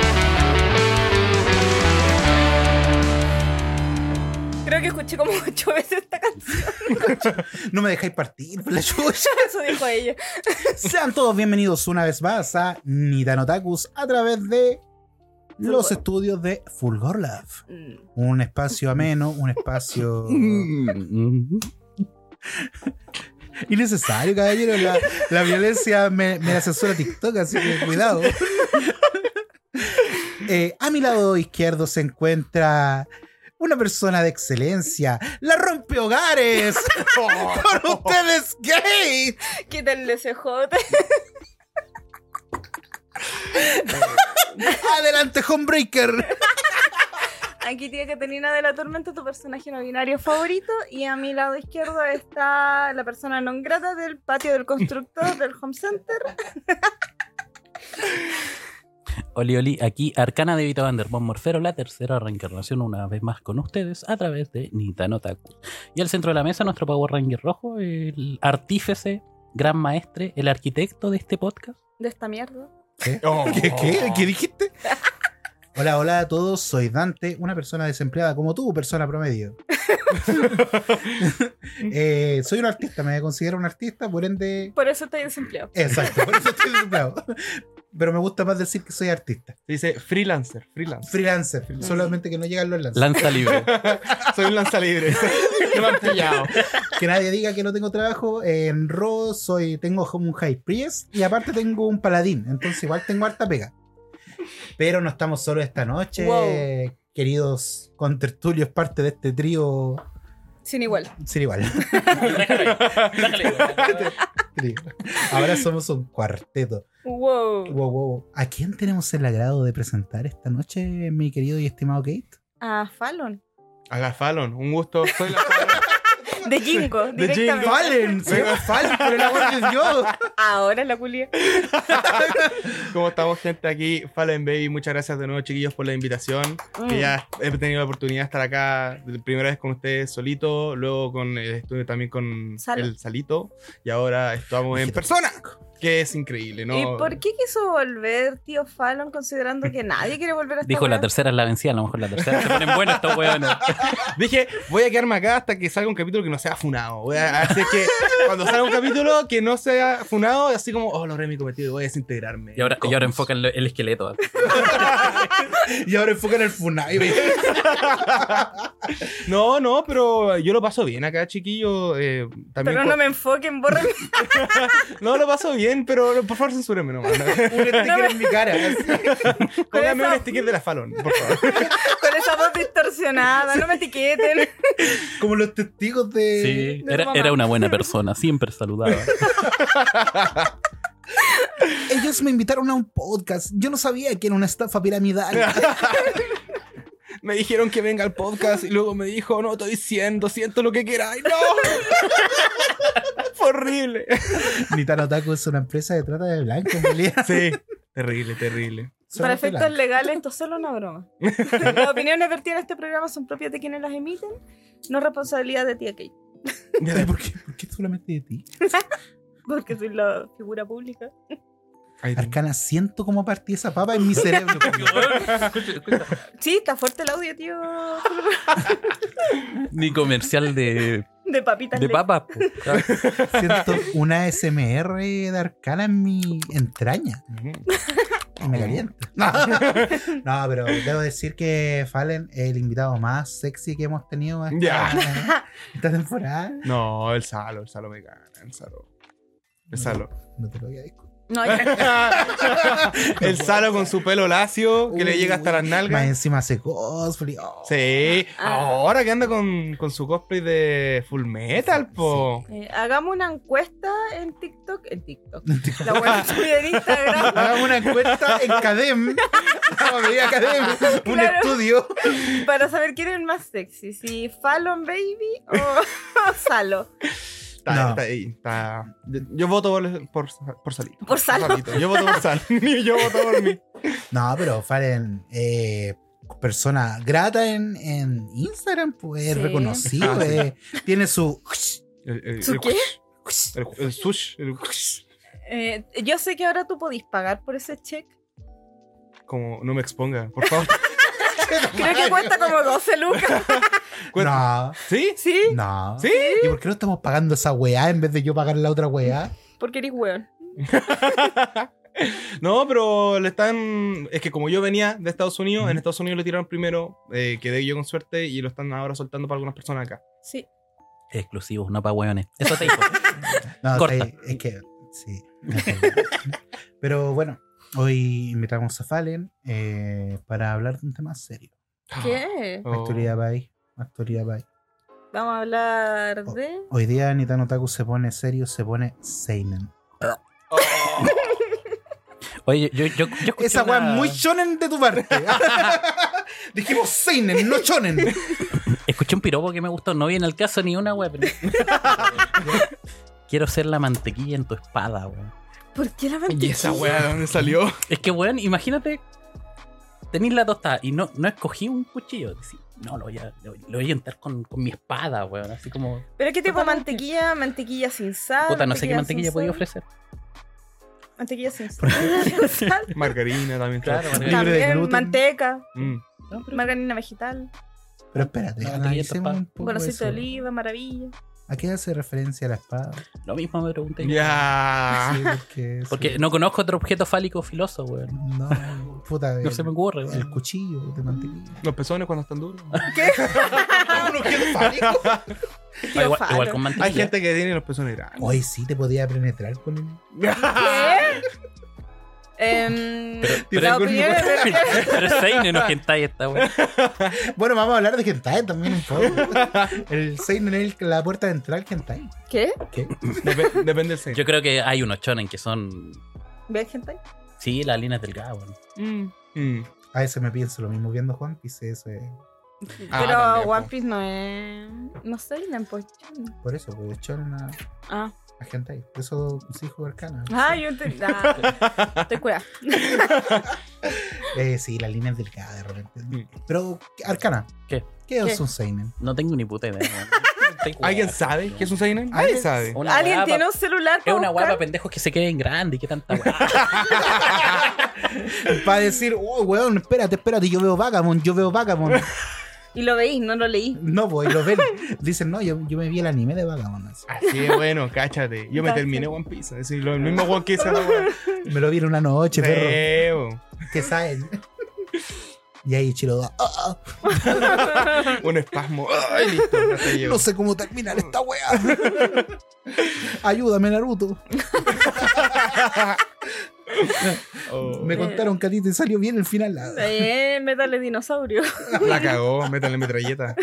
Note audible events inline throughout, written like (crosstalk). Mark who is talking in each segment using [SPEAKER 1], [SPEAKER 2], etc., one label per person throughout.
[SPEAKER 1] (laughs) ocho veces esta canción.
[SPEAKER 2] No me dejáis partir por la
[SPEAKER 1] (laughs)
[SPEAKER 2] chucha.
[SPEAKER 1] Eso dijo ella.
[SPEAKER 2] Sean todos bienvenidos una vez más a Nidano Takus a través de los
[SPEAKER 1] Fulgor.
[SPEAKER 2] estudios de Fulgor Lab.
[SPEAKER 1] Mm.
[SPEAKER 2] Un espacio ameno, un
[SPEAKER 3] (laughs)
[SPEAKER 2] espacio
[SPEAKER 1] Mm,
[SPEAKER 2] innecesario, caballero. La, la violencia me, me la censura TikTok, así que cuidado. Eh, a mi lado izquierdo se encuentra una persona de excelencia, la rompe hogares. (laughs) Con ustedes, gay.
[SPEAKER 1] Quítenle ese jote.
[SPEAKER 2] Adelante, Homebreaker.
[SPEAKER 1] Aquí tiene Catalina de la Tormenta, tu personaje no binario favorito. Y a mi lado izquierdo está la persona non grata del patio del constructor del home center.
[SPEAKER 3] Oli, oli, aquí Arcana de Vita Vanderbilt Morfero, la tercera reencarnación una vez más con ustedes a través de Nitano Taku. Y al centro de la mesa nuestro Power Ranger rojo, el artífice, gran maestre, el arquitecto de este podcast.
[SPEAKER 1] De esta mierda. Oh.
[SPEAKER 2] ¿Qué, qué? ¿Qué dijiste? Oh. (laughs) Hola, hola a todos, soy Dante, una persona desempleada como tú, persona promedio. (laughs) Eh, soy un artista, me considero un artista, por ende...
[SPEAKER 1] Por eso estoy desempleado.
[SPEAKER 2] Exacto, por eso estoy desempleado. Pero me gusta más decir que soy artista.
[SPEAKER 4] Se dice freelancer, freelancer.
[SPEAKER 2] Freelancer, solamente que no llegan los lances.
[SPEAKER 3] Lanza
[SPEAKER 1] (laughs)
[SPEAKER 3] libre.
[SPEAKER 4] (laughs) Soy un lanza libre. No me han pillado.
[SPEAKER 2] Que nadie diga que no tengo trabajo. En Ro soy, tengo como un High Priest y aparte tengo un Paladín. Entonces igual tengo harta pega. Pero no estamos solos esta noche,
[SPEAKER 1] Wow.
[SPEAKER 2] queridos contertulios, parte de este trío
[SPEAKER 1] Sin igual.
[SPEAKER 2] sin igual. Trío. Ahora somos un cuarteto.
[SPEAKER 1] Wow.
[SPEAKER 2] Wow, wow, wow. ¿A quién tenemos el agrado de presentar esta noche, mi querido y estimado Kate?
[SPEAKER 1] A Fallon.
[SPEAKER 4] Haga Fallon, un gusto. Soy la Fallon.
[SPEAKER 1] De Jingo.
[SPEAKER 4] (laughs) De
[SPEAKER 1] directamente.
[SPEAKER 2] (laughs)
[SPEAKER 4] Jingo.
[SPEAKER 2] ¡Fallen! ¡Se llama Fallen, por el amor de (laughs) Dios!
[SPEAKER 1] Ahora la culia.
[SPEAKER 4] ¿Cómo estamos, gente? Aquí, Fallen Baby. Muchas gracias de nuevo, chiquillos, por la invitación.
[SPEAKER 1] Mm.
[SPEAKER 4] Que ya he tenido la oportunidad de estar acá de- primera vez con ustedes solito, luego con el estudio también con
[SPEAKER 1] Salo.
[SPEAKER 4] el Salito. Y ahora estamos en persona, que es increíble, ¿no?
[SPEAKER 1] ¿Y por qué quiso volver, tío Fallon, considerando que nadie quiere volver a esta
[SPEAKER 3] Dijo la
[SPEAKER 1] weá?
[SPEAKER 3] tercera es la vencida, a lo mejor la tercera se ponen buenos estos hueones.
[SPEAKER 4] Dije, voy a quedarme acá hasta que salga un capítulo que no sea funado. Voy a hacer que cuando salga un capítulo que no sea funado, así como, oh, logré mi cometido, voy a desintegrarme.
[SPEAKER 3] Y ahora, y ahora
[SPEAKER 4] Cosmos.
[SPEAKER 3] enfocan el, el esqueleto.
[SPEAKER 2] Y ahora enfocan el Funai. (laughs)
[SPEAKER 4] No, no, pero yo lo paso bien acá, chiquillo. eh, también
[SPEAKER 1] Pero
[SPEAKER 4] cu-
[SPEAKER 1] no me enfoquen,
[SPEAKER 4] (laughs)
[SPEAKER 1] borren.
[SPEAKER 4] No, lo paso bien, pero por favor censúreme
[SPEAKER 1] (laughs)
[SPEAKER 4] nomás.
[SPEAKER 2] Un sticker en mi cara. así.
[SPEAKER 4] Póngame
[SPEAKER 1] esa-
[SPEAKER 4] un sticker de la Fallon, por favor.
[SPEAKER 1] Con esa voz distorsionada, no me etiqueten.
[SPEAKER 2] Como los testigos de.
[SPEAKER 1] de
[SPEAKER 3] Sí, era,
[SPEAKER 1] mamá.
[SPEAKER 3] era una buena persona,
[SPEAKER 1] (laughs)
[SPEAKER 3] siempre saludaba.
[SPEAKER 2] Ellos me invitaron a un podcast. Yo no sabía que era una estafa
[SPEAKER 4] (laughs)
[SPEAKER 2] piramidal.
[SPEAKER 4] Me dijeron que venga al podcast y luego me dijo, no, estoy 100, 200, lo que queráis. ¡No! Fue horrible.
[SPEAKER 2] Nitano Taco es una empresa de trata de blancos, en
[SPEAKER 4] (laughs)
[SPEAKER 2] realidad.
[SPEAKER 4] Sí, terrible, terrible.
[SPEAKER 1] Para
[SPEAKER 2] Solamente
[SPEAKER 1] efectos
[SPEAKER 2] blancos.
[SPEAKER 1] legales, esto es solo una broma. (laughs) Las opiniones vertidas en este programa son propias de quienes las emiten, no es responsabilidad de tía Kate,
[SPEAKER 2] Ay, ¿Por qué, ¿Por qué solamente de ti?
[SPEAKER 1] porque soy la figura pública.
[SPEAKER 4] Ay, no.
[SPEAKER 2] Arcana, siento cómo partí esa papa en mi
[SPEAKER 4] (laughs)
[SPEAKER 2] cerebro.
[SPEAKER 1] Sí, está fuerte el audio, tío,
[SPEAKER 3] Ni comercial de,
[SPEAKER 1] de papitas.
[SPEAKER 3] de
[SPEAKER 1] Leo.
[SPEAKER 3] papas. po.
[SPEAKER 2] siento una SMR de Arcana en mi entraña. Y
[SPEAKER 4] Oh.
[SPEAKER 2] me
[SPEAKER 4] (laughs)
[SPEAKER 2] calienta. No, No, pero debo decir que Fallen es el invitado más sexy que hemos tenido esta,
[SPEAKER 4] Ya.
[SPEAKER 2] esta temporada.
[SPEAKER 4] No, el Salo, el Salo me gana, el Salo. El Salo. (laughs)
[SPEAKER 2] No te lo voy a discutir.
[SPEAKER 1] No, ya.
[SPEAKER 4] el Salo con su pelo lacio que le llega hasta las
[SPEAKER 2] Más
[SPEAKER 4] nalgas.
[SPEAKER 2] encima hace cosplay. Oh.
[SPEAKER 4] Sí,
[SPEAKER 1] Ah.
[SPEAKER 4] ahora que anda con, con su cosplay de Full Metal, po.
[SPEAKER 1] Eh, hagamos una encuesta en TikTok. En TikTok. La web en Instagram
[SPEAKER 2] Hagamos una encuesta en (laughs) Cadem. Vamos a pedir a Cadem un
[SPEAKER 1] Claro.
[SPEAKER 2] estudio.
[SPEAKER 1] para saber quién es el más sexy. Si Fallon Baby o, (laughs) o Salo.
[SPEAKER 4] Está,
[SPEAKER 2] No.
[SPEAKER 4] está ahí, está- Yo, yo voto por, por, por Salito.
[SPEAKER 1] Por Salo.
[SPEAKER 4] Salito. Yo voto por Sal. (laughs) yo voto por mí.
[SPEAKER 2] No, pero Fallen, eh, persona grata en, en Instagram, pues es
[SPEAKER 1] Sí.
[SPEAKER 2] (laughs) reconocido. eh, tiene su.
[SPEAKER 4] El, el-
[SPEAKER 1] ¿Su
[SPEAKER 4] el-
[SPEAKER 1] qué?
[SPEAKER 4] El, el sush. el-
[SPEAKER 1] Eh, yo sé que ahora tú podís pagar por ese check.
[SPEAKER 4] como (laughs) no me exponga, por favor.
[SPEAKER 1] Creo que cuesta como 12 lucas.
[SPEAKER 4] Cuenta-
[SPEAKER 2] No,
[SPEAKER 4] ¿Sí?
[SPEAKER 1] (laughs) ¿Sí?
[SPEAKER 2] no.
[SPEAKER 4] ¿Sí?
[SPEAKER 2] ¿Y por qué no estamos pagando esa weá en vez de yo pagar la otra weá?
[SPEAKER 1] Porque eres weón.
[SPEAKER 4] (laughs) No, pero le están. Es que como yo venía de Estados Unidos, en Estados Unidos lo tiraron primero, eh, quedé yo con suerte y lo están ahora soltando para algunas personas acá.
[SPEAKER 1] Sí.
[SPEAKER 3] Exclusivos, no para hueones. Eso
[SPEAKER 2] (laughs)
[SPEAKER 3] te digo.
[SPEAKER 2] No,
[SPEAKER 3] Corta.
[SPEAKER 2] está ahí. es que sí. (laughs) me acuerdo. Pero bueno, hoy invitamos a Fallen eh, para hablar de un tema serio.
[SPEAKER 1] (gasps) ¿Qué?
[SPEAKER 4] Oh.
[SPEAKER 2] Actualidad país. Actualidad país.
[SPEAKER 1] Vamos a hablar de.
[SPEAKER 2] Hoy día Nitano Taku se pone serio, se pone Seinen.
[SPEAKER 4] Oh.
[SPEAKER 3] Oye, yo, yo, yo escuché
[SPEAKER 2] Esa weá
[SPEAKER 3] una-
[SPEAKER 2] es muy shonen de tu (laughs) parte. Dijimos Seinen, no shonen.
[SPEAKER 3] Escuché un piropo que me gustó. No viene al caso ni
[SPEAKER 2] (laughs)
[SPEAKER 3] una web. Quiero ser la mantequilla en tu espada, weón.
[SPEAKER 1] ¿Por qué la
[SPEAKER 4] ¿Y
[SPEAKER 1] mantequilla?
[SPEAKER 4] esa weá de dónde salió?
[SPEAKER 3] Es que, weón, imagínate. Tenís la tostada y no, no escogí un cuchillo. Decí, no, lo voy a, lo, lo voy a untar con, con mi espada, weón. Así como.
[SPEAKER 1] ¿Pero qué tipo de
[SPEAKER 3] Totalmente.
[SPEAKER 1] mantequilla? ¿Mantequilla sin sal?
[SPEAKER 3] Puta, no sé qué
[SPEAKER 1] sin
[SPEAKER 3] mantequilla podía
[SPEAKER 1] sal?
[SPEAKER 3] ofrecer.
[SPEAKER 1] Mantequilla sin sal. sin
[SPEAKER 3] (laughs)
[SPEAKER 1] sal.
[SPEAKER 4] (laughs)
[SPEAKER 1] (laughs)
[SPEAKER 4] Margarina también.
[SPEAKER 3] Claro,
[SPEAKER 4] está-
[SPEAKER 3] margarina.
[SPEAKER 2] Libre de
[SPEAKER 1] También
[SPEAKER 2] gluten.
[SPEAKER 1] manteca,
[SPEAKER 4] Mm.
[SPEAKER 3] No, pero-
[SPEAKER 1] margarina vegetal,
[SPEAKER 2] Pero espérate,
[SPEAKER 3] No,
[SPEAKER 2] analicemos
[SPEAKER 3] tenía
[SPEAKER 2] un poco
[SPEAKER 1] con aceite
[SPEAKER 2] eso.
[SPEAKER 1] de oliva, maravilla.
[SPEAKER 3] Ah,
[SPEAKER 2] ¿A qué hace referencia la espada?
[SPEAKER 3] Lo mismo me pregunté. yo.
[SPEAKER 4] Ya.
[SPEAKER 2] Sí, porque,
[SPEAKER 3] Porque
[SPEAKER 2] sí.
[SPEAKER 3] no conozco otro objeto fálico filoso, weón.
[SPEAKER 2] No, puta.
[SPEAKER 3] No
[SPEAKER 2] el-
[SPEAKER 3] se me ocurre,
[SPEAKER 2] El
[SPEAKER 3] weón.
[SPEAKER 2] cuchillo de mantequilla.
[SPEAKER 4] Los pezones cuando están (laughs) duros.
[SPEAKER 2] Uno que es fálico.
[SPEAKER 3] Ah, Igual,
[SPEAKER 1] faro.
[SPEAKER 3] igual con mantequilla.
[SPEAKER 4] Hay gente que tiene los pezones (laughs) grandes.
[SPEAKER 2] Hoy sí te podía penetrar con él.
[SPEAKER 1] ¿Qué? Em, la
[SPEAKER 3] Ah. pero-
[SPEAKER 1] opinión
[SPEAKER 3] (laughs)
[SPEAKER 1] es-
[SPEAKER 3] Pero es
[SPEAKER 1] (laughs)
[SPEAKER 3] Seinen no hentai esta, weón.
[SPEAKER 2] Bueno, vamos a hablar de hentai también un poco. El Seinen es el- la puerta de entrada al hentai.
[SPEAKER 1] ¿Qué?
[SPEAKER 4] Dep- depende del sexo.
[SPEAKER 3] Yo creo que hay unos chonen que son.
[SPEAKER 1] ¿Ven gente?
[SPEAKER 3] Sí, las líneas delgadas, weón.
[SPEAKER 4] Mm.
[SPEAKER 2] A veces me pienso lo mismo viendo Juan Piece, eso es.
[SPEAKER 4] Ah,
[SPEAKER 1] Pero
[SPEAKER 4] también, po.
[SPEAKER 1] One Piece no es. No sé, la empochón.
[SPEAKER 2] Por eso, pues, porque echaron a,
[SPEAKER 1] Ah,
[SPEAKER 2] a hentai. Por eso sí juego arcana.
[SPEAKER 1] ah yo te.
[SPEAKER 3] (laughs)
[SPEAKER 1] Ah, te cuidas.
[SPEAKER 2] Eh, sí, la línea es delgada de repente.
[SPEAKER 4] Mm.
[SPEAKER 2] Pero, Arcana.
[SPEAKER 3] ¿Qué?
[SPEAKER 2] ¿Qué es
[SPEAKER 1] ¿Qué?
[SPEAKER 2] un Seinen?
[SPEAKER 3] No tengo ni puta idea,
[SPEAKER 4] (laughs)
[SPEAKER 3] weón. Estoy jugando.
[SPEAKER 4] ¿Alguien sabe qué es un seinen?
[SPEAKER 2] ¿Alguien
[SPEAKER 4] ¿Alguien sabe?
[SPEAKER 3] Una
[SPEAKER 1] ¿Alguien
[SPEAKER 3] weá
[SPEAKER 1] tiene
[SPEAKER 3] pa-
[SPEAKER 1] un celular?
[SPEAKER 3] Es una
[SPEAKER 1] para buscar?
[SPEAKER 3] guapa pendejos que se queden grandes y qué tanta weá.
[SPEAKER 2] Para decir, oh, weón, espérate, espérate, yo veo Vagabond, yo veo Vagabond.
[SPEAKER 1] Y lo veís, no lo leí.
[SPEAKER 2] (laughs) No, pues, y lo ven. Dicen, no, yo, yo me vi el anime de Vagabond. así.
[SPEAKER 4] Así es bueno, cáchate. Yo me
[SPEAKER 1] Cáchate.
[SPEAKER 4] terminé One Piece. Es decir, lo el mismo One Piece. la weá.
[SPEAKER 2] Me lo vi en una noche, perro.
[SPEAKER 4] Feo.
[SPEAKER 2] Que saben. Y ahí Chiro da, "Ah, ah,
[SPEAKER 4] Un espasmo. Ay, listo. ya se llegó.
[SPEAKER 2] no sé cómo terminar esta wea. (laughs) Ayúdame, Naruto.
[SPEAKER 4] Oh.
[SPEAKER 2] Me contaron que a ti te salió bien el final. Ah,
[SPEAKER 1] Eh, Metal de dinosaurio.
[SPEAKER 4] La cagó, métale metralleta.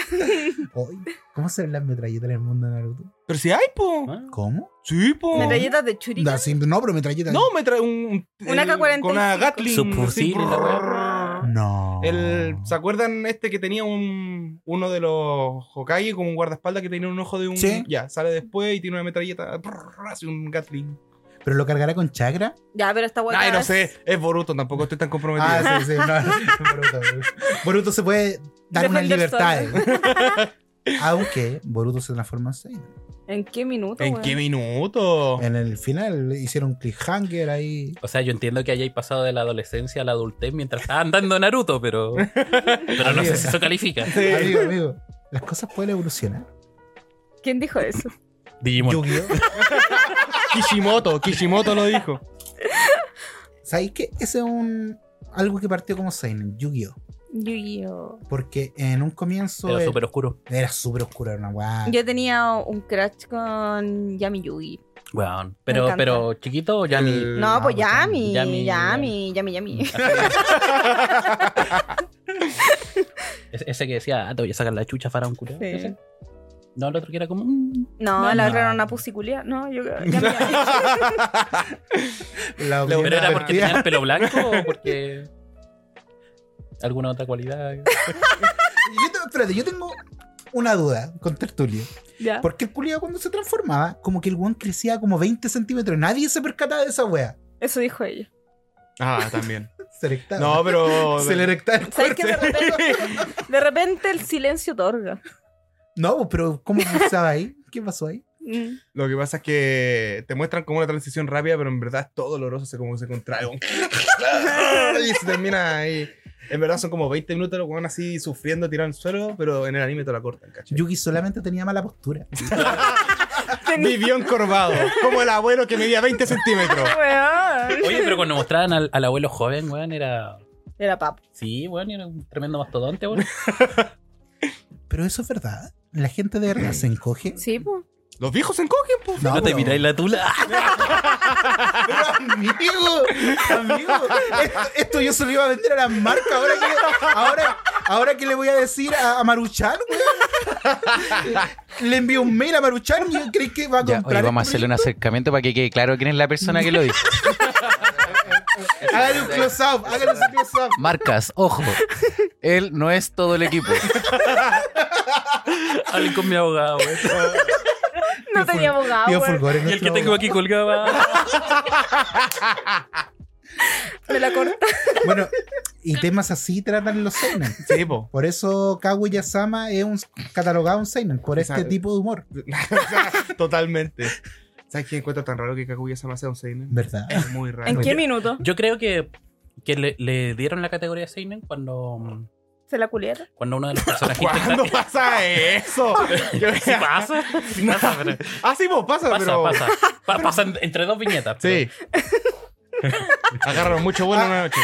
[SPEAKER 2] hoy, ¿Cómo se ven las metralletas en el mundo de Naruto?
[SPEAKER 4] Pero si hay, po.
[SPEAKER 2] ¿Ah?
[SPEAKER 3] ¿no?
[SPEAKER 2] ¿Cómo?
[SPEAKER 4] Sí, po.
[SPEAKER 1] Metralletas de churica.
[SPEAKER 2] Da, sí, no, pero metralletas.
[SPEAKER 4] No, me trae un.
[SPEAKER 1] Una
[SPEAKER 4] el-
[SPEAKER 1] K-45.
[SPEAKER 4] Con una Gatling.
[SPEAKER 3] Su fusil
[SPEAKER 4] así,
[SPEAKER 3] y la
[SPEAKER 4] brrr.
[SPEAKER 2] No.
[SPEAKER 4] El, ¿Se acuerdan este que tenía un uno de los Hokage como un guardaespaldas que tenía un ojo de un.
[SPEAKER 2] Sí.
[SPEAKER 4] Ya, sale después y tiene una metralleta. brrr, hace un Gatling.
[SPEAKER 2] ¿Pero lo cargará con chakra?
[SPEAKER 1] Ya, pero esta guapa.
[SPEAKER 4] Ay, no sé. Es Boruto, tampoco estoy tan comprometido.
[SPEAKER 2] Ah, sí, sí. no, (laughs) Boruto, Boruto se puede dar unas
[SPEAKER 1] Defender
[SPEAKER 2] libertades. (laughs) Aunque Boruto se transforma en Seinen.
[SPEAKER 1] ¿En qué minuto?
[SPEAKER 4] ¿En
[SPEAKER 1] weón?
[SPEAKER 4] qué minuto?
[SPEAKER 3] Eh,
[SPEAKER 2] En el final hicieron un cliffhanger ahí.
[SPEAKER 3] O sea, yo entiendo que hayáis pasado de la adolescencia a la adultez mientras estaba andando Naruto, pero. Pero no sé si eso califica.
[SPEAKER 4] Sí.
[SPEAKER 2] Amigo, amigo, las cosas pueden evolucionar.
[SPEAKER 1] ¿Quién dijo eso?
[SPEAKER 3] Digimon.
[SPEAKER 2] Yu-Gi-Oh!
[SPEAKER 4] (laughs) Kishimoto, Kishimoto lo dijo.
[SPEAKER 2] ¿Sabéis que ese es un, algo que partió como Seinen, Yu-Gi-Oh!
[SPEAKER 1] Yu-Gi-Oh.
[SPEAKER 2] Porque en un comienzo
[SPEAKER 3] Pero
[SPEAKER 2] el-
[SPEAKER 3] súper oscuro.
[SPEAKER 2] era súper oscuro, era una guay.
[SPEAKER 1] Yo tenía un crush con Yami Yugi.
[SPEAKER 3] Weón.
[SPEAKER 1] Me
[SPEAKER 3] Pero,
[SPEAKER 1] encanta.
[SPEAKER 3] pero chiquito, ya mi.
[SPEAKER 4] El-
[SPEAKER 1] No,
[SPEAKER 2] Ah,
[SPEAKER 1] pues
[SPEAKER 2] pues,
[SPEAKER 1] Yami,
[SPEAKER 3] Yami,
[SPEAKER 1] Yami, Yami, Yami.
[SPEAKER 4] (laughs)
[SPEAKER 1] Yami.
[SPEAKER 3] Es- Ese que decía, ah, te voy a sacar la chucha, faraón curado.
[SPEAKER 1] (laughs) Sí.
[SPEAKER 3] Ese. No, el otro que era como. mm,
[SPEAKER 1] No,
[SPEAKER 2] No,
[SPEAKER 1] la
[SPEAKER 2] no.
[SPEAKER 1] otra era una pusiculia. No, yo. Yami,
[SPEAKER 4] (laughs)
[SPEAKER 1] Yami.
[SPEAKER 2] La opinión
[SPEAKER 3] Pero
[SPEAKER 2] de
[SPEAKER 3] era
[SPEAKER 2] la
[SPEAKER 3] porque
[SPEAKER 2] tía.
[SPEAKER 3] tenía el pelo blanco o porque. alguna otra cualidad.
[SPEAKER 2] Yo te- espérate, yo tengo una duda con Tertulio.
[SPEAKER 5] ¿Ah?
[SPEAKER 1] Ya.
[SPEAKER 2] Porque el culiado cuando se transformaba, como que el guan crecía como 20 centímetros. Nadie se percataba de esa wea.
[SPEAKER 1] Eso dijo ella.
[SPEAKER 4] Ah, también.
[SPEAKER 2] Se erectaba.
[SPEAKER 4] No, pero.
[SPEAKER 2] se le erectaba el
[SPEAKER 1] ¿Sabes
[SPEAKER 2] cuerpo.
[SPEAKER 1] qué? De repente, de repente el silencio otorga.
[SPEAKER 2] No, pero
[SPEAKER 5] (laughs)
[SPEAKER 2] ¿cómo pasaba ahí? ¿Qué pasó ahí?
[SPEAKER 1] Mm.
[SPEAKER 4] Lo que pasa es que te muestran como una transición (laughs) rápida, pero en verdad es todo doloroso, se como se contrae. un- y se termina ahí. En verdad son como 20 minutos los weón así sufriendo, tirando al suelo, pero en el anime te la cortan, ¿cachai?
[SPEAKER 2] Yuki solamente tenía mala postura.
[SPEAKER 4] Vivió encorvado, como el abuelo que medía 20 centímetros.
[SPEAKER 1] Weón.
[SPEAKER 3] Oye, pero cuando mostraban al, al abuelo joven, weón, era.
[SPEAKER 1] Era papo.
[SPEAKER 3] Sí, weón, era un tremendo mastodonte, weón.
[SPEAKER 2] Pero eso es verdad. La gente de verdad se encoge.
[SPEAKER 5] (laughs)
[SPEAKER 1] Sí, pues.
[SPEAKER 4] Los viejos se encogen, po.
[SPEAKER 3] No, te
[SPEAKER 2] pero-
[SPEAKER 3] miráis la (laughs) tula.
[SPEAKER 2] Pero (laughs) amigo, amigo, esto, esto yo se lo iba a vender a las marcas. Ahora que, ahora, ahora que le voy a decir a, a Maruchan, weón. (laughs) Le envío un mail a Maruchan y crees que va a
[SPEAKER 5] Ya,
[SPEAKER 2] comprar.
[SPEAKER 5] oye, vamos a
[SPEAKER 2] el
[SPEAKER 5] hacerle un acercamiento para que quede claro quién es la persona que
[SPEAKER 4] (laughs)
[SPEAKER 5] lo dice.
[SPEAKER 2] proyecto? Hágale un close up, hágale un close up.
[SPEAKER 5] Marcas, ojo. Él no es todo el equipo.
[SPEAKER 3] Hablé con mi abogado, weón.
[SPEAKER 1] No tenía abogado.
[SPEAKER 2] Tío
[SPEAKER 1] weón.
[SPEAKER 2] Fulgor, es
[SPEAKER 3] Y el que
[SPEAKER 2] nuestro
[SPEAKER 3] tengo aquí colgaba.
[SPEAKER 1] Me la corta.
[SPEAKER 2] abogado. Bueno, y temas así tratan los seinen.
[SPEAKER 4] Sí, po.
[SPEAKER 2] Por eso Kaguya-sama es un, catalogado un seinen, por este
[SPEAKER 4] Exacto.
[SPEAKER 2] tipo de humor.
[SPEAKER 4] Totalmente. ¿Sabes qué encuentro tan raro que Kaguya-sama sea un seinen?
[SPEAKER 2] ¿Verdad?
[SPEAKER 4] Es muy raro.
[SPEAKER 1] ¿En qué minuto?
[SPEAKER 3] Yo creo que, que le, le dieron la categoría de Seinen cuando,
[SPEAKER 1] ¿Se la culieron?
[SPEAKER 3] cuando uno de los
[SPEAKER 4] (laughs)
[SPEAKER 3] personajes.
[SPEAKER 4] ¿Cuándo pasa eso? Yo-
[SPEAKER 3] (laughs) Sí pasa? Sí pasa, pero-
[SPEAKER 4] Ah, sí, po, pasa,
[SPEAKER 3] pasa,
[SPEAKER 4] pero...
[SPEAKER 3] pasa. Pa- pasa en- entre dos viñetas. pero-
[SPEAKER 4] Sí. (laughs) Agarraron mucho bueno una noche.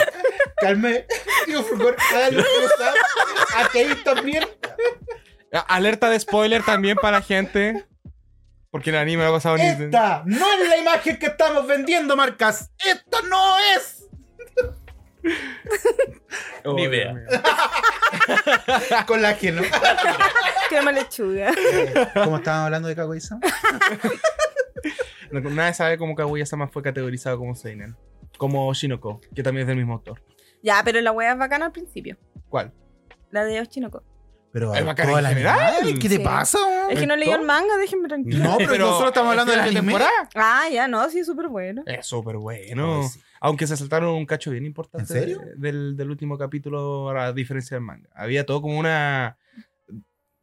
[SPEAKER 2] Calme. Tío Fulgor, (laughs) hágale un close up. Aquí hay también.
[SPEAKER 4] Ah. A- Alerta de spoiler también para la gente. Porque el anime ha pasado ni.
[SPEAKER 2] Esta no es la imagen que estamos vendiendo, marcas. Esta no es.
[SPEAKER 4] Oh,
[SPEAKER 3] Ni
[SPEAKER 4] Dios
[SPEAKER 3] idea.
[SPEAKER 4] mío.
[SPEAKER 2] (laughs) Colágeno.
[SPEAKER 1] Crema lechuga.
[SPEAKER 2] Eh, ¿Cómo estaban hablando de Kaguya-sama?
[SPEAKER 4] No- Nadie sabe cómo Kaguya-sama fue categorizado como Seinen. Como Shinoko, que también es del mismo autor.
[SPEAKER 1] (laughs) Ya, pero la wea es bacana al principio.
[SPEAKER 4] ¿Cuál?
[SPEAKER 1] La de Oshinoko.
[SPEAKER 2] Pero
[SPEAKER 4] Es bacán en
[SPEAKER 2] toda la
[SPEAKER 4] general.
[SPEAKER 2] animada, ¿Qué te
[SPEAKER 1] Sí.
[SPEAKER 2] pasa?
[SPEAKER 1] Es que no leí el manga, déjenme tranquilo.
[SPEAKER 2] No, pero, este
[SPEAKER 4] Pero-
[SPEAKER 2] nosotros estamos hablando de la
[SPEAKER 4] ¿Es de la
[SPEAKER 2] temporada.
[SPEAKER 1] Ah, ya, no, sí, súper bueno.
[SPEAKER 4] Es súper bueno.
[SPEAKER 2] Ay, sí.
[SPEAKER 4] Aunque se saltaron un cacho bien importante.
[SPEAKER 2] ¿En serio?
[SPEAKER 4] Del, del último capítulo, a diferencia del manga. Había todo como una.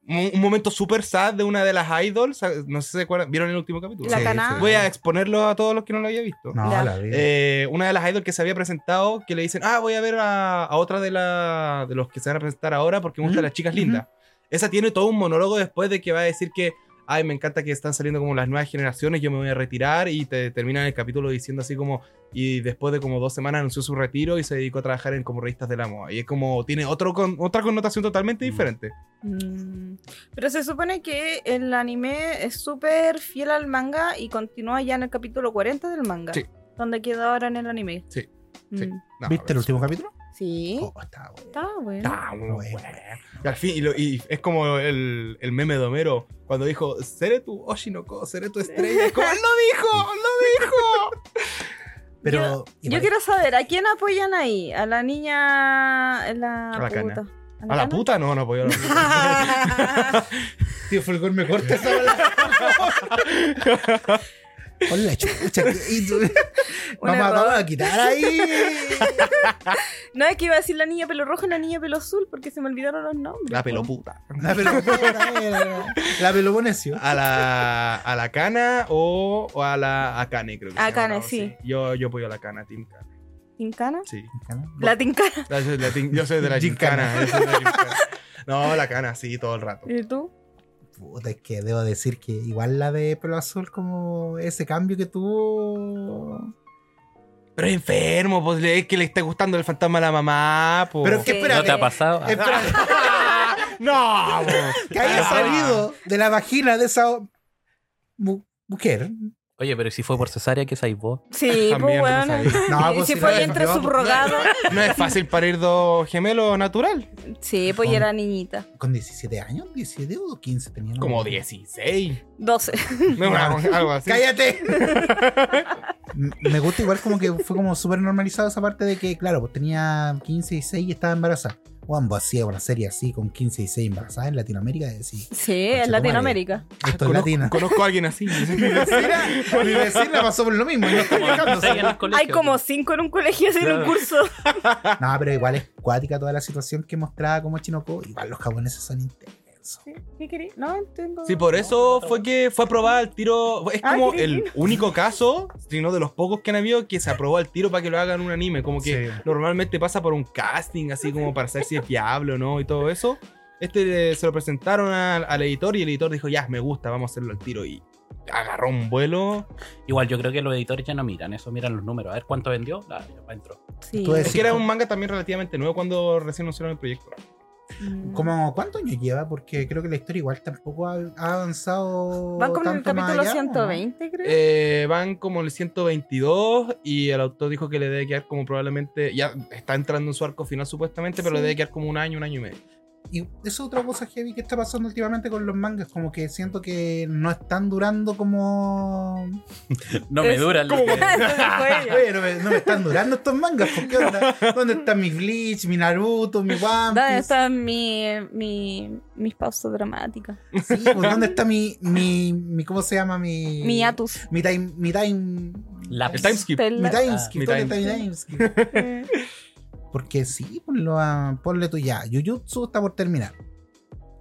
[SPEAKER 4] Un, un momento súper sad de una de las idols. No sé si se acuerdan. ¿Vieron el último capítulo?
[SPEAKER 1] La cana.
[SPEAKER 4] Voy a exponerlo a todos los que no lo había visto.
[SPEAKER 2] No,
[SPEAKER 1] Ya.
[SPEAKER 2] la vida.
[SPEAKER 4] Eh, una de las idols que se había presentado, que le dicen, ah, voy a ver a, a otra de, la, de los que se van a presentar ahora porque me gustan
[SPEAKER 2] Ujú,
[SPEAKER 4] las chicas
[SPEAKER 2] ujú.
[SPEAKER 4] lindas. Esa tiene todo un monólogo después de que va a decir que, ay, me encanta que están saliendo como las nuevas generaciones, yo me voy a retirar y te termina el capítulo diciendo así como, y después de como dos semanas anunció su retiro y se dedicó a trabajar en como revistas de la moda. Y es como, tiene otro con- otra connotación totalmente
[SPEAKER 3] Mm.
[SPEAKER 4] diferente.
[SPEAKER 1] Mm. Pero se supone que el anime es súper fiel al manga y continúa ya en el capítulo 40 del manga.
[SPEAKER 4] Sí.
[SPEAKER 1] Donde quedó ahora en el anime.
[SPEAKER 4] Sí,
[SPEAKER 1] Mm.
[SPEAKER 4] sí.
[SPEAKER 1] Sí.
[SPEAKER 4] No,
[SPEAKER 2] ¿Viste el
[SPEAKER 4] es-
[SPEAKER 2] último capítulo? Oh, está bueno.
[SPEAKER 1] Está bueno.
[SPEAKER 4] Ah, bueno,
[SPEAKER 2] Bueno.
[SPEAKER 4] bueno. Y al fin, y, lo- y es como el, el meme de Homero cuando dijo: Seré tu Oshinoko, seré tu estrella. (laughs) Es como, ¡Lo dijo! ¡Lo dijo!
[SPEAKER 2] Pero.
[SPEAKER 1] Yo quiero saber, ¿a quién apoyan ahí? ¿A la niña. a la,
[SPEAKER 4] A la cana.
[SPEAKER 1] puta?
[SPEAKER 4] ¿A la
[SPEAKER 1] cana?
[SPEAKER 4] puta? No, no apoyó a la (laughs) puta.
[SPEAKER 1] (laughs)
[SPEAKER 2] Tío Fulgor, me corta esa bola. (laughs) Hola, chucha. y tú-
[SPEAKER 1] (laughs) Un
[SPEAKER 2] Vamos, a-
[SPEAKER 1] error.
[SPEAKER 2] vamos a
[SPEAKER 1] (laughs)
[SPEAKER 2] quitar ahí.
[SPEAKER 1] No, es que iba a decir la niña pelo rojo y la niña pelo azul porque se me olvidaron los nombres.
[SPEAKER 4] La peloputa.
[SPEAKER 2] La pelopona. La Ah, peloponesio.
[SPEAKER 4] A la, a la cana o, o a la Akane, creo que se
[SPEAKER 1] A
[SPEAKER 4] llama,
[SPEAKER 1] Akane,
[SPEAKER 4] algo así.
[SPEAKER 1] sí.
[SPEAKER 4] Yo, yo apoyo a la cana, Team Kana.
[SPEAKER 1] ¿Tincana?
[SPEAKER 4] Sí.
[SPEAKER 1] La tincana.
[SPEAKER 4] La- yo- la team- yo soy de la Team
[SPEAKER 2] Gincana.
[SPEAKER 4] Kana, yo soy de la Team Kana. No, la cana, sí, todo el rato.
[SPEAKER 1] (laughs) ¿Y tú?
[SPEAKER 2] Puta, es que debo decir que igual la de pelo azul, como ese cambio que tuvo.
[SPEAKER 4] Pero es enfermo, pues le- es que le está gustando el fantasma a la mamá. Pues.
[SPEAKER 2] Pero es que
[SPEAKER 1] Sí.
[SPEAKER 3] ¿No
[SPEAKER 2] espérate,
[SPEAKER 3] te ha pasado?
[SPEAKER 4] eh,
[SPEAKER 3] Ah,
[SPEAKER 2] espérate,
[SPEAKER 4] (laughs) ¡No! pues.
[SPEAKER 2] que haya
[SPEAKER 1] Ah.
[SPEAKER 2] salido de la vagina de esa mu-
[SPEAKER 1] (laughs)
[SPEAKER 2] mujer.
[SPEAKER 3] Oye, pero si fue por cesárea, ¿qué sabéis vos? (laughs)
[SPEAKER 1] Sí,
[SPEAKER 4] (laughs) También
[SPEAKER 1] pues
[SPEAKER 4] no
[SPEAKER 1] bueno.
[SPEAKER 4] sabía.
[SPEAKER 2] No, pues
[SPEAKER 1] si
[SPEAKER 2] sí,
[SPEAKER 1] fue
[SPEAKER 2] no,
[SPEAKER 1] entre
[SPEAKER 2] no,
[SPEAKER 1] subrogado.
[SPEAKER 4] No es fácil parir dos gemelos natural.
[SPEAKER 1] Sí, pues y era niñita.
[SPEAKER 2] Con 17 años, 17 o 15 tenía. ¿no?
[SPEAKER 4] Como 16.
[SPEAKER 2] (laughs)
[SPEAKER 1] 12.
[SPEAKER 4] No, una- algo así.
[SPEAKER 2] ¡Cállate! M- Me gusta igual como que fue como súper normalizado esa parte de que, claro, pues tenía 15 y 6 y estaba embarazada. Juan, vos hacía una serie así con 15 y 6 embarazadas en Latinoamérica. Sí,
[SPEAKER 1] Sí,
[SPEAKER 2] Conchetumare.
[SPEAKER 1] en Latinoamérica.
[SPEAKER 2] esto es
[SPEAKER 4] Conozco,
[SPEAKER 2] latina.
[SPEAKER 4] conozco a alguien así.
[SPEAKER 2] vecina, mi vecina pasó por lo mismo. y no estoy quejándose.
[SPEAKER 3] Cesárea en el colegio.
[SPEAKER 1] Hay como cinco en un colegio hacer
[SPEAKER 3] Claro.
[SPEAKER 1] un curso.
[SPEAKER 2] No, pero igual es cuática toda la situación que mostraba como Chinoko. Igual los japoneses son intensos.
[SPEAKER 3] eso.
[SPEAKER 1] ¿Sí? ¿Qué querí? No, tengo.
[SPEAKER 2] pues,
[SPEAKER 4] Sí, por eso fue que fue aprobada al tiro. Es
[SPEAKER 1] Ah,
[SPEAKER 4] como
[SPEAKER 1] qué
[SPEAKER 4] el
[SPEAKER 1] lindo.
[SPEAKER 4] único caso, sino de los pocos que han habido, que se aprobó al tiro para que lo hagan un anime. Como que
[SPEAKER 2] Sí.
[SPEAKER 4] normalmente pasa por un casting, así como para saber si es viable o no y todo eso. Este eh, se lo presentaron al, al editor y el editor dijo, ya, me gusta, vamos a hacerlo al tiro. Y agarró un vuelo.
[SPEAKER 3] Igual yo creo que los editores ya no miran eso, miran los números. A ver cuánto vendió, la, ya pa' entró.
[SPEAKER 1] Sí.
[SPEAKER 2] Tú
[SPEAKER 4] Es
[SPEAKER 2] decís-
[SPEAKER 4] que era un manga también relativamente nuevo cuando recién anunciaron el proyecto.
[SPEAKER 1] Mm.
[SPEAKER 2] Como, ¿Cuántos años lleva? Porque creo que la historia igual tampoco ha, ha avanzado.
[SPEAKER 1] Van con el
[SPEAKER 2] tanto más
[SPEAKER 1] capítulo
[SPEAKER 2] allá, ¿o no?
[SPEAKER 1] 120, creo. (laughs)
[SPEAKER 4] Eh, van como en el 122 y el autor dijo que le debe quedar como probablemente, ya está entrando en su arco final supuestamente, pero
[SPEAKER 1] Sí.
[SPEAKER 4] le debe quedar como un año, un año y medio.
[SPEAKER 2] Y eso es otra cosa heavy que está pasando últimamente con los mangas. Como que siento que no están durando como.
[SPEAKER 3] No me
[SPEAKER 1] Es-
[SPEAKER 3] duran. los
[SPEAKER 1] (laughs)
[SPEAKER 3] que-
[SPEAKER 1] Entonces fue ella.
[SPEAKER 2] (laughs) Oye, no me, no me están durando estos mangas. ¿por qué onda? ¿Dónde está mi Bleach, mi Naruto, mi One
[SPEAKER 1] ¿Dónde
[SPEAKER 2] Piece?
[SPEAKER 1] están mi, mi, mis pausas dramáticas?
[SPEAKER 2] Sí, pues, ¿Dónde está mi, mi, mi. ¿Cómo se llama? Mi.
[SPEAKER 1] Mi atus.
[SPEAKER 2] Mi time. Mi time.
[SPEAKER 4] El
[SPEAKER 3] Lápiz.
[SPEAKER 4] time skip.
[SPEAKER 2] Mi
[SPEAKER 4] Mi
[SPEAKER 2] timeskip. ¿dónde está mi
[SPEAKER 1] time-
[SPEAKER 2] timeskip? Porque sí, ponlo a- ponle tú ya. Jujutsu está por terminar.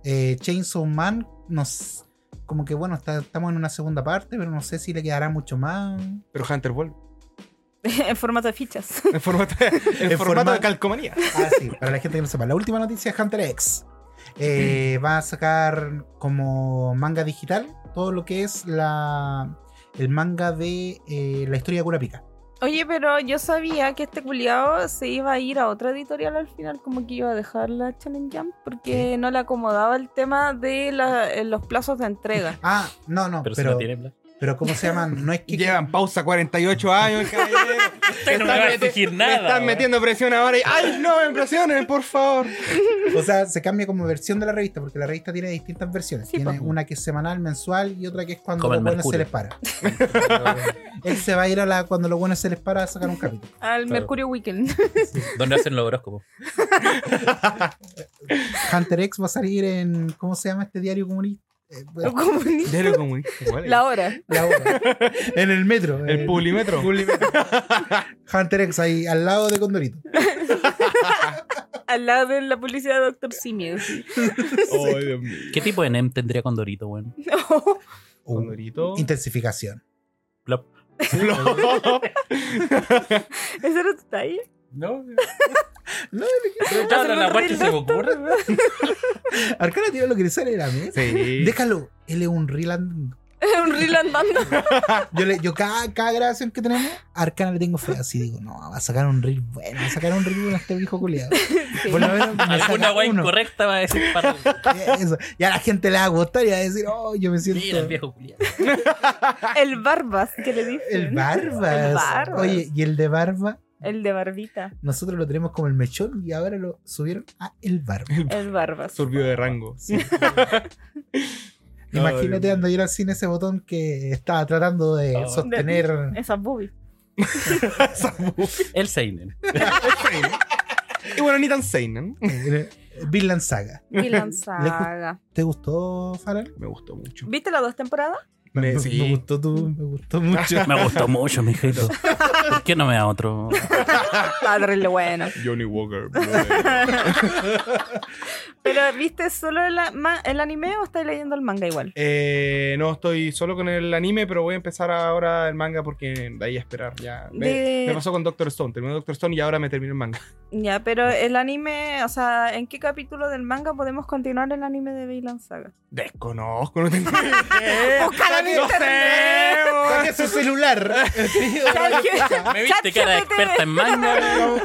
[SPEAKER 2] Eh, Chainsaw Man, nos, como que bueno, está- estamos en una segunda parte, pero no sé si le quedará mucho más.
[SPEAKER 4] Pero Hunter vuelve.
[SPEAKER 1] (laughs)
[SPEAKER 4] (laughs)
[SPEAKER 1] en formato de fichas.
[SPEAKER 4] En formato, en formato
[SPEAKER 2] forma-
[SPEAKER 4] de (laughs) calcomanía.
[SPEAKER 2] Ah, sí, para la gente que no sepa, la última noticia es Hunter X. Eh, va a sacar como manga digital todo lo que es la el manga de eh, la historia de Kurapika.
[SPEAKER 1] Oye, pero yo sabía que este culiao se iba a ir a otra editorial al final, como que iba a dejar la Challenge Jump, porque no le acomodaba el tema de la- eh, los plazos de
[SPEAKER 3] (laughs)
[SPEAKER 1] entrega.
[SPEAKER 2] Ah, no, no, pero,
[SPEAKER 3] Pero si
[SPEAKER 2] pero,
[SPEAKER 3] no tiene plan.
[SPEAKER 2] ¿cómo se llaman? No es que
[SPEAKER 4] Llevan pausa 48 años, (laughs) caballero.
[SPEAKER 3] no me va a
[SPEAKER 4] meti-
[SPEAKER 3] exigir
[SPEAKER 4] me
[SPEAKER 3] nada,
[SPEAKER 4] están
[SPEAKER 3] weón. (laughs)
[SPEAKER 4] metiendo presión ahora y. ¡Ay, no me presionen, por (laughs) favor!
[SPEAKER 2] O sea, se cambia como versión de la revista, porque la revista tiene distintas versiones.
[SPEAKER 1] Sí,
[SPEAKER 2] tiene
[SPEAKER 1] po.
[SPEAKER 2] una que es semanal, mensual y otra que es cuando
[SPEAKER 3] Como
[SPEAKER 2] los
[SPEAKER 3] el
[SPEAKER 2] buenos se
[SPEAKER 3] Mercurio.
[SPEAKER 2] les para. (laughs) Él se va a ir a la cuando los buenos se les para a sacar un capítulo.
[SPEAKER 1] Al
[SPEAKER 3] Claro.
[SPEAKER 1] Mercurio
[SPEAKER 3] (laughs)
[SPEAKER 1] Weekend.
[SPEAKER 3] ¿Dónde hacen los horóscopos?
[SPEAKER 2] Hunter X va a salir en. ¿Cómo se llama este diario comunista? Eh, bueno,
[SPEAKER 1] Como ni-
[SPEAKER 4] Diario comunista, ¿cuál es?
[SPEAKER 1] la hora.
[SPEAKER 2] la hora.
[SPEAKER 1] (laughs)
[SPEAKER 2] en el metro.
[SPEAKER 4] El
[SPEAKER 2] en-
[SPEAKER 4] (laughs) Publimetro.
[SPEAKER 2] Hunter X ahí al lado de Condorito.
[SPEAKER 1] Al lado de la publicidad de Doctor Simio.
[SPEAKER 3] (laughs)
[SPEAKER 1] sí.
[SPEAKER 4] Oh, Dios mío.
[SPEAKER 3] ¿Qué tipo de NEM tendría Condorito, weón?
[SPEAKER 1] (laughs) No.
[SPEAKER 2] Uh,
[SPEAKER 4] (laughs) Condorito.
[SPEAKER 2] intensificación.
[SPEAKER 3] Plop.
[SPEAKER 4] Lo-
[SPEAKER 1] ¿Ese era tu talla?
[SPEAKER 3] No,
[SPEAKER 2] No,
[SPEAKER 1] Hacen un
[SPEAKER 3] la weá que se me
[SPEAKER 1] reloj.
[SPEAKER 3] ocurre, weón.
[SPEAKER 2] Arcana tiene lo que le sale de la mesa.
[SPEAKER 4] (laughs) Sí.
[SPEAKER 2] Déjalo. Él es un reel andando.
[SPEAKER 1] (laughs) Un reel
[SPEAKER 3] (laughs)
[SPEAKER 1] andando.
[SPEAKER 2] Yo, le, yo cada, cada grabación que tenemos, a Arcana le tengo fe. Así digo, no, va a sacar un reel bueno, va a sacar un reel bueno a este viejo culiado. Por lo menos me
[SPEAKER 3] (laughs) Alguna
[SPEAKER 2] saca
[SPEAKER 3] weá
[SPEAKER 2] uno.
[SPEAKER 3] incorrecta va a decir para
[SPEAKER 2] Eso. Y a la gente le va a gustar y va a decir, oh, yo me siento.
[SPEAKER 3] Mira el viejo culiado.
[SPEAKER 1] El Barbas, que le dicen.
[SPEAKER 2] El Barbas.
[SPEAKER 1] El Barbas.
[SPEAKER 2] Oye, y el de Barba,
[SPEAKER 1] El de Barbita.
[SPEAKER 2] nosotros lo tenemos como el mechón y ahora lo subieron a el Barba.
[SPEAKER 1] El Barbas.
[SPEAKER 4] Surbió de rango.
[SPEAKER 3] (laughs)
[SPEAKER 2] Imagínate
[SPEAKER 4] Ay,
[SPEAKER 2] andar yo sin ese botón que estaba tratando de
[SPEAKER 1] (laughs)
[SPEAKER 3] Ah,
[SPEAKER 2] sostener.
[SPEAKER 1] Esas
[SPEAKER 3] (laughs)
[SPEAKER 1] boobies.
[SPEAKER 3] El Seinen.
[SPEAKER 4] Y bueno, ni tan seinen.
[SPEAKER 2] eh, Vinland Saga.
[SPEAKER 1] Vinland Saga.
[SPEAKER 2] ¿Te gustó, Farrell?
[SPEAKER 4] Me gustó mucho.
[SPEAKER 1] ¿Viste las dos temporadas?
[SPEAKER 4] Me-
[SPEAKER 2] me,
[SPEAKER 4] sí.
[SPEAKER 2] me gustó tú, me gustó mucho.
[SPEAKER 3] (laughs) Me gustó mucho, mi hijito. ¿Por qué no me da otro?
[SPEAKER 1] Padre lo bueno.
[SPEAKER 4] Johnny Walker.
[SPEAKER 1] (laughs) Pero ¿viste solo el, ama- el anime o estás leyendo el manga igual?
[SPEAKER 4] eh, no, estoy solo con el anime, pero voy a empezar ahora el manga porque de ahí a esperar. Ya. Me,
[SPEAKER 1] De-
[SPEAKER 4] me pasó con Doctor Stone. Terminé Doctor Stone y ahora me termino el manga.
[SPEAKER 1] Ya, pero el anime, o sea, ¿en qué capítulo del manga podemos continuar el anime de Vinland Saga?
[SPEAKER 4] Desconozco, no tengo idea.
[SPEAKER 1] Búscalo en
[SPEAKER 4] no
[SPEAKER 1] internet.
[SPEAKER 4] sé, weón.
[SPEAKER 2] Saque su celular. (laughs)
[SPEAKER 3] Me viste que era
[SPEAKER 1] ChatGPT.
[SPEAKER 3] experta en manga, weón.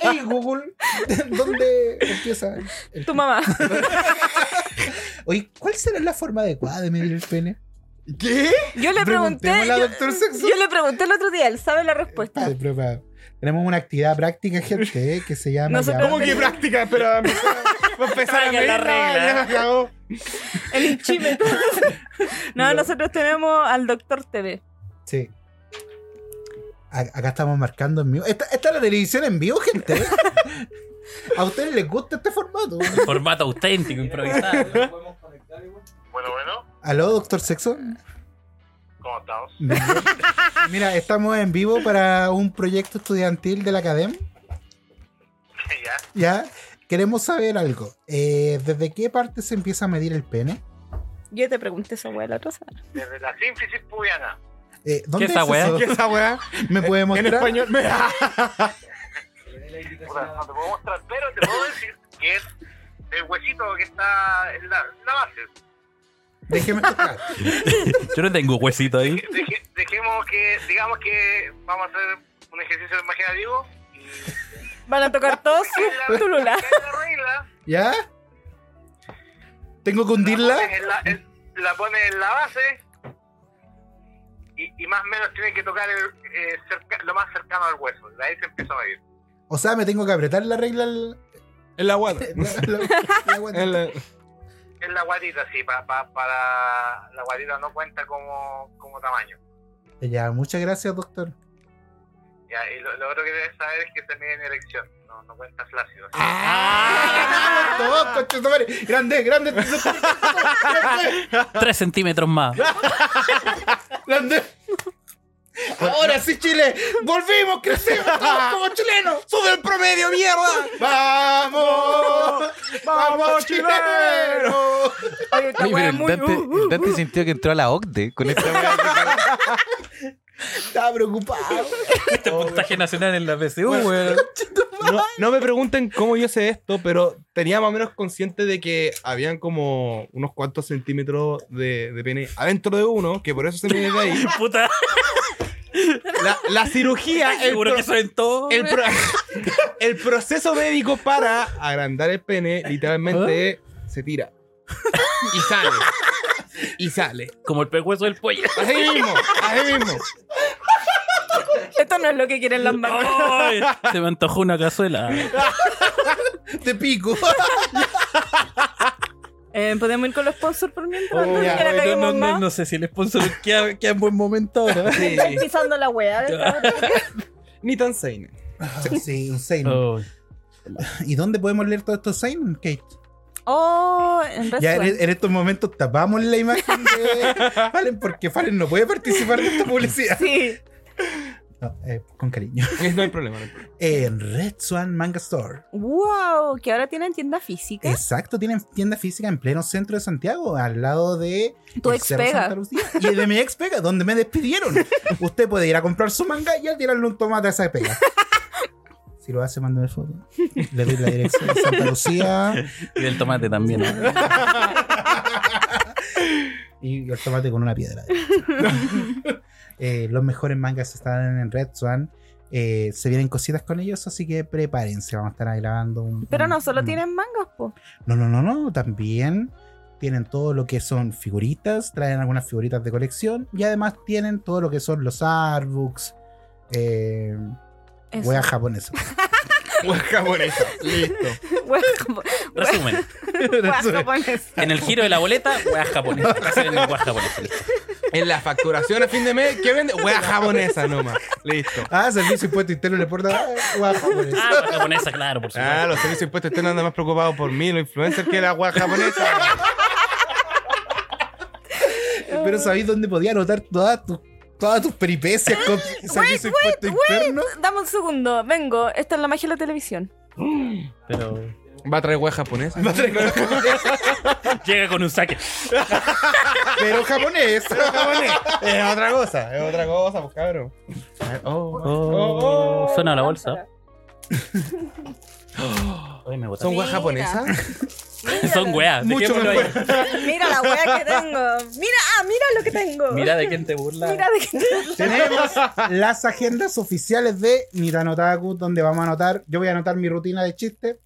[SPEAKER 2] Hey Google, (laughs) ¿dónde empieza?
[SPEAKER 1] Tu mamá.
[SPEAKER 2] Oye, ¿cuál será la forma adecuada de medir el pene?
[SPEAKER 4] ¿Qué?
[SPEAKER 1] Yo le pregunté.
[SPEAKER 2] Preguntémosle a
[SPEAKER 1] yo-
[SPEAKER 2] Dr. Sexo.
[SPEAKER 1] yo le pregunté el otro día, él sabe la respuesta.
[SPEAKER 2] Padre, Ah, pero, padre, Tenemos una actividad práctica, gente, eh, que se llama.
[SPEAKER 1] Nosotros-
[SPEAKER 2] ya-
[SPEAKER 4] ¿Cómo que práctica? Pero va a empezar- va a empezar a
[SPEAKER 3] Traigan la
[SPEAKER 4] medir,
[SPEAKER 3] regla.
[SPEAKER 4] ya se acabó.
[SPEAKER 1] El hinchime. No, nosotros tenemos al Doctor TV.
[SPEAKER 2] Sí. A- Acá estamos marcando en vivo. Esta, esta es la televisión en vivo, gente. A ustedes les gusta este formato.
[SPEAKER 3] Formato auténtico, improvisado.
[SPEAKER 6] Bueno, bueno,
[SPEAKER 2] Aló, doctor Sexo.
[SPEAKER 6] ¿cómo estamos?
[SPEAKER 2] Mira, estamos en vivo para un proyecto estudiantil de la Academia.
[SPEAKER 6] ya,
[SPEAKER 2] ¿Ya? Que queremos saber algo. Eh, ¿Desde qué parte se empieza a medir el pene?
[SPEAKER 1] Yo te pregunté esa weá la otra semana.
[SPEAKER 6] Desde la sínfisis pubiana.
[SPEAKER 2] Eh, ¿Dónde
[SPEAKER 3] ¿Qué esa
[SPEAKER 2] es
[SPEAKER 3] weá?
[SPEAKER 2] eso?
[SPEAKER 4] ¿Qué esa weá?
[SPEAKER 2] ¿Me puede
[SPEAKER 4] En
[SPEAKER 2] mostrar?
[SPEAKER 4] español. Me...
[SPEAKER 6] Puta, no te puedo mostrar, pero te puedo decir que es el huesito que está en la, la base.
[SPEAKER 2] Déjeme tocar.
[SPEAKER 3] Yo no tengo huesito ahí.
[SPEAKER 6] Deje- dejemos que, digamos que vamos a hacer un ejercicio imaginativo. Y
[SPEAKER 1] Van a tocar todos
[SPEAKER 6] la, (laughs)
[SPEAKER 1] su tulula.
[SPEAKER 6] la regla,
[SPEAKER 2] ¿Ya? ¿Tengo que
[SPEAKER 6] la
[SPEAKER 2] hundirla?
[SPEAKER 6] pones en la, en- la pones en la base y, y más o menos tiene que tocar el, eh, cerca- lo más cercano al hueso. De ahí se empieza a medir.
[SPEAKER 2] O sea, me tengo que apretar la regla. al-
[SPEAKER 4] En la guata.
[SPEAKER 2] la- la- la guata.
[SPEAKER 4] En la-
[SPEAKER 6] Es la guatita, sí, para, para, para la guatita no cuenta como, como tamaño.
[SPEAKER 2] Ya, muchas gracias, doctor.
[SPEAKER 6] Ya, y lo, lo otro que debes saber es que se mide en erección, no, no cuenta flácido.
[SPEAKER 2] ¡Ah! Dos, concha de tu madre. Grande, grande,
[SPEAKER 3] Tres centímetros más.
[SPEAKER 2] grande. Ahora sí, Chile. Volvimos, crecimos todos como chilenos.
[SPEAKER 4] ¡Sube el promedio, mierda!
[SPEAKER 2] ¡Vamos! ¡Vamos, chilenos!
[SPEAKER 5] Oye, pero el
[SPEAKER 1] muy-
[SPEAKER 5] Dante,
[SPEAKER 4] uh,
[SPEAKER 5] el Dante sintió que entró a la OCDE con esta weá.
[SPEAKER 2] Estaba preocupado.
[SPEAKER 3] Este puntaje nacional en la PCU, weón.
[SPEAKER 4] No, no me pregunten cómo yo sé esto, pero tenía más o menos consciente de que habían como unos cuantos centímetros de, de pene adentro de uno, que por eso se mide de ahí.
[SPEAKER 3] (laughs) Puta,
[SPEAKER 4] La, la cirugía, el,
[SPEAKER 3] seguro
[SPEAKER 4] pro-
[SPEAKER 3] que eso en todo.
[SPEAKER 4] el
[SPEAKER 3] weón.
[SPEAKER 4] pro- (laughs) el proceso médico para agrandar el pene, literalmente se tira. Y sale. Y sale.
[SPEAKER 3] Como el pescuezo del pollo.
[SPEAKER 4] Así mismo, así mismo.
[SPEAKER 1] Esto no es lo que quieren las mamás.
[SPEAKER 3] Ay, Se me antojó una cazuela.
[SPEAKER 2] Te pico.
[SPEAKER 1] Eh, ¿Podemos ir con los sponsors por mientras?
[SPEAKER 4] Oh,
[SPEAKER 1] no,
[SPEAKER 4] ya,
[SPEAKER 1] Que la caguemos más.
[SPEAKER 3] sé si el sponsor queda, queda en buen momento ahora.
[SPEAKER 1] (laughs)
[SPEAKER 4] Sí.
[SPEAKER 1] Están pisando la weá. de cabrón.
[SPEAKER 4] Ni tan seinen.
[SPEAKER 2] Sí, un Sein.
[SPEAKER 3] Oh.
[SPEAKER 2] ¿Y dónde podemos leer todo esto Sein, Kate?
[SPEAKER 1] (laughs) Oh, en
[SPEAKER 2] Ya en,
[SPEAKER 4] eh,
[SPEAKER 1] resumen.
[SPEAKER 2] en estos momentos tapamos la imagen de Fallen porque Fallen no puede participar de esta publicidad.
[SPEAKER 1] Sí.
[SPEAKER 2] No, eh, con cariño.
[SPEAKER 4] No hay problema. no hay problema.
[SPEAKER 2] En Red Swan Manga Store.
[SPEAKER 1] Wow, que ahora tienen tienda física.
[SPEAKER 2] Exacto, tienen tienda física en pleno centro de Santiago, al lado de
[SPEAKER 1] Tu
[SPEAKER 2] el
[SPEAKER 1] ex
[SPEAKER 2] Cerro
[SPEAKER 1] pega.
[SPEAKER 2] Santa Lucía y de mi ex pega, donde
[SPEAKER 1] (laughs)
[SPEAKER 2] me despidieron. Usted puede ir a comprar su manga y a tirarle un tomate a esa pega. Si lo hace, mándame foto. Le doy la dirección de Santa Lucía
[SPEAKER 3] Y del tomate (laughs) también.
[SPEAKER 2] y el tomate con
[SPEAKER 1] (laughs)
[SPEAKER 2] una piedra. Eh, los mejores mangas están en Red Swan. Eh, se vienen cositas con ellos, así que prepárense. Vamos a estar ahí grabando un.
[SPEAKER 1] Pero
[SPEAKER 2] un-
[SPEAKER 1] no solo
[SPEAKER 4] Mm.
[SPEAKER 2] un-
[SPEAKER 1] tienen mangas, po.
[SPEAKER 2] No, no, no, no. También tienen todo lo que son figuritas, traen algunas figuritas de colección y además tienen todo lo que son los artbooks, eh,
[SPEAKER 1] Eso. (laughs)
[SPEAKER 2] weas japonesas.
[SPEAKER 4] Hueá japonesa. Listo.
[SPEAKER 1] Wea
[SPEAKER 4] (laughs)
[SPEAKER 1] japo-
[SPEAKER 3] Resumen.
[SPEAKER 1] wea japonesa.
[SPEAKER 3] En el giro de la boleta, weas japonesas. Va a ser en lenguas japonesas.
[SPEAKER 4] En la facturación a fin de mes, ¿qué vende? Hueá japonesa nomás. Listo.
[SPEAKER 2] ah, servicio impuesto interno le eh, porta weas japonesas.
[SPEAKER 3] Ah, weas japonesas, claro, por supuesto.
[SPEAKER 4] Ah, los servicios de impuestos están nada más preocupados por mí, los influencers, que la hueá japonesa.
[SPEAKER 2] Pero ¿sabéis dónde podía anotar todas tus todas tus peripecias con servicio impuesto interno?
[SPEAKER 1] Dame un segundo, vengo. Esta es la magia de la televisión.
[SPEAKER 3] Pero
[SPEAKER 4] ¿Va a traer hueá japonesa?
[SPEAKER 3] llega con un saque.
[SPEAKER 2] Pero japonés.
[SPEAKER 4] Es otra cosa, es otra cosa, pues cabrón. oh.
[SPEAKER 1] (laughs)
[SPEAKER 3] Oh, suena la (laughs) bolsa. Ay, me botaste.
[SPEAKER 4] ¿Son hueá
[SPEAKER 1] Mira. (laughs)
[SPEAKER 4] japonesas?
[SPEAKER 3] Son weas.
[SPEAKER 4] Mucho
[SPEAKER 3] dejémoslo
[SPEAKER 4] mejor.
[SPEAKER 3] ahí.
[SPEAKER 1] Mira la wea que tengo. Mira, ah, mira lo que tengo.
[SPEAKER 3] Mira de quién te burlas.
[SPEAKER 1] Mira de qué
[SPEAKER 2] Tenemos las agendas oficiales de Nitanotaku, donde vamos a anotar. Yo voy a anotar mi rutina de chiste.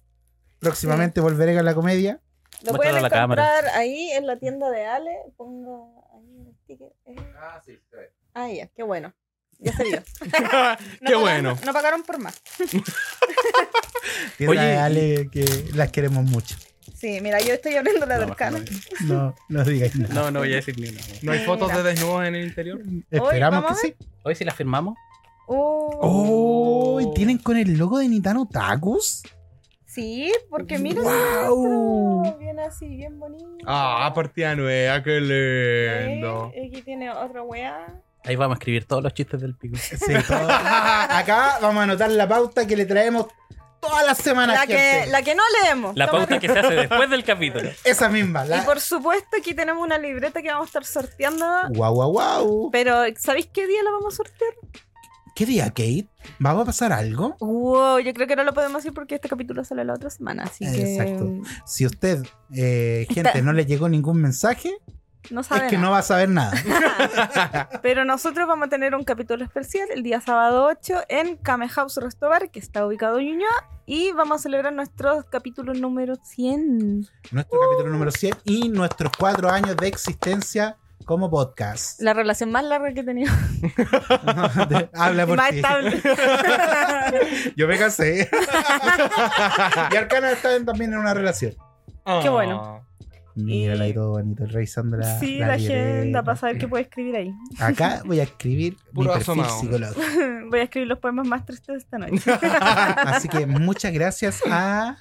[SPEAKER 2] Próximamente volveré con la comedia.
[SPEAKER 1] Lo
[SPEAKER 3] Muéstralo
[SPEAKER 1] pueden
[SPEAKER 3] a la
[SPEAKER 1] encontrar
[SPEAKER 3] cámara.
[SPEAKER 1] ahí en la tienda de Ale. Ponga ahí el ticket. Ah, sí, Ah, ya, qué bueno. Ya se vio.
[SPEAKER 4] (laughs) Qué
[SPEAKER 1] pagaron-
[SPEAKER 4] bueno.
[SPEAKER 1] No pagaron por más.
[SPEAKER 2] Piedra
[SPEAKER 3] Oye,
[SPEAKER 2] de Ale, que las queremos mucho.
[SPEAKER 1] Sí, mira, yo estoy abriendo la
[SPEAKER 3] No,
[SPEAKER 1] cercana.
[SPEAKER 2] No, no digáis nada.
[SPEAKER 3] No, no voy a decir ni una.
[SPEAKER 4] ¿No hay fotos de desnudos en el interior?
[SPEAKER 2] Esperamos
[SPEAKER 1] vamos
[SPEAKER 2] que
[SPEAKER 1] a
[SPEAKER 2] sí.
[SPEAKER 3] Hoy sí la firmamos.
[SPEAKER 2] ¡Oh! ¿y ¿Tienen con el logo de Nitano Takus?
[SPEAKER 1] Sí, porque mira,
[SPEAKER 2] Guau.
[SPEAKER 1] wow. bien así, bien bonito.
[SPEAKER 4] Ah, partida nueva, qué
[SPEAKER 1] Eh,
[SPEAKER 4] lindo.
[SPEAKER 1] Aquí tiene otra weá.
[SPEAKER 3] Ahí vamos a
[SPEAKER 2] (laughs)
[SPEAKER 3] escribir todos los chistes del pico.
[SPEAKER 2] Sí, todo. Acá vamos a anotar Ah, la pauta que le traemos todas las semanas,
[SPEAKER 1] La que,
[SPEAKER 2] gente.
[SPEAKER 1] la que no leemos.
[SPEAKER 3] La
[SPEAKER 1] Toma-
[SPEAKER 3] pauta que se hace después del
[SPEAKER 1] (laughs)
[SPEAKER 3] capítulo.
[SPEAKER 2] Esa misma. La...
[SPEAKER 1] Y por supuesto aquí tenemos una libreta que vamos a estar sorteando.
[SPEAKER 2] Guau, guau, guau.
[SPEAKER 1] Pero, ¿sabéis qué día la vamos a sortear?
[SPEAKER 2] ¿Qué día, Kate? ¿Vamos a pasar algo?
[SPEAKER 1] Wow, yo creo que no lo podemos decir porque este capítulo sale la otra semana, así que
[SPEAKER 2] Exacto.
[SPEAKER 1] mm,
[SPEAKER 2] Si usted, eh, gente, no le llegó ningún mensaje,
[SPEAKER 1] no
[SPEAKER 2] es
[SPEAKER 1] saben.
[SPEAKER 2] que no va a saber nada.
[SPEAKER 1] Pero nosotros vamos a tener un capítulo especial el día sábado 8 en Kame House Restobar, que está ubicado en Ñuñoa, y vamos a celebrar nuestro capítulo número 100.
[SPEAKER 2] Nuestro capítulo número 100 y nuestros cuatro años de existencia como (laughs) podcast.
[SPEAKER 1] La relación más larga que he tenido.
[SPEAKER 2] Habla Ah, por
[SPEAKER 1] más
[SPEAKER 2] ti.
[SPEAKER 1] estable.
[SPEAKER 2] Yo me
[SPEAKER 4] (laughs)
[SPEAKER 2] casé. y Arcana está en- también en una relación.
[SPEAKER 4] Ah.
[SPEAKER 1] Qué bueno.
[SPEAKER 2] Mírala ahí todo bonito, revisando (laughs) la.
[SPEAKER 1] sí,
[SPEAKER 2] la
[SPEAKER 1] la,
[SPEAKER 2] libreta.
[SPEAKER 1] agenda, para saber qué puede escribir ahí.
[SPEAKER 2] (laughs) Acá voy a escribir
[SPEAKER 4] Puro
[SPEAKER 2] mi perfil
[SPEAKER 4] asomado.
[SPEAKER 2] psicológico.
[SPEAKER 4] (laughs)
[SPEAKER 1] Voy a escribir los poemas más tristes de esta noche.
[SPEAKER 2] Así que muchas gracias a.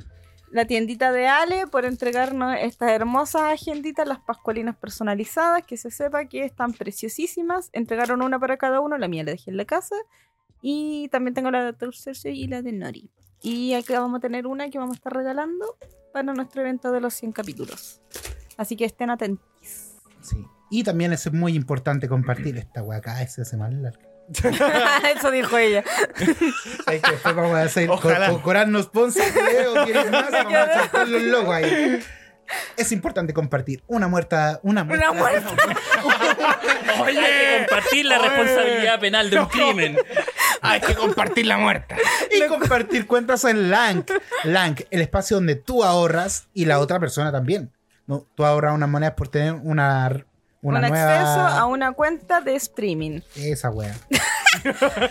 [SPEAKER 1] la tiendita de Ale por entregarnos estas hermosas agenditas, las pascualinas personalizadas, que se sepa que están preciosísimas. Entregaron una para cada uno, la mía la dejé en la casa. Y también tengo la de Tercercio y la de Nori. Y acá vamos a tener una que vamos a estar regalando para nuestro evento de los 100 capítulos. Así que estén
[SPEAKER 2] (laughs)
[SPEAKER 1] atentos. (laughs)
[SPEAKER 2] Sí. Y también es muy importante compartir esta weá acá, ese semana larga.
[SPEAKER 1] Eso dijo ella.
[SPEAKER 2] Hay que después vamos a hacer
[SPEAKER 4] Ojalá.
[SPEAKER 2] con, con Corán nos sponsor, Leo,
[SPEAKER 1] (laughs)
[SPEAKER 2] ¿quieres más? Vamos a saltar los logos ahí. Es importante compartir una muerta, una muerta.
[SPEAKER 1] Una muerta.
[SPEAKER 3] Oye, compartir la responsabilidad penal de un crimen.
[SPEAKER 4] Hay que compartir la muerta.
[SPEAKER 2] y compartir cuentas en Lank. Lank, el espacio donde tú ahorras y la otra persona también. No, tú ahorras unas monedas por tener una, una
[SPEAKER 1] Un
[SPEAKER 2] nueva.
[SPEAKER 1] acceso a una cuenta de streaming.
[SPEAKER 2] Esa wea.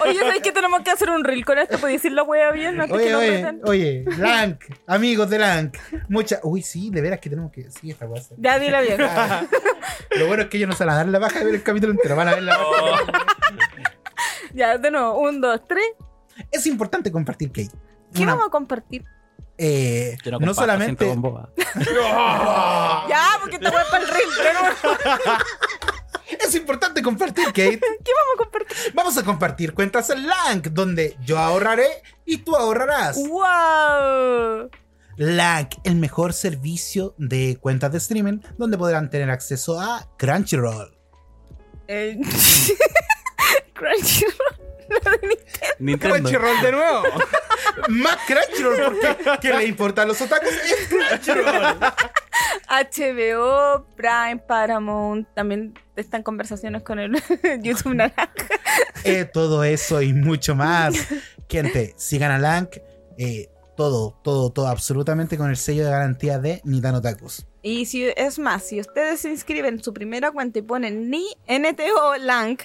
[SPEAKER 1] Oye, ¿sabes que tenemos que hacer un reel con esto? ¿Puedes decir la wea bien? (laughs) Antes que
[SPEAKER 2] Oye,
[SPEAKER 1] nos
[SPEAKER 2] oye,
[SPEAKER 1] reten?
[SPEAKER 2] oye, Lank, amigos de Lank. Mucha. Uy, sí, de veras que tenemos que. Sí, esta wea. se-
[SPEAKER 1] Ya dile bien.
[SPEAKER 2] Lo bueno es que ellos no se van a dar la baja de ver el capítulo entero. Van a ver la baja.
[SPEAKER 1] Ya, de nuevo, un, dos, tres.
[SPEAKER 2] Es importante compartir Kate.
[SPEAKER 1] ¿Qué
[SPEAKER 2] Una-
[SPEAKER 1] vamos a compartir?
[SPEAKER 2] eh,
[SPEAKER 3] Yo
[SPEAKER 2] no,
[SPEAKER 3] comparto, siento
[SPEAKER 2] solamente.
[SPEAKER 3] con boba.
[SPEAKER 1] Ya, porque te voy para el ring, pero no vamos
[SPEAKER 2] Es importante compartir
[SPEAKER 1] (laughs)
[SPEAKER 2] Kate.
[SPEAKER 1] a compartir.
[SPEAKER 2] Vamos a compartir cuentas en Lank, donde yo ahorraré y tú ahorrarás.
[SPEAKER 1] Uh. ¡Wow!
[SPEAKER 2] LAC, el mejor servicio de cuentas de streaming donde podrán tener acceso a Crunchyroll.
[SPEAKER 1] (laughs) Eh, (laughs) Crunchyroll.
[SPEAKER 3] Nintendo.
[SPEAKER 4] Crunchyroll de (laughs) nuevo.
[SPEAKER 2] Más Crunchyroll, porque ¿qué le importa a los otakus? Es Crunchyroll.
[SPEAKER 1] HBO, Prime, Paramount. También están conversaciones con el (laughs) YouTube Naranja.
[SPEAKER 2] Eh, todo eso y mucho más. Gente, sigan a LAC. eh, todo, todo, todo, absolutamente con el sello de garantía de Nitano Otakus.
[SPEAKER 1] Y si es más, si ustedes se inscriben su primera cuenta y ponen ni NTO Lang,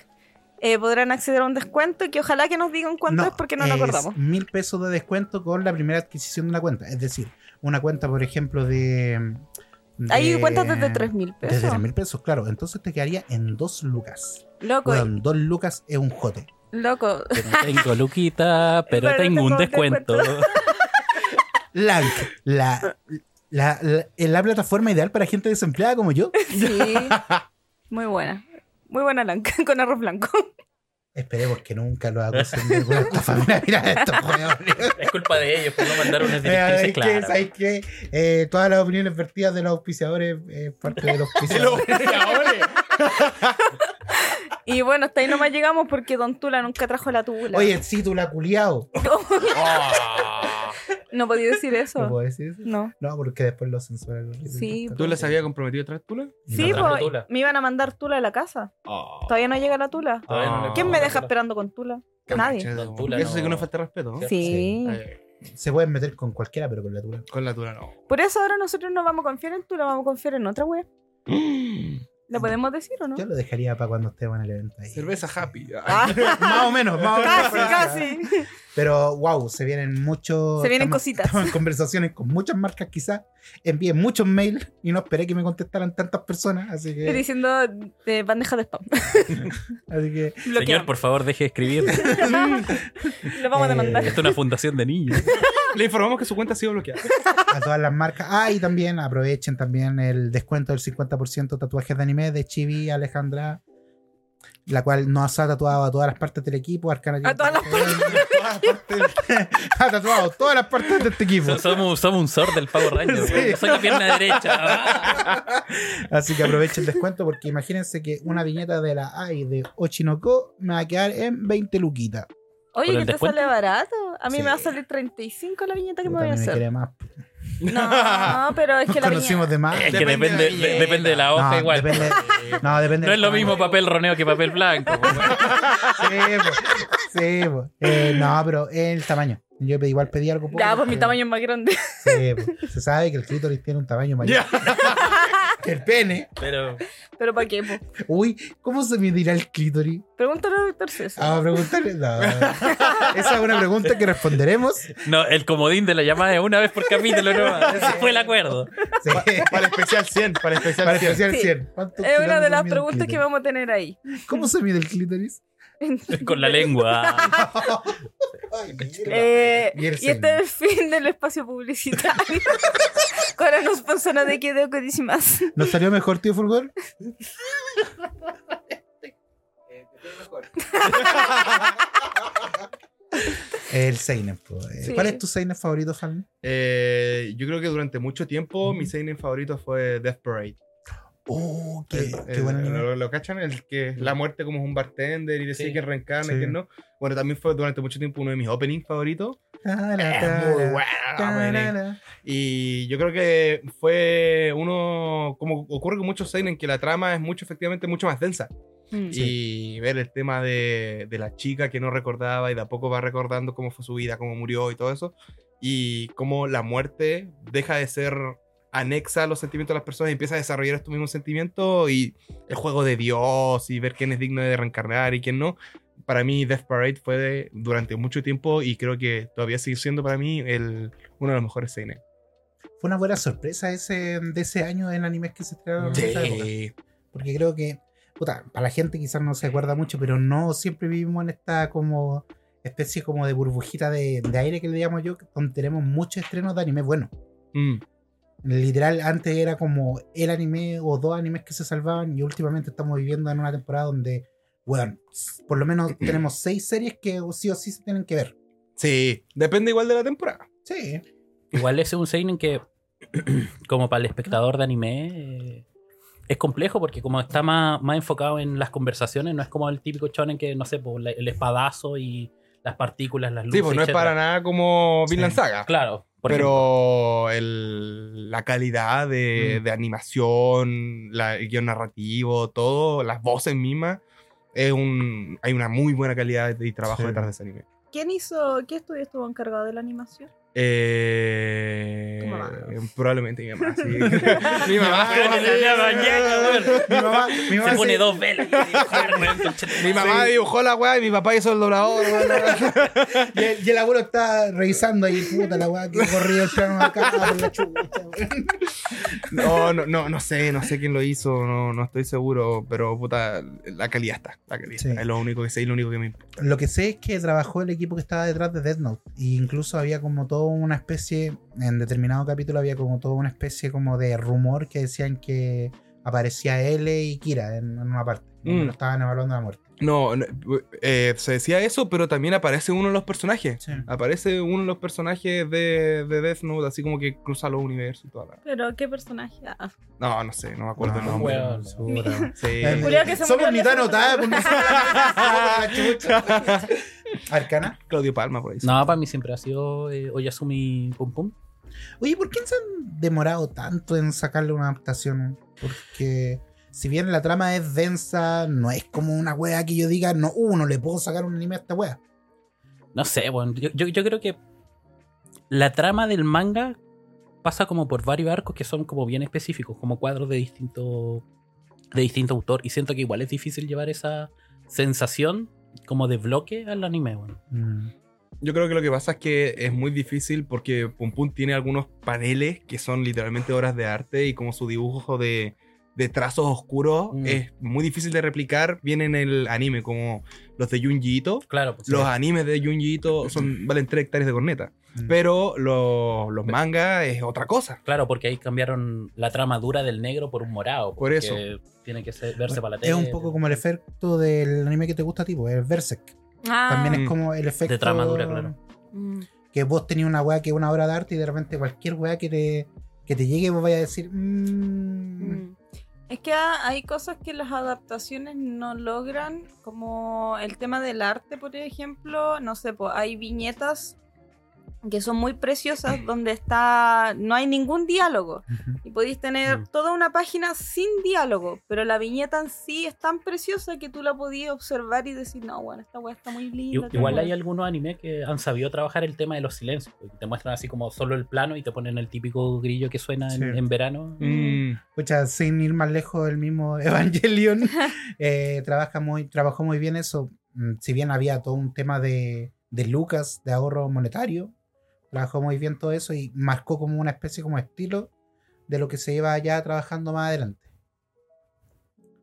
[SPEAKER 1] eh, podrán acceder a un descuento que ojalá que nos digan cuánto es porque no lo
[SPEAKER 2] es
[SPEAKER 1] acordamos.
[SPEAKER 2] Mil pesos de descuento con la primera adquisición de una cuenta. Es decir, una cuenta, por ejemplo, de. de-
[SPEAKER 1] Hay cuentas desde 3 mil pesos.
[SPEAKER 2] Desde 3 mil pesos, claro. Entonces te quedaría en dos lucas.
[SPEAKER 1] Loco,
[SPEAKER 2] Weón, dos lucas es un jote.
[SPEAKER 1] loco.
[SPEAKER 3] Pero tengo
[SPEAKER 1] (laughs)
[SPEAKER 3] Luquita, pero,
[SPEAKER 1] Pero
[SPEAKER 3] tengo
[SPEAKER 1] tengo
[SPEAKER 3] un
[SPEAKER 1] un
[SPEAKER 3] descuento.
[SPEAKER 2] Lank, la, la, la, es la plataforma ideal para gente desempleada como yo.
[SPEAKER 1] Sí. Muy buena. Muy buena Lang, (laughs) con arroz blanco.
[SPEAKER 2] Esperemos que nunca lo haga (laughs) sin ninguna estafa. Mira, mira estos hueones.
[SPEAKER 3] Es culpa de ellos por no mandar unas
[SPEAKER 2] Mira,
[SPEAKER 3] directrices
[SPEAKER 2] ¿sabes qué?
[SPEAKER 3] claras.
[SPEAKER 2] ¿Sabes qué? Eh, todas las opiniones vertidas de los auspiciadores es parte (laughs) de los auspiciadores.
[SPEAKER 1] Y bueno, hasta ahí nomás llegamos porque Don Tula nunca trajo la tubula.
[SPEAKER 2] Oye, sí, tú la culiao.
[SPEAKER 1] No podía decir
[SPEAKER 2] ¿No
[SPEAKER 1] eso.
[SPEAKER 2] puedo decir eso?
[SPEAKER 1] No.
[SPEAKER 2] No, porque después lo censuran. los ricos.
[SPEAKER 1] Sí,
[SPEAKER 4] ¿Tú les habías comprometido traer tula?
[SPEAKER 1] Sí,
[SPEAKER 3] trajo
[SPEAKER 1] pues,
[SPEAKER 3] tula.
[SPEAKER 1] me iban a mandar tula a la casa.
[SPEAKER 4] Oh,
[SPEAKER 1] Todavía no llega la tula.
[SPEAKER 3] Todavía no le-
[SPEAKER 1] ¿Quién me deja esperando con tula? Nadie.
[SPEAKER 4] Cacha,
[SPEAKER 3] Tula
[SPEAKER 4] Eso sí
[SPEAKER 3] no.
[SPEAKER 4] que no falta respeto. ¿no?
[SPEAKER 1] Sí.
[SPEAKER 4] Ay,
[SPEAKER 2] Se pueden meter con cualquiera, pero con la tula.
[SPEAKER 4] Con la tula (gasps) no.
[SPEAKER 1] Por eso ahora nosotros no vamos a confiar en tula, vamos a confiar en otra wea. ¿La podemos decir o no?
[SPEAKER 2] Yo lo dejaría para cuando estemos en el evento ahí.
[SPEAKER 4] Cerveza happy.
[SPEAKER 1] Ah,
[SPEAKER 2] Más o menos, más o menos.
[SPEAKER 1] casi, casi.
[SPEAKER 2] Pero wow, se vienen muchos.
[SPEAKER 1] Se vienen
[SPEAKER 2] estamos-
[SPEAKER 1] cositas.
[SPEAKER 2] estamos en (laughs) conversaciones con muchas marcas, quizás. Envié muchos mails y no esperé que me contestaran tantas personas. Así
[SPEAKER 1] Estoy
[SPEAKER 2] que.
[SPEAKER 1] diciendo de bandeja de spam. (laughs)
[SPEAKER 2] Así que
[SPEAKER 3] Señor,
[SPEAKER 1] Bloqueamos.
[SPEAKER 3] por favor, deje de escribir. Esto
[SPEAKER 1] (laughs) Lo vamos a
[SPEAKER 2] Eh,
[SPEAKER 1] demandar.
[SPEAKER 3] es una fundación de niños.
[SPEAKER 4] Le informamos que su cuenta ha sido bloqueada.
[SPEAKER 2] a todas las marcas. Ah, y también aprovechen también el descuento del 50% tatuajes de anime de Chibi Alejandra. La cual nos ha tatuado a todas las partes del equipo. Arcana
[SPEAKER 1] A todas las
[SPEAKER 2] partes.
[SPEAKER 4] las partes.
[SPEAKER 2] (laughs) Ha tatuado todas las partes de este equipo.
[SPEAKER 3] So- Somos, somos un sor del pavo Ranger.
[SPEAKER 2] Sí.
[SPEAKER 3] weón. Soy la pierna
[SPEAKER 2] (laughs)
[SPEAKER 3] derecha. Ah,
[SPEAKER 2] Así que
[SPEAKER 1] (laughs)
[SPEAKER 2] aprovechen el descuento porque imagínense que una viñeta de la AI de Ochinoco me va a quedar en 20 luquitas.
[SPEAKER 3] ¿Por
[SPEAKER 1] Oye,
[SPEAKER 3] el
[SPEAKER 1] que te
[SPEAKER 3] descuento?
[SPEAKER 1] sale barato. A mí
[SPEAKER 2] Sí.
[SPEAKER 1] me va a salir 35 la viñeta que me
[SPEAKER 2] Puta,
[SPEAKER 1] voy a
[SPEAKER 2] a mí me
[SPEAKER 1] hacer.
[SPEAKER 2] quería más. (laughs)
[SPEAKER 1] No, pero es
[SPEAKER 2] Nos
[SPEAKER 1] que la viñeta.
[SPEAKER 2] conocimos de más.
[SPEAKER 3] Es que
[SPEAKER 4] Depende
[SPEAKER 3] depende,
[SPEAKER 4] de la
[SPEAKER 3] de- depende de la hoja
[SPEAKER 2] No,
[SPEAKER 3] Eh, igual. (laughs)
[SPEAKER 2] depende- no, depende
[SPEAKER 3] No es
[SPEAKER 2] del
[SPEAKER 3] lo
[SPEAKER 2] tamaño.
[SPEAKER 3] mismo papel roneo que papel blanco.
[SPEAKER 2] Sí, po, sí, po. Eh, no, pero el tamaño. Yo pe- igual pedí algo.
[SPEAKER 1] Ya,
[SPEAKER 2] poco,
[SPEAKER 1] pues mi
[SPEAKER 2] pero-
[SPEAKER 1] tamaño es más grande. (laughs)
[SPEAKER 2] sí, po. Se sabe que el clítoris tiene un tamaño mayor
[SPEAKER 4] Ya.
[SPEAKER 2] que (laughs) el pene.
[SPEAKER 3] Pero
[SPEAKER 1] Pero ¿para qué? po?
[SPEAKER 2] Uy, ¿cómo se medirá el clítoris?
[SPEAKER 1] Pregúntale al doctor César.
[SPEAKER 2] Ah, preguntarle. No.
[SPEAKER 3] (laughs)
[SPEAKER 2] Esa es una pregunta que responderemos.
[SPEAKER 3] no, el comodín de la llamada es una vez por capítulo,
[SPEAKER 2] (laughs)
[SPEAKER 3] no. Ese fue el acuerdo.
[SPEAKER 2] Sí.
[SPEAKER 4] Para el especial 100, para el especial
[SPEAKER 2] Para
[SPEAKER 4] 100.
[SPEAKER 2] especial
[SPEAKER 1] Sí.
[SPEAKER 2] 100.
[SPEAKER 1] Es
[SPEAKER 2] ¿Cuántos
[SPEAKER 1] una
[SPEAKER 2] kilómetros
[SPEAKER 1] de las
[SPEAKER 2] mide el
[SPEAKER 1] preguntas que
[SPEAKER 2] clítoris?
[SPEAKER 1] vamos a tener
[SPEAKER 2] (laughs)
[SPEAKER 1] ahí.
[SPEAKER 2] ¿Cómo se mide el clítoris?
[SPEAKER 1] (laughs)
[SPEAKER 3] (laughs) Con la lengua.
[SPEAKER 2] Ay, mira.
[SPEAKER 1] Eh,
[SPEAKER 2] Y
[SPEAKER 1] y
[SPEAKER 2] el
[SPEAKER 1] este
[SPEAKER 2] seno.
[SPEAKER 1] es el fin del espacio publicitario. (laughs) Ahora nos persona de que de más.
[SPEAKER 2] ¿Nos salió mejor, tío Fulgor? El Seinen. po. Eh,
[SPEAKER 1] Sí.
[SPEAKER 2] ¿Cuál es tu Seinen favorito, Fan?
[SPEAKER 4] Eh, yo creo que durante mucho tiempo mi seinen favorito fue Death Parade.
[SPEAKER 2] Oh, qué,
[SPEAKER 4] El-
[SPEAKER 2] qué
[SPEAKER 4] el-
[SPEAKER 2] buen anime.
[SPEAKER 4] ¿Lo, lo cachan? El que es la muerte como es un bartender y decir
[SPEAKER 3] Sí.
[SPEAKER 4] que reencarna
[SPEAKER 2] Sí.
[SPEAKER 4] y que no. Bueno, también fue durante mucho tiempo uno de mis openings favoritos.
[SPEAKER 2] Tarara,
[SPEAKER 4] Es muy bueno. opening.
[SPEAKER 2] tarara.
[SPEAKER 4] Y yo creo que fue uno, como ocurre con muchos seinen, que la trama es mucho, efectivamente, mucho más densa. Y ver el tema de, de la chica que no recordaba y de a poco va recordando cómo fue su vida, cómo murió y todo eso. Y cómo la muerte deja de ser anexa a los sentimientos de las personas y empieza a desarrollar estos mismos sentimientos y el juego de Dios y ver quién es digno de reencarnar y quién no. Para mí Death Parade fue de- durante mucho tiempo y creo que todavía sigue siendo para mí el, uno de los mejores seinen.
[SPEAKER 2] Fue una buena sorpresa ese, de ese año en animes que se estrenaron en Ah, esa época. Porque creo que, puta, para la gente quizás no se acuerda mucho, pero no siempre vivimos en esta como especie como de burbujita de, de aire que le llamo yo, donde tenemos muchos estrenos de anime bueno.
[SPEAKER 4] Mm.
[SPEAKER 2] Literal, antes era como el anime o dos animes que se salvaban y últimamente estamos viviendo en una temporada donde, bueno, por lo menos tenemos seis series que sí o sí se tienen que ver.
[SPEAKER 4] Sí, depende igual de la temporada.
[SPEAKER 2] Sí.
[SPEAKER 3] Igual ese es un seinen que, (clears throat) como para el espectador de anime, eh, es complejo porque como está más, más enfocado en las conversaciones, no es como el típico shonen que, no sé, po, la- el espadazo y las partículas, las luces.
[SPEAKER 4] Sí, pues no es
[SPEAKER 3] etcétera.
[SPEAKER 4] para nada como Vinland
[SPEAKER 2] Sí.
[SPEAKER 4] Saga.
[SPEAKER 3] Claro. por ejemplo. Mm.
[SPEAKER 4] pero el- la calidad de, de animación, la, el guión narrativo, todo, las voces mismas, es un, hay una muy buena calidad y trabajo
[SPEAKER 2] Sí.
[SPEAKER 4] detrás de ese anime.
[SPEAKER 1] ¿Quién hizo, qué estudio estuvo encargado de la animación?
[SPEAKER 4] Eh,
[SPEAKER 1] Tu mamá.
[SPEAKER 4] probablemente mi
[SPEAKER 1] (laughs)
[SPEAKER 4] mamá. sí. mi mamá.
[SPEAKER 3] Pero ni la lea mañana, weón.
[SPEAKER 2] Mi mamá, mi mamá
[SPEAKER 3] Se pone
[SPEAKER 2] se-
[SPEAKER 3] dos velas. y dibuja, weón,
[SPEAKER 4] (laughs)
[SPEAKER 3] conchetumare.
[SPEAKER 4] Mi mamá dibujó la weá y mi papá hizo
[SPEAKER 1] (laughs)
[SPEAKER 4] el doblador. weón.
[SPEAKER 2] Y el, y el abuelo está revisando ahí, puta la weá, que corrido el plano acá por la chucha, weón.
[SPEAKER 4] No, no, no, no sé, no sé quién lo hizo, no, no estoy seguro, pero puta, la calidad está. La calidad
[SPEAKER 2] Sí.
[SPEAKER 4] está, Es lo único que sé y lo único que me importa.
[SPEAKER 2] Lo que sé es que trabajó el equipo que estaba detrás de Death Note. E incluso había como toda una especie, en determinado capítulo había como toda una especie como de rumor que decían que aparecía L y Kira en, en una parte. donde
[SPEAKER 4] Mm.
[SPEAKER 2] lo estaban evaluando la muerte.
[SPEAKER 4] No, no, eh, se decía eso, pero también aparece uno de los personajes. aparece uno de los personajes de, de Death Note, así como que cruza los universos y toda la...
[SPEAKER 1] Pero qué personaje. Ah,
[SPEAKER 4] No, no sé, no me acuerdo el
[SPEAKER 2] No,
[SPEAKER 4] nombre.
[SPEAKER 3] weón.
[SPEAKER 2] basura.
[SPEAKER 4] Sí.
[SPEAKER 2] Eh,
[SPEAKER 1] Julián, que se murió
[SPEAKER 2] Somos
[SPEAKER 1] en
[SPEAKER 2] ni
[SPEAKER 1] la
[SPEAKER 2] tan
[SPEAKER 1] semana.
[SPEAKER 2] otadas, pues, ni siquiera-
[SPEAKER 1] (laughs)
[SPEAKER 2] chucha. (laughs) Arcana.
[SPEAKER 4] (laughs) Claudio Palma por ahí.
[SPEAKER 3] No, para mí siempre ha sido eh, Oyasumi Pum Pum.
[SPEAKER 2] Oye, ¿por qué se han demorado tanto en sacarle una adaptación? Porque si bien la trama es densa, no es como una wea que yo diga, no, uh, no le puedo sacar un anime a esta wea.
[SPEAKER 3] No sé, bueno, yo, yo- yo creo que la trama del manga pasa como por varios arcos que son como bien específicos, como cuadros de distinto, de distinto autor. Y siento que igual es difícil llevar esa sensación como de bloque al anime, bueno.
[SPEAKER 4] Yo creo que lo que pasa es que es muy difícil porque Pum Pum tiene algunos paneles que son literalmente obras de arte y como su dibujo de, de trazos oscuros
[SPEAKER 3] Mm.
[SPEAKER 4] es muy difícil de replicar bien en el anime, como los de Junji Ito.
[SPEAKER 3] Claro, pues,
[SPEAKER 4] Los
[SPEAKER 3] sí.
[SPEAKER 4] animes de Junji Ito son, valen 3 hectáreas de corneta,
[SPEAKER 2] Mm.
[SPEAKER 4] pero los, los mangas es otra cosa.
[SPEAKER 3] claro, porque ahí cambiaron la trama dura del negro por un morado.
[SPEAKER 4] Por eso.
[SPEAKER 3] porque Tiene que ser- verse para la
[SPEAKER 2] Es
[SPEAKER 3] tele.
[SPEAKER 2] un poco como el efecto del anime que te gusta a ti, pues, el Berserk.
[SPEAKER 1] Ah,
[SPEAKER 2] También
[SPEAKER 4] Mm.
[SPEAKER 2] es como el efecto.
[SPEAKER 3] trama dura, claro.
[SPEAKER 1] mm.
[SPEAKER 2] Que vos tenías una weá que es una obra de arte y de repente cualquier weá que te, que te llegue, vos vayas a decir. "Mm".
[SPEAKER 1] Mm. Es que ha- hay cosas que las adaptaciones no logran, como el tema del arte, por ejemplo, no sé, po, hay viñetas que son muy preciosas donde está no hay ningún diálogo
[SPEAKER 2] Ujú.
[SPEAKER 1] y podéis tener
[SPEAKER 3] Mm.
[SPEAKER 1] toda una página sin diálogo, pero la viñeta en sí es tan preciosa que tú la podías observar y decir, no, bueno, esta weá está muy
[SPEAKER 3] I-
[SPEAKER 1] linda.
[SPEAKER 3] Igual hay
[SPEAKER 1] el...
[SPEAKER 3] algunos animes que han sabido trabajar el tema de los silencios. porque Te muestran así como solo el plano y te ponen el típico grillo que suena en,
[SPEAKER 2] Sí.
[SPEAKER 3] en verano.
[SPEAKER 4] Mm.
[SPEAKER 2] Pucha, sin ir más lejos, el mismo (laughs) Evangelion eh, trabaja muy, trabajó muy bien eso. Mm, Si bien había todo un tema de, de Lucas, de ahorro monetario, trabajó muy bien todo eso y marcó como una especie, como estilo de lo que se iba ya trabajando más adelante.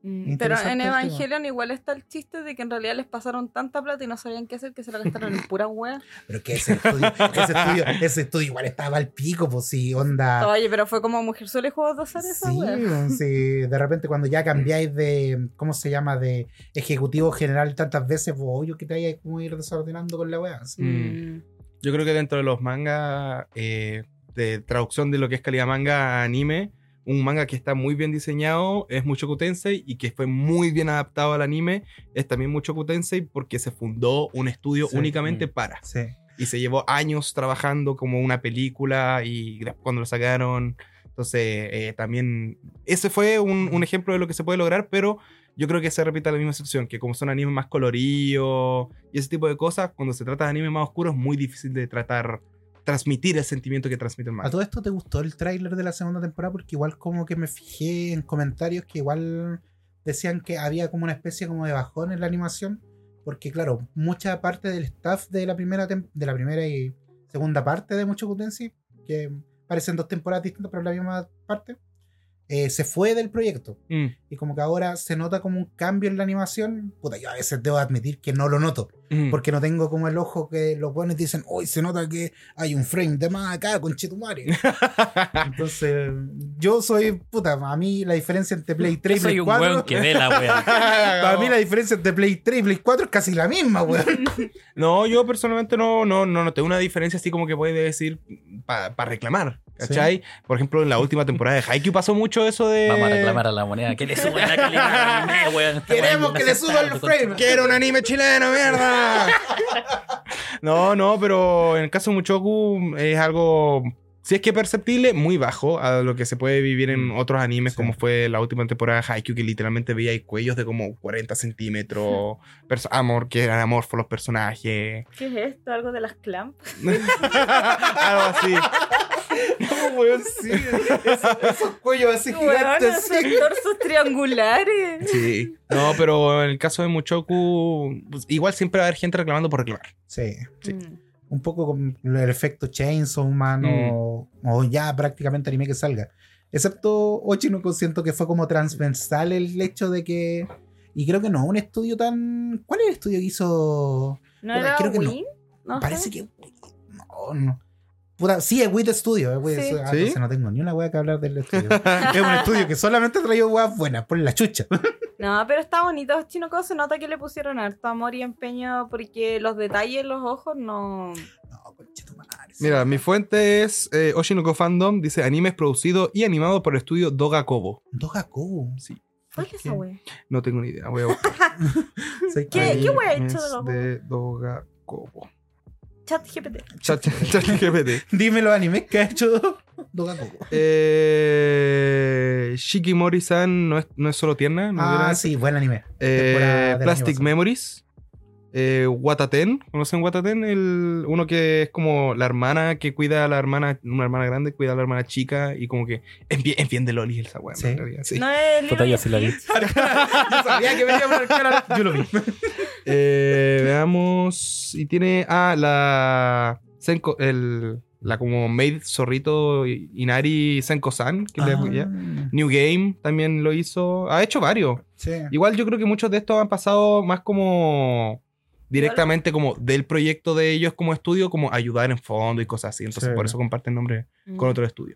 [SPEAKER 1] Mm. Pero
[SPEAKER 2] Interesante
[SPEAKER 1] en
[SPEAKER 2] el tema.
[SPEAKER 1] Evangelion igual está el chiste de que en realidad les pasaron tanta plata y no sabían qué hacer que se la gastaron en pura weá.
[SPEAKER 2] Pero que ese estudio, ese estudio, ese estudio igual estaba al pico, pues sí, onda.
[SPEAKER 1] Oye, pero fue como mujer suele juegos de azar esa
[SPEAKER 2] Sí,
[SPEAKER 1] wea.
[SPEAKER 2] weón, sí, de repente cuando ya cambiáis de, ¿cómo se llama? De ejecutivo general tantas veces, pues obvio que te vayas como a ir desordenando con la wea. sí.
[SPEAKER 4] Mm. Yo creo que dentro de los mangas eh, de traducción de lo que es calidad manga a anime, un manga que está muy bien diseñado es Mushoku Tensei y que fue muy bien adaptado al anime es también Mushoku Tensei porque se fundó un estudio
[SPEAKER 2] Sí.
[SPEAKER 4] únicamente
[SPEAKER 3] Mm.
[SPEAKER 4] para
[SPEAKER 2] Sí.
[SPEAKER 4] y se llevó años trabajando como una película y después cuando lo sacaron. Entonces, eh, también ese fue un, un ejemplo de lo que se puede lograr, pero yo creo que se repite la misma excepción, que como son animes más coloridos y ese tipo de cosas, cuando se trata de animes más oscuros es muy difícil de tratar, transmitir el sentimiento que transmite el
[SPEAKER 2] ¿A
[SPEAKER 4] manga.
[SPEAKER 2] todo esto te gustó el tráiler de la segunda temporada? Porque igual como que me fijé en comentarios que igual decían que había como una especie como de bajón en la animación. Porque claro, mucha parte del staff de la primera, tem- de la primera y segunda parte de Mucho Tensei, que parecen dos temporadas distintas pero la misma parte, eh, se fue del proyecto.
[SPEAKER 4] Mm.
[SPEAKER 2] Y como que ahora se nota como un cambio en la animación. Puta, yo a veces debo admitir que no lo noto.
[SPEAKER 4] Mm. (laughs)
[SPEAKER 2] Porque no tengo como el ojo que los buenos dicen, hoy se nota que hay un frame de más acá con
[SPEAKER 3] (laughs)
[SPEAKER 2] Chetumare. Entonces, yo soy, puta, a mí la diferencia entre Play 3 y
[SPEAKER 3] Yo soy
[SPEAKER 2] Play
[SPEAKER 3] un weón
[SPEAKER 2] 4.
[SPEAKER 3] que ve la wea.
[SPEAKER 2] (laughs) Para
[SPEAKER 3] (laughs)
[SPEAKER 2] mí la diferencia entre Play 3 y Play 4 es casi la misma, weón.
[SPEAKER 4] No, yo personalmente no, no, no noté una diferencia así como que puede decir para reclamar. ¿Cachai? Por ejemplo, en la última temporada de Haikyuu pasó mucho eso de.
[SPEAKER 3] Vamos a reclamar a la moneda. Que le suba la calidad al anime, weón. Esta
[SPEAKER 2] Queremos
[SPEAKER 3] weá
[SPEAKER 2] que le suban
[SPEAKER 3] inaceptable,
[SPEAKER 2] los frames.
[SPEAKER 4] ¡Quiero un anime chileno, mierda! (laughs) No, no, pero en el caso de Muchoku es algo, si es que perceptible, muy bajo a lo que se puede vivir en otros animes,
[SPEAKER 2] Mm. Sí.
[SPEAKER 4] como fue la última temporada de Haikyuu, que literalmente veía ahí cuellos de como 40
[SPEAKER 2] (laughs)
[SPEAKER 4] centímetros, perso- amor, que eran amorfos los personajes,
[SPEAKER 1] ¿Qué es esto? ¿Algo de las clamps?
[SPEAKER 4] algo así.
[SPEAKER 2] No, weón, sí. Esos, esos cuellos así gigantes.
[SPEAKER 1] Hueones,
[SPEAKER 2] sí.
[SPEAKER 1] esos torsos triangulares.
[SPEAKER 4] Sí. No, pero en el caso de Muchoku, pues, igual siempre va a haber gente reclamando por reclamar.
[SPEAKER 2] Sí.
[SPEAKER 4] Sí.
[SPEAKER 1] Mm.
[SPEAKER 2] Un poco con el efecto Chainsaw Man o,
[SPEAKER 3] Mm.
[SPEAKER 2] o ya prácticamente anime que salga. Excepto Ochinoku, siento que fue como transversal el hecho de que. Y creo que no, un estudio tan. ¿Cuál es el estudio que hizo
[SPEAKER 1] ¿No
[SPEAKER 2] Puta,
[SPEAKER 1] era
[SPEAKER 2] creo que no.
[SPEAKER 1] Win? No
[SPEAKER 2] Parece
[SPEAKER 1] sé.
[SPEAKER 2] que. No, no. Puta, sí, es Wit Studio. Es Wit
[SPEAKER 1] Sí.
[SPEAKER 2] Studio. Ah,
[SPEAKER 4] ¿Sí?
[SPEAKER 2] entonces no tengo ni una wea que hablar del estudio. es un estudio que solamente ha traído weas buenas, por la chucha.
[SPEAKER 1] No, pero está bonito. Chinoco se nota que le pusieron harto amor y empeño porque los detalles, los ojos, no.
[SPEAKER 2] No, conchetumare.
[SPEAKER 4] Mira, mi fuente es eh, Oshinoko Fandom, dice animes producido y animado por el estudio Doga Kobo.
[SPEAKER 2] Dogaku.
[SPEAKER 4] Sí,
[SPEAKER 1] ¿Cuál es esa wea?
[SPEAKER 4] no tengo ni
[SPEAKER 1] (laughs)
[SPEAKER 4] idea, voy a buscar.
[SPEAKER 2] Sé
[SPEAKER 1] ¿Qué-
[SPEAKER 2] que-
[SPEAKER 1] qué wea ha
[SPEAKER 4] Animes
[SPEAKER 1] hecho Doga Kobo?
[SPEAKER 4] de Doga Kobo?
[SPEAKER 1] Chat GPT.
[SPEAKER 4] Chat, (laughs) chat GPT.
[SPEAKER 2] Dime los animes que ha hecho Dogaku.
[SPEAKER 4] Eh, Shikimori-san no es, no es solo tierna. ¿no
[SPEAKER 2] Ah,
[SPEAKER 4] era?
[SPEAKER 2] sí, buen anime.
[SPEAKER 4] Eh,
[SPEAKER 2] Temporada del año
[SPEAKER 4] Plastic
[SPEAKER 2] pasado.
[SPEAKER 4] Memories. Eh, Wataten. ¿Conocen Wataten? El, uno que es como la hermana que cuida a la hermana, una hermana grande, cuida a la hermana chica y como que es bien, es bien de Loli esa weá, en
[SPEAKER 2] Sí.
[SPEAKER 4] realidad, sí.
[SPEAKER 1] No es Lilo
[SPEAKER 3] Puta,
[SPEAKER 1] y
[SPEAKER 3] ya sí la vi.
[SPEAKER 1] Stitch.
[SPEAKER 2] Yo sabía que venía por el canal. (laughs) Yo lo vi.
[SPEAKER 4] (laughs) Eh, veamos. Y tiene. Ah, la. Senko- el, la como Maid Zorrito Inari Senko-san. Que le- ya.
[SPEAKER 2] Ah,
[SPEAKER 4] New Game también lo hizo. Ha hecho varios.
[SPEAKER 2] sí.
[SPEAKER 4] Igual yo creo que muchos de estos han pasado más como. Directamente como del proyecto de ellos como estudio, como ayudar en fondo y cosas así. Entonces
[SPEAKER 2] Sí.
[SPEAKER 4] por eso comparten nombre
[SPEAKER 1] Mm.
[SPEAKER 4] con otro estudio.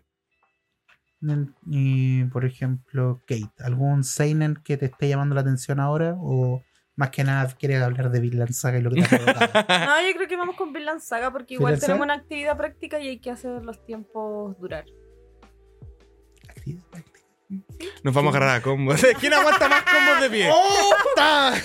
[SPEAKER 2] Y por ejemplo, Kate, ¿algún Seinen que te esté llamando la atención ahora? ¿O Más que nada quieres hablar de Vinland Saga y lo que
[SPEAKER 4] (laughs)
[SPEAKER 2] te ha provocado.
[SPEAKER 1] No, yo creo que vamos con Vinland Saga porque igual
[SPEAKER 2] ¿Vinland Saga?
[SPEAKER 1] tenemos una actividad práctica y hay que hacer los tiempos durar.
[SPEAKER 4] Nos vamos a agarrar a (laughs) combos. ¿Quién aguanta más combos de pie?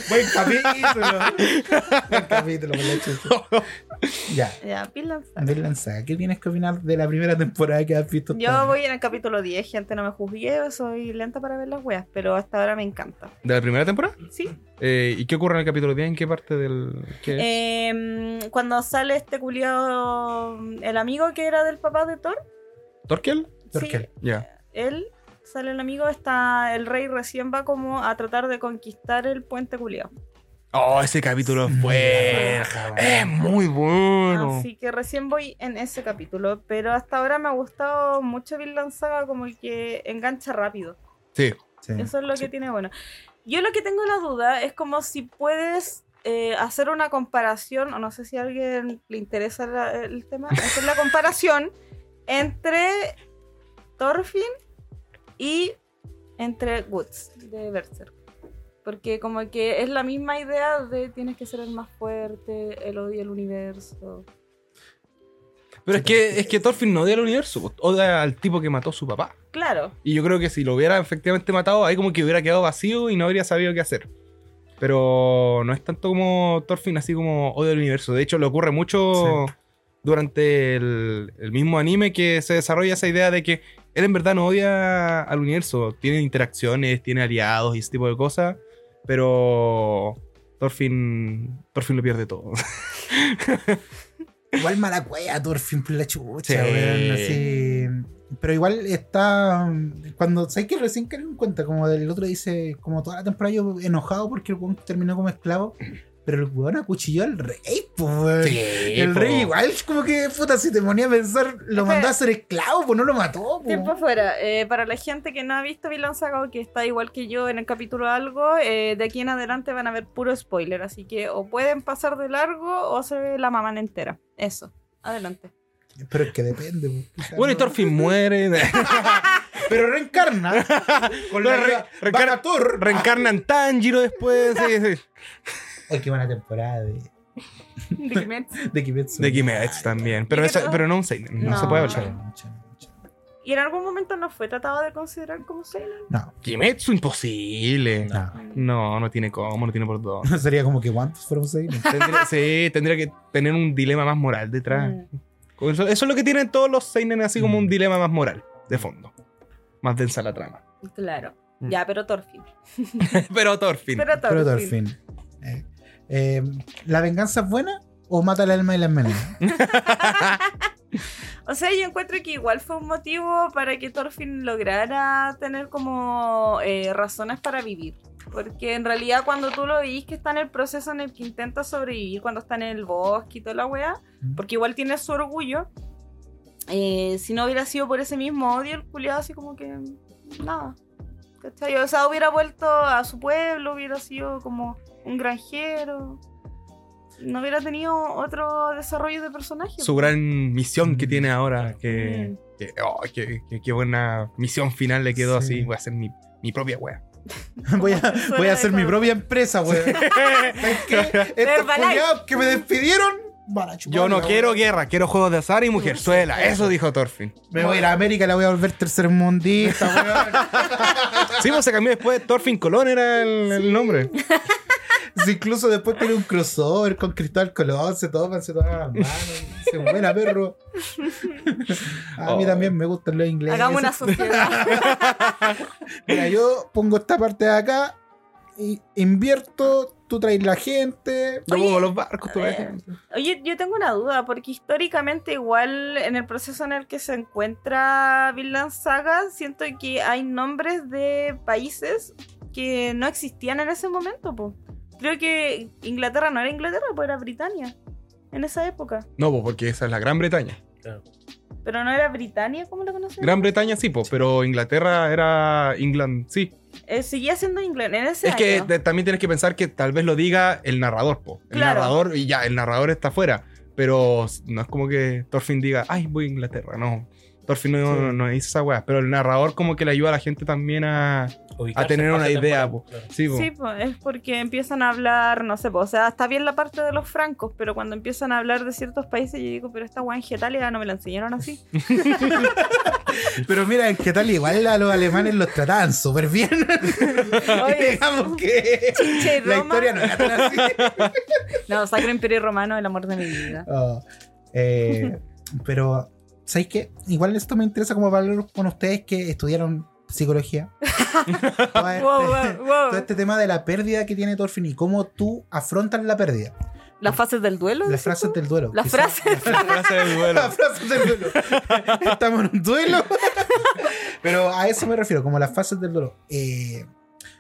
[SPEAKER 2] Buen capítulo. (laughs) Buen capítulo, por la chucha. Ya.
[SPEAKER 1] Ya, Vinland Saga.
[SPEAKER 2] Vinland Saga, ¿qué tienes que opinar de la primera temporada que has visto?
[SPEAKER 1] Yo voy en el capítulo 10, gente, no me juzgué, soy lenta para ver las weas, pero hasta ahora me encanta.
[SPEAKER 4] ¿De la primera temporada?
[SPEAKER 1] Sí.
[SPEAKER 4] Eh, ¿Y qué ocurre en el capítulo 10? ¿En qué parte del.? qué?
[SPEAKER 1] Eh, Em, cuando sale este culiado, el amigo que era del papá de Thor,
[SPEAKER 4] ¿Torquel?
[SPEAKER 2] Torkel.
[SPEAKER 1] sí,
[SPEAKER 4] Ya.
[SPEAKER 1] él sale el amigo, está el rey recién va como a tratar de conquistar el puente culiado.
[SPEAKER 4] Oh, ese capítulo es bueno. Es muy bueno.
[SPEAKER 1] Así que recién voy en ese capítulo, pero hasta ahora me ha gustado mucho Vinland Saga, como que engancha rápido.
[SPEAKER 4] Sí.
[SPEAKER 2] Sí.
[SPEAKER 1] Eso es lo que tiene bueno. Yo lo que tengo la duda es como si puedes eh, hacer una comparación, o no sé si a alguien le interesa la- el tema,
[SPEAKER 2] (laughs)
[SPEAKER 1] hacer la comparación entre Thorfinn y entre Woods de Berserk. Porque como que es la misma idea de tienes que ser el más fuerte, el odio el universo.
[SPEAKER 4] Pero es que, es que Thorfinn no odia al universo, odia al tipo que mató a su papá.
[SPEAKER 1] Claro,
[SPEAKER 4] Y yo creo que si lo hubiera efectivamente matado, ahí como que hubiera quedado vacío y no habría sabido qué hacer. Pero no es tanto como Thorfinn, así como odio al universo. De hecho, le ocurre mucho durante el, el mismo anime que se desarrolla esa idea de que él en verdad no odia al universo. Tiene interacciones, tiene aliados y ese tipo de cosas. Pero Thorfinn, Thorfinn lo pierde todo. (laughs)
[SPEAKER 2] Igual mala cueva, Thorfinn, por la chucha,
[SPEAKER 4] Sí.
[SPEAKER 2] weón, así. Pero igual está. mm, Cuando sabes que recién caí en cuenta, como el otro dice, como toda la temporada yo enojado porque el weón terminó como esclavo. Pero el weón acuchilló al rey, pues weón. el
[SPEAKER 4] po.
[SPEAKER 2] rey igual, como que puta, si te ponía a pensar,
[SPEAKER 1] Ese-
[SPEAKER 2] lo mandó a ser esclavo, pues no lo mató, pues.
[SPEAKER 1] Tiempo fuera. Eh, para la gente que no ha visto Villan Saga o que está igual que yo en el capítulo algo, eh, de aquí en adelante van a ver puro spoiler. Así que o pueden pasar de largo o se la maman entera. Eso. Adelante.
[SPEAKER 2] Pero es que depende, pues, quizás
[SPEAKER 4] Bueno, y
[SPEAKER 2] no. (laughs)
[SPEAKER 4] Thorfinn muere.
[SPEAKER 2] Pero
[SPEAKER 4] (laughs)
[SPEAKER 2] reencarna. con la
[SPEAKER 4] Pero re-
[SPEAKER 2] idea,
[SPEAKER 4] reencarna-
[SPEAKER 2] "Baja Thor".
[SPEAKER 4] Reencarnan Tanjiro después. sí, sí.
[SPEAKER 2] Ay, qué buena temporada de, de Kimetsu.
[SPEAKER 4] De Kimetsu también. Pero,
[SPEAKER 1] Yo
[SPEAKER 4] esa-
[SPEAKER 1] creo-
[SPEAKER 4] pero no un Seinen. No,
[SPEAKER 1] No.
[SPEAKER 4] se puede
[SPEAKER 2] Mucho,
[SPEAKER 4] hablar.
[SPEAKER 2] mucho, mucho.
[SPEAKER 1] y en algún momento no fue tratado de considerar como Sailor.
[SPEAKER 2] No,
[SPEAKER 4] Kimetsu imposible. No.
[SPEAKER 2] no. (laughs)
[SPEAKER 4] no, tiene cómo, no tiene por dónde.
[SPEAKER 2] Sería como que cuántos fueron seis.
[SPEAKER 1] (laughs)
[SPEAKER 4] Tendría- sí, tendría que tener un dilema más moral detrás.
[SPEAKER 1] Mm.
[SPEAKER 4] Eso, eso es lo que tienen todos los Seinen, así como un
[SPEAKER 2] Mm.
[SPEAKER 4] dilema más moral de fondo. Más densa la trama. (laughs)
[SPEAKER 1] Claro.
[SPEAKER 4] Mm.
[SPEAKER 1] Ya, pero Thorfinn.
[SPEAKER 4] Pero Thorfinn.
[SPEAKER 1] Pero
[SPEAKER 2] Pero
[SPEAKER 1] Thorfinn.
[SPEAKER 2] Thorfinn. Eh, eh, ¿La venganza es buena o mata el alma de
[SPEAKER 1] (laughs)
[SPEAKER 2] las meninas?
[SPEAKER 1] O sea, yo encuentro que igual fue un motivo para que Thorfinn lograra tener como eh, razones para vivir. Porque en realidad cuando tú lo veís que está en el proceso en el que intenta sobrevivir, cuando está en el bosque y toda la weá,
[SPEAKER 2] Mm.
[SPEAKER 1] porque igual tiene su orgullo, eh, si no hubiera sido por ese mismo odio, el culiado así como que nada. ¿Cachai? O sea, hubiera vuelto a su pueblo, hubiera sido como un granjero. No hubiera tenido otro desarrollo de personaje.
[SPEAKER 4] Su gran misión que tiene ahora. Que,
[SPEAKER 1] Mm.
[SPEAKER 4] que, oh, que- que- que buena misión final le quedó
[SPEAKER 2] Sí.
[SPEAKER 4] así. Voy a hacer mi, mi propia wea.
[SPEAKER 2] Voy a,
[SPEAKER 1] Suena
[SPEAKER 2] voy a hacer mi
[SPEAKER 1] como-
[SPEAKER 2] propia empresa, weón. (laughs) ¿Sabes qué?
[SPEAKER 4] (laughs)
[SPEAKER 2] Estos
[SPEAKER 1] Herbalife.
[SPEAKER 2] culiados que me despidieron. van a chupar
[SPEAKER 4] Yo
[SPEAKER 2] la
[SPEAKER 4] no
[SPEAKER 2] wea.
[SPEAKER 4] quiero guerra, quiero juegos de azar y
[SPEAKER 1] Mm.
[SPEAKER 4] mujerzuela. Eso dijo Thorfinn.
[SPEAKER 2] Me voy a ir a América y la voy a volver tercermundista, weón.
[SPEAKER 4] Sí, pues se cambió después. Thorfinn Colón era el, el nombre.
[SPEAKER 2] Si incluso después tiene un crossover con Cristóbal Colón, se toman, se toman las manos. Se buena, perro. A mí
[SPEAKER 4] Oh.
[SPEAKER 2] también me gustan los ingleses.
[SPEAKER 1] Hagamos una sociedad.
[SPEAKER 4] (laughs)
[SPEAKER 2] Mira, yo pongo esta parte de acá, y invierto, tú traes la gente.
[SPEAKER 4] Yo
[SPEAKER 1] Oye,
[SPEAKER 4] pongo los barcos, tú
[SPEAKER 1] a
[SPEAKER 4] ves.
[SPEAKER 1] ver. Oye, yo tengo una duda, porque históricamente igual en el proceso en el que se encuentra Vinland Saga, siento que hay nombres de países que no existían en ese momento, po. Creo que Inglaterra no era Inglaterra, pues era Britania en esa época.
[SPEAKER 4] No, po, porque esa es la Gran Bretaña.
[SPEAKER 1] Pero no era Britania como la conocemos.
[SPEAKER 4] Gran Bretaña sí, po, pero Inglaterra era England, sí.
[SPEAKER 1] Eh, seguía siendo Inglaterra en ese
[SPEAKER 4] es que
[SPEAKER 1] año.
[SPEAKER 4] te- también tienes que pensar que tal vez lo diga el narrador, po. El
[SPEAKER 1] Claro.
[SPEAKER 4] narrador, y ya, el narrador está afuera. Pero no es como que Thorfinn diga, ay, voy a Inglaterra, no. Thorfinn no, no- no hizo esa weá. Pero el narrador como que le ayuda a la gente también a...
[SPEAKER 3] Ubicarse
[SPEAKER 4] A tener
[SPEAKER 3] en
[SPEAKER 4] una
[SPEAKER 3] fase
[SPEAKER 4] idea,
[SPEAKER 3] temporal,
[SPEAKER 4] po.
[SPEAKER 3] claro.
[SPEAKER 4] Sí, po. (laughs)
[SPEAKER 1] Sí, pues, es porque empiezan a hablar, no sé, pues, o sea, está bien la parte de los francos, pero cuando empiezan a hablar de ciertos países, yo digo, pero esta guay en Getalia no me la enseñaron así.
[SPEAKER 2] Pero mira, que tal igual a los alemanes los trataban súper bien.
[SPEAKER 1] Oye,
[SPEAKER 2] (laughs) (laughs) Digamos que
[SPEAKER 1] (laughs) Chinche y
[SPEAKER 2] la
[SPEAKER 1] Roma.
[SPEAKER 2] historia no era tan así.
[SPEAKER 1] No, Sacro Imperio Romano, el amor de mi vida.
[SPEAKER 2] Oh,
[SPEAKER 1] (laughs)
[SPEAKER 2] eh, pero, ¿sabéis qué? Igual esto me interesa como hablar con ustedes que estudiaron
[SPEAKER 1] (laughs)
[SPEAKER 2] psicología. Toda este-
[SPEAKER 1] Wow, wow, wow.
[SPEAKER 2] Todo este tema de la pérdida que tiene Thorfinn y cómo tú afrontas la pérdida.
[SPEAKER 1] Las fases del duelo.
[SPEAKER 2] Las
[SPEAKER 1] dices
[SPEAKER 2] frases
[SPEAKER 1] tú?
[SPEAKER 2] del duelo.
[SPEAKER 1] Las
[SPEAKER 2] que son-
[SPEAKER 1] frases.
[SPEAKER 4] La frase del
[SPEAKER 2] (laughs)
[SPEAKER 4] duelo.
[SPEAKER 2] Las frases del
[SPEAKER 1] (laughs)
[SPEAKER 2] duelo. Estamos en un duelo. (laughs) Pero a eso me refiero, como las fases del duelo. Eh,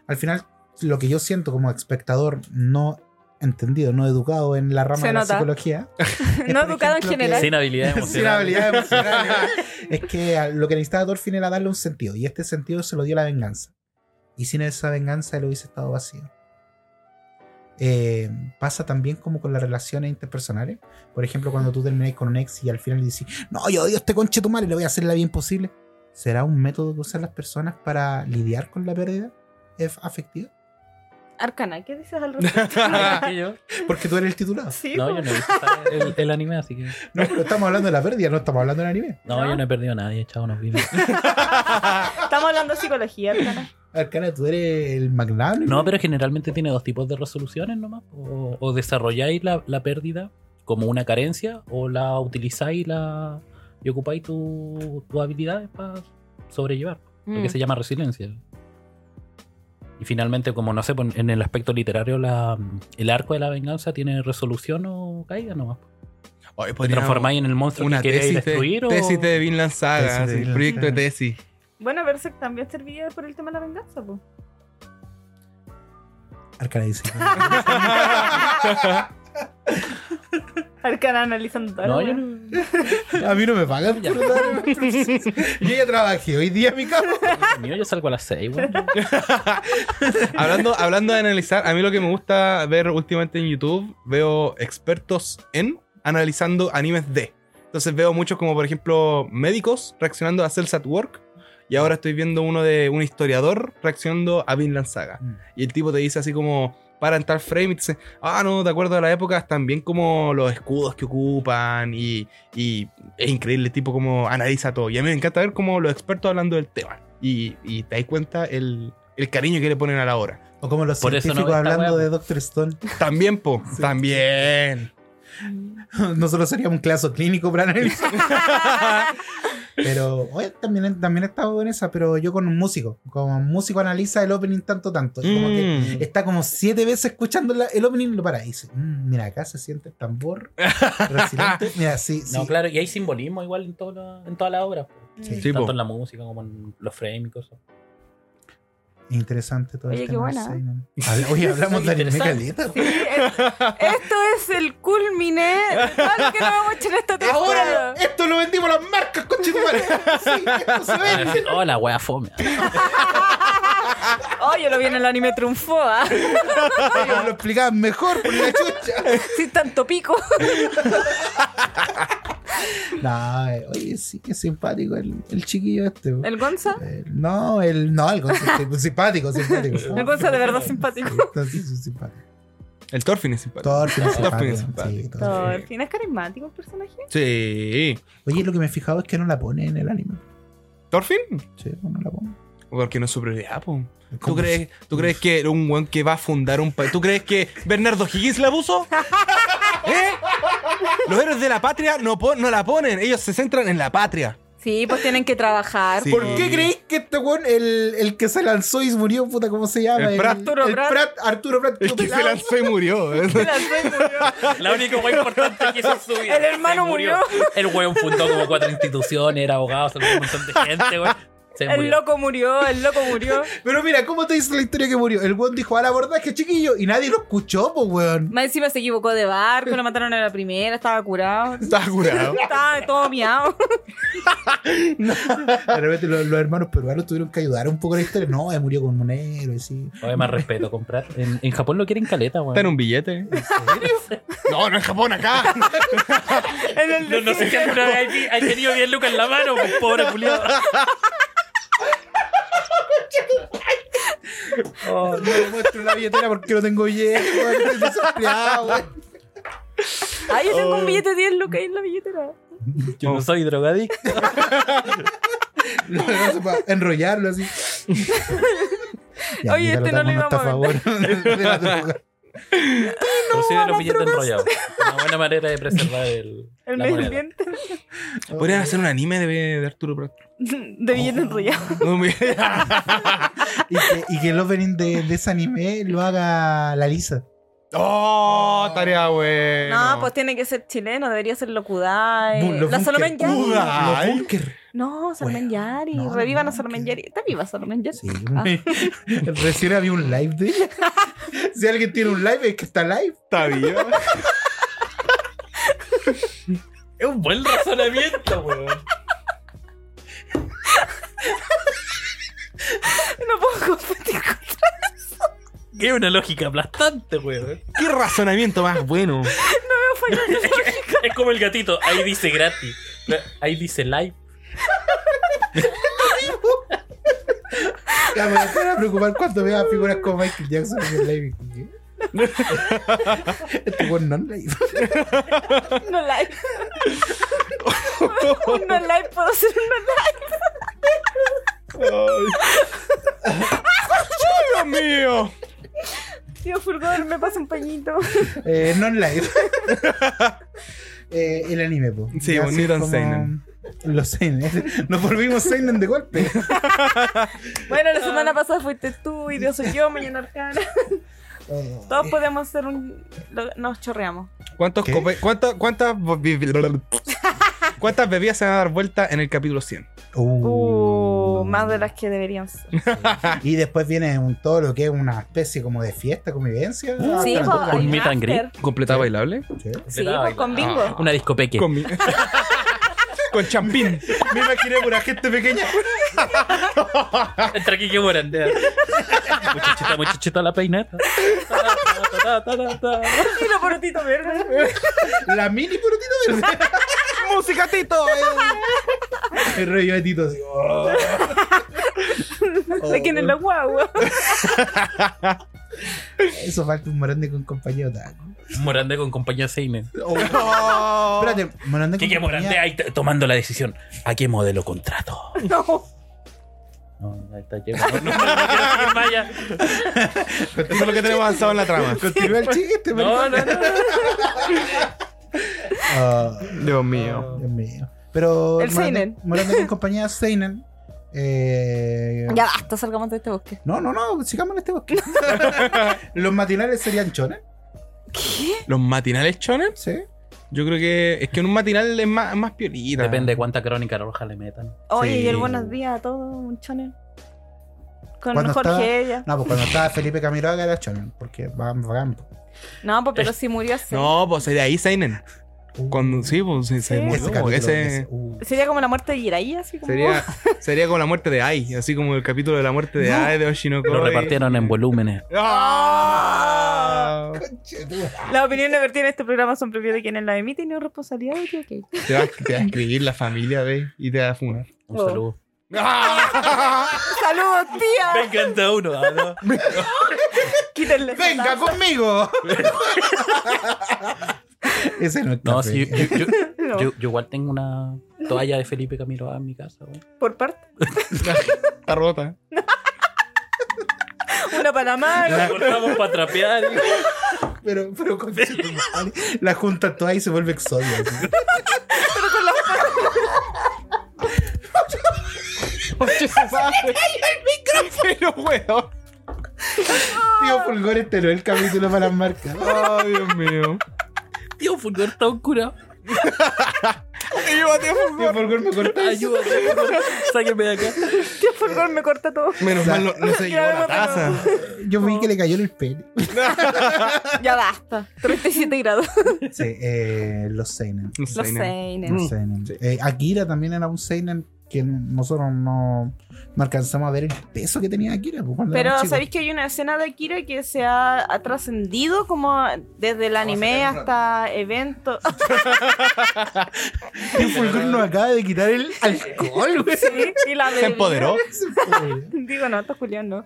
[SPEAKER 2] al final, lo que yo siento como espectador no entendido, no educado en la rama
[SPEAKER 1] Se
[SPEAKER 2] de la
[SPEAKER 1] nota.
[SPEAKER 2] psicología.
[SPEAKER 1] (laughs)
[SPEAKER 2] es,
[SPEAKER 1] No
[SPEAKER 2] por
[SPEAKER 1] educado en
[SPEAKER 2] ejemplo,
[SPEAKER 1] general.
[SPEAKER 2] que-
[SPEAKER 3] Sin habilidad
[SPEAKER 2] Sin
[SPEAKER 3] emocional.
[SPEAKER 2] habilidad emocional. (laughs) es que a- lo que necesitaba Thorfinn era darle un sentido. Y este sentido se lo dio la venganza. Y sin esa venganza él hubiese estado vacío. Eh, pasa también como con las relaciones interpersonales. Por ejemplo, cuando tú termináis con un ex y al final le decís, no, yo odio a este conche tu madre, le voy a hacer la vida imposible. ¿Será un método que usan las personas para lidiar con la pérdida eh, afectiva?
[SPEAKER 1] Arcana, ¿qué dices
[SPEAKER 2] (laughs)
[SPEAKER 1] al respecto?
[SPEAKER 3] Ah, Que yo-
[SPEAKER 2] Porque tú eres el titulado.
[SPEAKER 1] sí,
[SPEAKER 3] No,
[SPEAKER 1] pues.
[SPEAKER 3] yo no he
[SPEAKER 2] (laughs)
[SPEAKER 3] visto el, el anime, así que.
[SPEAKER 2] No, pero estamos hablando de la pérdida, no estamos hablando del anime.
[SPEAKER 3] No, yo no he perdido a nadie, chao, nos vimos.
[SPEAKER 1] Estamos hablando de psicología, Arcana.
[SPEAKER 2] Arcana, tú eres el magnánimo.
[SPEAKER 3] No, pero generalmente tiene dos tipos de resoluciones nomás. O, o desarrolláis la, la pérdida como una carencia, o la utilizáis y la, y ocupáis tu- tus habilidades para sobrellevar. Lo
[SPEAKER 1] Mm.
[SPEAKER 3] que se llama resiliencia. Y finalmente, como no sé, pues, en el aspecto literario, la, el arco de la venganza tiene resolución o caída nomás.
[SPEAKER 4] Oye,
[SPEAKER 3] Te
[SPEAKER 4] podríamos-
[SPEAKER 3] transformáis en el monstruo
[SPEAKER 4] una
[SPEAKER 3] que queréis
[SPEAKER 4] tesis de,
[SPEAKER 3] destruir o.
[SPEAKER 4] tesis de Vinland
[SPEAKER 2] Tesis de
[SPEAKER 4] Saga, así,
[SPEAKER 2] Vinland
[SPEAKER 4] proyecto de
[SPEAKER 2] Saga.
[SPEAKER 4] tesis.
[SPEAKER 1] Bueno, Berserk también servía por el tema de la venganza, pues.
[SPEAKER 2] Arcana dice.
[SPEAKER 1] Arcana analizando todo.
[SPEAKER 3] No,
[SPEAKER 1] la wea.
[SPEAKER 3] yo no-
[SPEAKER 2] A mí no me pagan por dar Yo ya trabajé hoy día en mi casa.
[SPEAKER 3] Mío, yo salgo a las 6,
[SPEAKER 4] (laughs) hablando, hablando de analizar, a mí lo que me gusta ver últimamente en YouTube, veo expertos en analizando animes de. Entonces veo muchos como por ejemplo médicos reaccionando a Cells at Work. Y ahora estoy viendo uno de un historiador reaccionando a Vinland Saga.
[SPEAKER 2] Mm.
[SPEAKER 4] Y el tipo te dice así como, para en tal frame y te dice, ah, no, de acuerdo a la época, también como los escudos que ocupan y, y es increíble el tipo como analiza todo. Y a mí me encanta ver como los expertos hablando del tema. Y, y te das cuenta el, el cariño que le ponen a la hora.
[SPEAKER 2] O como los
[SPEAKER 3] Por eso
[SPEAKER 2] científicos
[SPEAKER 3] no ve esta
[SPEAKER 2] hablando
[SPEAKER 3] wea.
[SPEAKER 2] de Doctor Stone. (laughs)
[SPEAKER 4] También, po, también.
[SPEAKER 2] Nosotros seríamos un claso clínico para analizar.
[SPEAKER 1] (laughs)
[SPEAKER 2] (laughs) Pero oye, también, también he estado en esa, pero yo con un músico. Como un músico analiza el opening tanto, tanto. Y como que
[SPEAKER 4] Mm.
[SPEAKER 2] está como siete veces escuchando la- el opening y lo para. Y dice, "Mm, mira, acá se siente el tambor. resonante". Mira,
[SPEAKER 3] (laughs)
[SPEAKER 2] sí, sí.
[SPEAKER 3] No, claro, y hay simbolismo igual en, todo la- en toda la obra. po.
[SPEAKER 1] Sí.
[SPEAKER 4] Sí,
[SPEAKER 3] Tanto
[SPEAKER 4] po.
[SPEAKER 3] en la música como en los frames y cosas.
[SPEAKER 2] Interesante todo
[SPEAKER 1] Oye,
[SPEAKER 2] el
[SPEAKER 1] qué
[SPEAKER 2] tema del
[SPEAKER 1] buena, ¿eh?
[SPEAKER 2] seinen. Habla- Oye, hablamos de anime
[SPEAKER 3] Interesante.
[SPEAKER 2] caleta.
[SPEAKER 1] Sí, es- esto es el culmine de todo lo que nos hemos hecho en esta
[SPEAKER 2] Ahora
[SPEAKER 1] temporada.
[SPEAKER 2] esto lo vendimos las marcas, conchetumare. Sí, esto se
[SPEAKER 3] (laughs)
[SPEAKER 2] vende.
[SPEAKER 3] Oh, la wea fome.
[SPEAKER 1] Oh, yo lo vi en el anime triunfó, ¿ah?
[SPEAKER 2] Ellos lo explicaban mejor por la chucha.
[SPEAKER 1] Sin tanto pico.
[SPEAKER 2] No, eh, oye, sí que es simpático el, el chiquillo este.
[SPEAKER 1] ¿El Gonza?
[SPEAKER 2] Eh, (laughs) no, el no, el concepto, pues, simpático, simpático. (laughs)
[SPEAKER 1] El Gonza de verdad simpático.
[SPEAKER 2] Entonces, sí, simpático.
[SPEAKER 4] (laughs) El Thorfinn es simpático.
[SPEAKER 2] Thorfinn es
[SPEAKER 4] Thorfinn
[SPEAKER 2] simpático.
[SPEAKER 4] es
[SPEAKER 2] sí,
[SPEAKER 4] simpático.
[SPEAKER 2] Thorfinn.
[SPEAKER 1] ¿Tienes carismático el personaje?
[SPEAKER 4] Sí.
[SPEAKER 2] Oye, lo que me he fijado es que no la pone en el anime.
[SPEAKER 4] ¿Thorfinn?
[SPEAKER 2] Sí, no la pone.
[SPEAKER 4] Porque no es su prioridad, po. ¿Tú
[SPEAKER 2] Como-
[SPEAKER 4] crees, ¿Tú crees que era un weón que va a fundar un país? ¿Tú crees que Bernardo Higgins la
[SPEAKER 2] (laughs)
[SPEAKER 4] puso? ¿Eh? Los héroes de la patria no, pon- no la ponen, ellos se centran en la patria.
[SPEAKER 1] Sí, pues tienen que trabajar.
[SPEAKER 4] Sí.
[SPEAKER 1] po.
[SPEAKER 2] ¿Por qué creéis que este weón, el, el que se lanzó y murió, puta, cómo se llama?
[SPEAKER 4] El Pratt.
[SPEAKER 1] Arturo
[SPEAKER 2] el
[SPEAKER 1] Pratt.
[SPEAKER 2] Pratt, Arturo Pratt. todo pelado.
[SPEAKER 4] y
[SPEAKER 1] (laughs)
[SPEAKER 4] murió.
[SPEAKER 2] ¿eh?
[SPEAKER 1] El Alfred murió.
[SPEAKER 3] La única wea importante que hizo en su vida.
[SPEAKER 1] El hermano
[SPEAKER 3] Se El weón fundó como cuatro instituciones, era abogado, saludó a un montón de gente, weón. Se
[SPEAKER 1] El
[SPEAKER 3] murió.
[SPEAKER 1] loco murió, el loco murió.
[SPEAKER 2] Pero mira, ¿cómo te dice la historia que murió? El weón dijo al abordaje, chiquillo, y nadie lo escuchó, pues weón.
[SPEAKER 1] Más encima se equivocó de barco, lo mataron a la primera, estaba curado.
[SPEAKER 4] Estaba curado.
[SPEAKER 1] Estaba todo miado.
[SPEAKER 2] De repente lo- los, hermanos peruanos tuvieron que ayudar un poco la historia. No, él murió con un héroe, sí.
[SPEAKER 3] Oye, más respeto, comprar. En, en Japón lo quieren caleta, weón.
[SPEAKER 4] Está en
[SPEAKER 2] (laughs)
[SPEAKER 4] un billete. No, no en Japón, acá.
[SPEAKER 1] En el
[SPEAKER 3] No, no sé, pero hay, hay tenido 10 lucas en la mano, pues, pobre culiado. Oh,
[SPEAKER 2] No le muestro la billetera porque no tengo billete, weón. Estoy desempleado, weón.
[SPEAKER 1] Ay, yo
[SPEAKER 3] Oh.
[SPEAKER 1] tengo un billete de 10 lucas ahí en la billetera.
[SPEAKER 3] Yo no soy drogadicto.
[SPEAKER 2] No, no se puede enrollarlo así.
[SPEAKER 1] Oye, este no lo
[SPEAKER 2] iba
[SPEAKER 1] íbamos a
[SPEAKER 3] Considero los billetes enrollados. Una buena manera de preservar el.
[SPEAKER 1] El
[SPEAKER 3] la
[SPEAKER 1] medio
[SPEAKER 3] moneda.
[SPEAKER 1] ambiente. (laughs)
[SPEAKER 4] Podrían hacer un anime de, de Arturo Prat.
[SPEAKER 1] De billete enrollado.
[SPEAKER 4] No, (laughs) mi-
[SPEAKER 2] (laughs) Y que, y que el opening de, de ese anime lo haga la Lisa.
[SPEAKER 4] oh, tarea buena.
[SPEAKER 1] No, pues tiene que ser chileno, debería ser Locudai.
[SPEAKER 2] Bu- los
[SPEAKER 1] Eh, la
[SPEAKER 2] Bunker.
[SPEAKER 1] Salomé Yari.
[SPEAKER 4] Kudai.
[SPEAKER 2] Los Bunker.
[SPEAKER 1] No, Salomé
[SPEAKER 2] Bueno,
[SPEAKER 1] Yari.
[SPEAKER 2] no,
[SPEAKER 1] Revivan
[SPEAKER 2] no,
[SPEAKER 1] a Salomé
[SPEAKER 2] que-
[SPEAKER 1] Yari. Está viva Salomé Yari. Ah.
[SPEAKER 2] Sí. Recién había un live de ella. Si alguien tiene un live, es que está live.
[SPEAKER 4] Está bien.
[SPEAKER 3] Es un buen razonamiento, weón.
[SPEAKER 1] (laughs) No puedo competir con
[SPEAKER 3] Es una lógica aplastante, weón.
[SPEAKER 4] Qué razonamiento más bueno.
[SPEAKER 3] Es como el gatito, ahí dice gratis. Ahí dice live.
[SPEAKER 2] Ya me voy a preocupar cuando vea figuras como Michael Jackson en el live. ¿Qué? (laughs) Este weón no es live.
[SPEAKER 1] No (laughs) live. no live, puedo ser una live.
[SPEAKER 4] Dios mío.
[SPEAKER 1] Tío Fulgor, me pasa un pañito.
[SPEAKER 2] Eh, no en live. (laughs) Eh, el anime, po.
[SPEAKER 4] Sí,
[SPEAKER 2] Ya,
[SPEAKER 4] bonito en
[SPEAKER 2] como-
[SPEAKER 4] seinen.
[SPEAKER 2] Los Seinen. (laughs) Nos volvimos Seinen
[SPEAKER 1] (laughs)
[SPEAKER 2] de golpe.
[SPEAKER 1] Bueno, la semana pasada fuiste tú y Dios soy yo, mañana Arcana.
[SPEAKER 2] Eh,
[SPEAKER 1] Todos podemos hacer un. lo- Nos chorreamos.
[SPEAKER 4] ¿Cuántos
[SPEAKER 2] ¿Qué?
[SPEAKER 4] cope- cuánta- cuántas, bo- cuántas bebidas se van a dar vuelta en el capítulo 100?
[SPEAKER 2] Oh.
[SPEAKER 1] Uh, más de las que deberían ser.
[SPEAKER 2] Ah, Y después viene un, todo lo que es una especie como de fiesta, convivencia.
[SPEAKER 1] Sí,
[SPEAKER 2] Hasta la eh.
[SPEAKER 1] pues,
[SPEAKER 2] toca.
[SPEAKER 1] hay
[SPEAKER 3] meet and
[SPEAKER 1] after.
[SPEAKER 4] ¿Completa bailable?
[SPEAKER 2] Sí.
[SPEAKER 1] Sí, pues con bingo.
[SPEAKER 3] Una discopeque.
[SPEAKER 4] Con, mi- (laughs) con champín.
[SPEAKER 2] Me imaginé pura gente pequeña.
[SPEAKER 3] Entra aquí que mueran. (laughs) Muchachita, muchachita la peineta. Ta, ta, ta, ta, ta.
[SPEAKER 1] Y lo porotito verde.
[SPEAKER 2] La mini porotito verde.
[SPEAKER 4] (laughs) ¡Música, Tito!
[SPEAKER 2] El rollo de Tito así. oh.
[SPEAKER 1] De quien es la guagua.
[SPEAKER 2] Eso falta un morande con compañía otaku.
[SPEAKER 3] Morandé con compañía Seine.
[SPEAKER 4] Oh.
[SPEAKER 2] Espérate, morande con
[SPEAKER 3] Quique
[SPEAKER 2] compañía.
[SPEAKER 3] Morandé
[SPEAKER 2] (laughs)
[SPEAKER 3] ahí t- tomando la decisión. ¿A qué modelo contrato?
[SPEAKER 1] No.
[SPEAKER 3] No, ahí está Diego. No, no, no, no quiero seguir más allá.
[SPEAKER 4] Eso es lo que tenemos avanzado en la trama.
[SPEAKER 2] Continúa el chiste,
[SPEAKER 3] No,
[SPEAKER 2] maricón.
[SPEAKER 3] no, no.
[SPEAKER 2] Ah,
[SPEAKER 4] Dios mío.
[SPEAKER 2] Dios mío. Pero.
[SPEAKER 1] El
[SPEAKER 2] morande-
[SPEAKER 1] seinen.
[SPEAKER 2] Morande con compañía Seinen. Eh,
[SPEAKER 1] Ya basta, salgamos de este bosque.
[SPEAKER 2] No, no, no, sigamos en este bosque. (laughs) Los matinales serían chones,
[SPEAKER 1] ¿Qué?
[SPEAKER 4] ¿Los matinales chones?
[SPEAKER 2] ¿sí?
[SPEAKER 4] Yo creo que es que en un matinal es más, más piolita.
[SPEAKER 3] Depende de cuánta crónica roja le metan.
[SPEAKER 1] Oye,
[SPEAKER 4] Sí.
[SPEAKER 1] y el buenos días a todos, un chonel. Con
[SPEAKER 2] Cuando
[SPEAKER 1] Jorge
[SPEAKER 2] estaba-
[SPEAKER 1] ella.
[SPEAKER 2] No, pues cuando estaba Felipe Camiroaga era chonen, porque van vagando.
[SPEAKER 1] No, pues pero si murió así.
[SPEAKER 4] No, pues sería ahí Seinen. Cuando, sí, pues sí, se
[SPEAKER 1] Sí.
[SPEAKER 4] murió,
[SPEAKER 2] Uh, Ese
[SPEAKER 4] pues,
[SPEAKER 2] capítulo.
[SPEAKER 4] ese-
[SPEAKER 2] ese- uh.
[SPEAKER 1] Sería como la muerte de Jiraiya, así como.
[SPEAKER 4] (laughs) sería, sería como la muerte de Ai, así como el capítulo de la muerte de Ai de Oshinoko.
[SPEAKER 3] Lo
[SPEAKER 4] y-
[SPEAKER 3] repartieron en volúmenes.
[SPEAKER 4] ¡Ah!
[SPEAKER 1] Las opiniones vertidas en este programa son propias de quienes las emiten y no es responsabilidad de que
[SPEAKER 4] Te va, te va a escribir la familia, ve, y te va a funar.
[SPEAKER 3] Un
[SPEAKER 1] Oh.
[SPEAKER 3] saludo.
[SPEAKER 1] (laughs) (laughs) ¡Saludos, tía!
[SPEAKER 3] encanta uno. ah, no.
[SPEAKER 1] Quítenle. esa
[SPEAKER 2] ¡Venga
[SPEAKER 1] taza.
[SPEAKER 2] conmigo! (laughs) Ese no es
[SPEAKER 3] No,
[SPEAKER 2] café.
[SPEAKER 3] sí, yo, yo-
[SPEAKER 1] (laughs) No,
[SPEAKER 3] yo- yo igual tengo una toalla de Felipe Camilo en mi casa.
[SPEAKER 1] (laughs)
[SPEAKER 3] güey.
[SPEAKER 1] Por parte.
[SPEAKER 4] Está rota.
[SPEAKER 1] Una Panamá. (laughs)
[SPEAKER 3] La cortamos para trapear. y-
[SPEAKER 2] Pero, pero con la junta toda y se vuelve exodia. así.
[SPEAKER 4] Pero, weón.
[SPEAKER 2] Tío Fulgor enteró el capítulo para las marcas.
[SPEAKER 4] Ay, Dios mío.
[SPEAKER 3] Tío, Fulgor está un curado.
[SPEAKER 4] Ayúdate, Fulgor. Fulgor me cortáis.
[SPEAKER 3] Ayúdame, sáquenme de acá.
[SPEAKER 1] Tío Fulgor me corta todo.
[SPEAKER 4] Menos mal no, no se llevó la taza.
[SPEAKER 2] Yo vi que le cayó en el pelo.
[SPEAKER 1] Ya basta. 37 grados.
[SPEAKER 2] Sí, eh, los Seinen.
[SPEAKER 4] No
[SPEAKER 1] Los
[SPEAKER 4] sé, nena.
[SPEAKER 1] seinen.
[SPEAKER 2] Los seinen.
[SPEAKER 4] Sí.
[SPEAKER 2] Eh, Akira también era un Seinen que nosotros no, no alcanzamos a ver el peso que tenía Akira. pues, cuando
[SPEAKER 1] Pero
[SPEAKER 2] éramos chicos.
[SPEAKER 1] sabéis que hay una escena de Akira que se ha, ha trascendido como desde el anime
[SPEAKER 4] sacar un
[SPEAKER 1] hasta
[SPEAKER 3] (laughs)
[SPEAKER 1] eventos.
[SPEAKER 2] Tío Fulgor nos acaba de quitar el alcohol, güey.
[SPEAKER 1] Sí, y la
[SPEAKER 4] Se
[SPEAKER 1] bebida.
[SPEAKER 4] empoderó.
[SPEAKER 1] Digo, no, está Julián, no.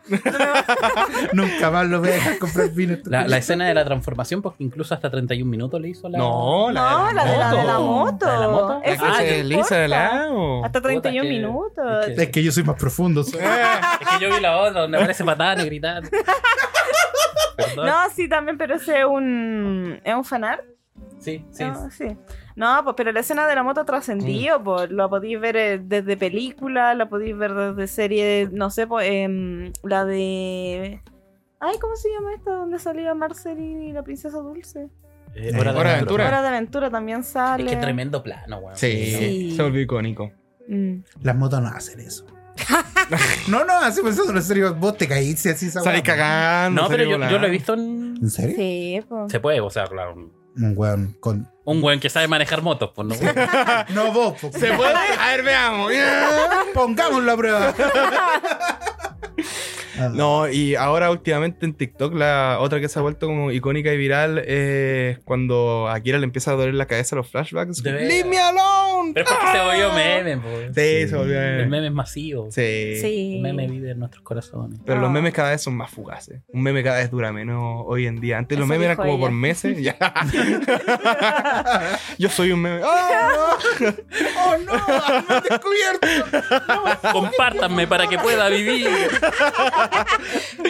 [SPEAKER 2] (laughs) Nunca más lo voy a dejar comprar vino. este
[SPEAKER 3] La,
[SPEAKER 2] culiao.
[SPEAKER 3] la escena de la transformación, porque incluso hasta 31 minutos le hizo la.
[SPEAKER 4] No,
[SPEAKER 1] No, la de la, de la moto.
[SPEAKER 3] ¿La de la moto?
[SPEAKER 1] Esa
[SPEAKER 3] Ah,
[SPEAKER 1] es
[SPEAKER 3] que
[SPEAKER 1] corta.
[SPEAKER 4] lado.
[SPEAKER 1] Hasta
[SPEAKER 3] Puta,
[SPEAKER 1] 31
[SPEAKER 3] que-
[SPEAKER 1] minutos.
[SPEAKER 3] es
[SPEAKER 2] Es que yo soy más profundo. soy-
[SPEAKER 3] Es que yo vi la otra donde aparece patana y gritando. Perdón.
[SPEAKER 1] No, sí, también, pero ese es un, es un fanart.
[SPEAKER 3] Sí, sí.
[SPEAKER 1] No, sí. No, pues, pero la escena de la moto trascendió, pues, lo podéis ver eh, desde película, la podéis ver desde serie, no sé, pues, em, la de... Ay, ¿cómo se llama esta? Donde salía Marcel y la princesa dulce.
[SPEAKER 3] Eh,
[SPEAKER 2] Hora de
[SPEAKER 4] aventura.
[SPEAKER 1] Hora de aventura también
[SPEAKER 3] Es
[SPEAKER 1] sale.
[SPEAKER 3] que tremendo plano, weón.
[SPEAKER 4] Sí,
[SPEAKER 1] Sí.
[SPEAKER 4] se volvió icónico.
[SPEAKER 1] Mm.
[SPEAKER 2] Las motos no
[SPEAKER 1] (laughs)
[SPEAKER 2] hacen eso. no, no, hacen eso. En serio, vos te caíste así. esa
[SPEAKER 4] Salí
[SPEAKER 2] weá.
[SPEAKER 4] cagando.
[SPEAKER 3] No, pero
[SPEAKER 4] salí
[SPEAKER 3] yo, yo lo he
[SPEAKER 4] volando.
[SPEAKER 3] visto en.
[SPEAKER 2] ¿En serio?
[SPEAKER 1] Sí, pues.
[SPEAKER 3] Se puede, o sea, claro. Un
[SPEAKER 2] Un weón con.
[SPEAKER 3] un weón que sabe manejar motos, pues no.
[SPEAKER 2] No, vos. po.
[SPEAKER 4] ¿Se puede? A ver, veamos. (laughs)
[SPEAKER 2] Pongámoslo
[SPEAKER 1] (laughs)
[SPEAKER 2] a prueba. Ah,
[SPEAKER 4] No, y ahora últimamente en TikTok la otra que se ha vuelto como icónica y viral es cuando a Kira le empieza a doler la cabeza los flashbacks.
[SPEAKER 3] De veras.
[SPEAKER 4] ¡Leave me alone!
[SPEAKER 3] Pero es porque se volvió
[SPEAKER 1] Ah.
[SPEAKER 3] meme, pues.
[SPEAKER 4] Sí, se volvió
[SPEAKER 3] El
[SPEAKER 4] meme.
[SPEAKER 3] meme es masivo.
[SPEAKER 4] Sí.
[SPEAKER 1] Sí.
[SPEAKER 3] El meme vive en nuestros
[SPEAKER 4] (laughs)
[SPEAKER 3] corazones.
[SPEAKER 4] Pero los
[SPEAKER 1] Ah.
[SPEAKER 4] memes cada vez son más fugaces. Un meme cada vez dura menos hoy en día. Antes los
[SPEAKER 1] Eso
[SPEAKER 4] memes eran
[SPEAKER 1] dijo
[SPEAKER 4] como por
[SPEAKER 1] ella.
[SPEAKER 4] meses.
[SPEAKER 1] (laughs)
[SPEAKER 4] ya. (laughs) Yo soy un meme. ¡Ah, no!
[SPEAKER 2] ¡Oh, no! ¡Me han descubierto!
[SPEAKER 3] (laughs) Compártanme para que pueda vivir.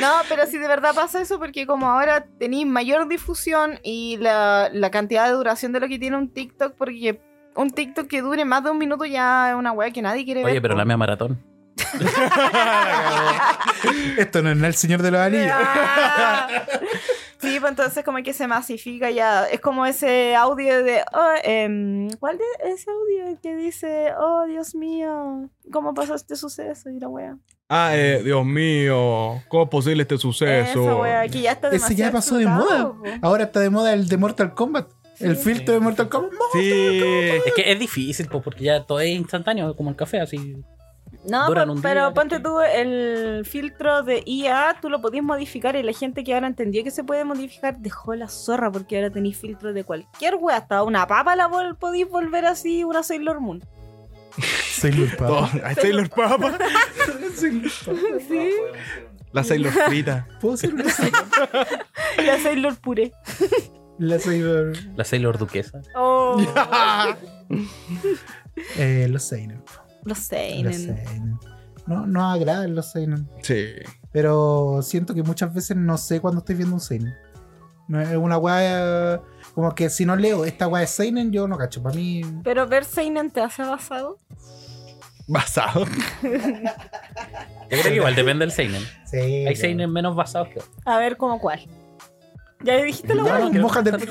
[SPEAKER 1] No, pero sí de verdad pasa eso porque como ahora tenéis mayor difusión y la, la cantidad de duración de lo que tiene un TikTok, porque un TikTok que dure más de un minuto ya es una weá que nadie quiere
[SPEAKER 3] Oye,
[SPEAKER 1] ver.
[SPEAKER 3] pero la mea maratón.
[SPEAKER 2] Esto no es el señor de los anillos.
[SPEAKER 1] Ah. Sí, pues entonces como que se masifica ya. Es como ese audio de... oh, em, ¿Cuál es ese audio que dice, oh Dios mío, cómo pasó este suceso? Y la wea.
[SPEAKER 4] Ah, eh, Dios mío. ¿Cómo es posible este suceso?
[SPEAKER 1] Eso, wea, que ya está
[SPEAKER 2] Ese ya
[SPEAKER 1] demasiado
[SPEAKER 2] pasó de
[SPEAKER 1] explotado,
[SPEAKER 2] moda.
[SPEAKER 1] po.
[SPEAKER 2] Ahora está de moda el de Mortal Kombat. El
[SPEAKER 1] Sí.
[SPEAKER 2] filtro de Mortal Kombat.
[SPEAKER 4] sí.
[SPEAKER 3] Es que es difícil, pues, porque ya todo es instantáneo, como el café, así.
[SPEAKER 1] No,
[SPEAKER 3] Duran
[SPEAKER 1] po-
[SPEAKER 3] un día,
[SPEAKER 1] pero
[SPEAKER 3] ¿cachai?
[SPEAKER 1] ponte tú el filtro de IA, tú lo podías modificar y la gente que ahora entendió que se puede modificar dejó la zorra porque ahora tenéis filtro de cualquier wea, hasta una papa la vol- podéis volver así una Sailor Moon.
[SPEAKER 2] Sailor
[SPEAKER 4] Todo-
[SPEAKER 2] Papa.
[SPEAKER 4] Ay, Sailor Papa.
[SPEAKER 2] Sailor Papa.
[SPEAKER 1] (laughs) Sí, (laughs)
[SPEAKER 4] La Sailor Frita.
[SPEAKER 2] ¿Puedo ser una Sailor?
[SPEAKER 1] la Sailor Pure.
[SPEAKER 2] La Sailor.
[SPEAKER 3] La Sailor Duquesa.
[SPEAKER 1] Oh,
[SPEAKER 2] Eh, los Seinen.
[SPEAKER 1] (laughs) los
[SPEAKER 2] Los
[SPEAKER 1] Seinen.
[SPEAKER 2] Seinen. No, no agradan los Seinen.
[SPEAKER 4] Sí.
[SPEAKER 2] Pero siento que muchas veces no sé cuando estoy viendo un Seinen. No, Es una weá. eh, Como que si no leo esta weá de Seinen, yo no cacho. Para mí.
[SPEAKER 1] Pero ver Seinen te hace basado.
[SPEAKER 4] Basado.
[SPEAKER 3] Yo creo que igual depende del Seinen.
[SPEAKER 2] Sí,
[SPEAKER 3] Hay
[SPEAKER 2] pero-
[SPEAKER 3] Seinen menos basados
[SPEAKER 1] (laughs)
[SPEAKER 3] que otros.
[SPEAKER 1] A ver, ¿cómo cuál? Ya dijiste la
[SPEAKER 2] Ya,
[SPEAKER 1] wea.
[SPEAKER 2] mójate el-
[SPEAKER 1] Si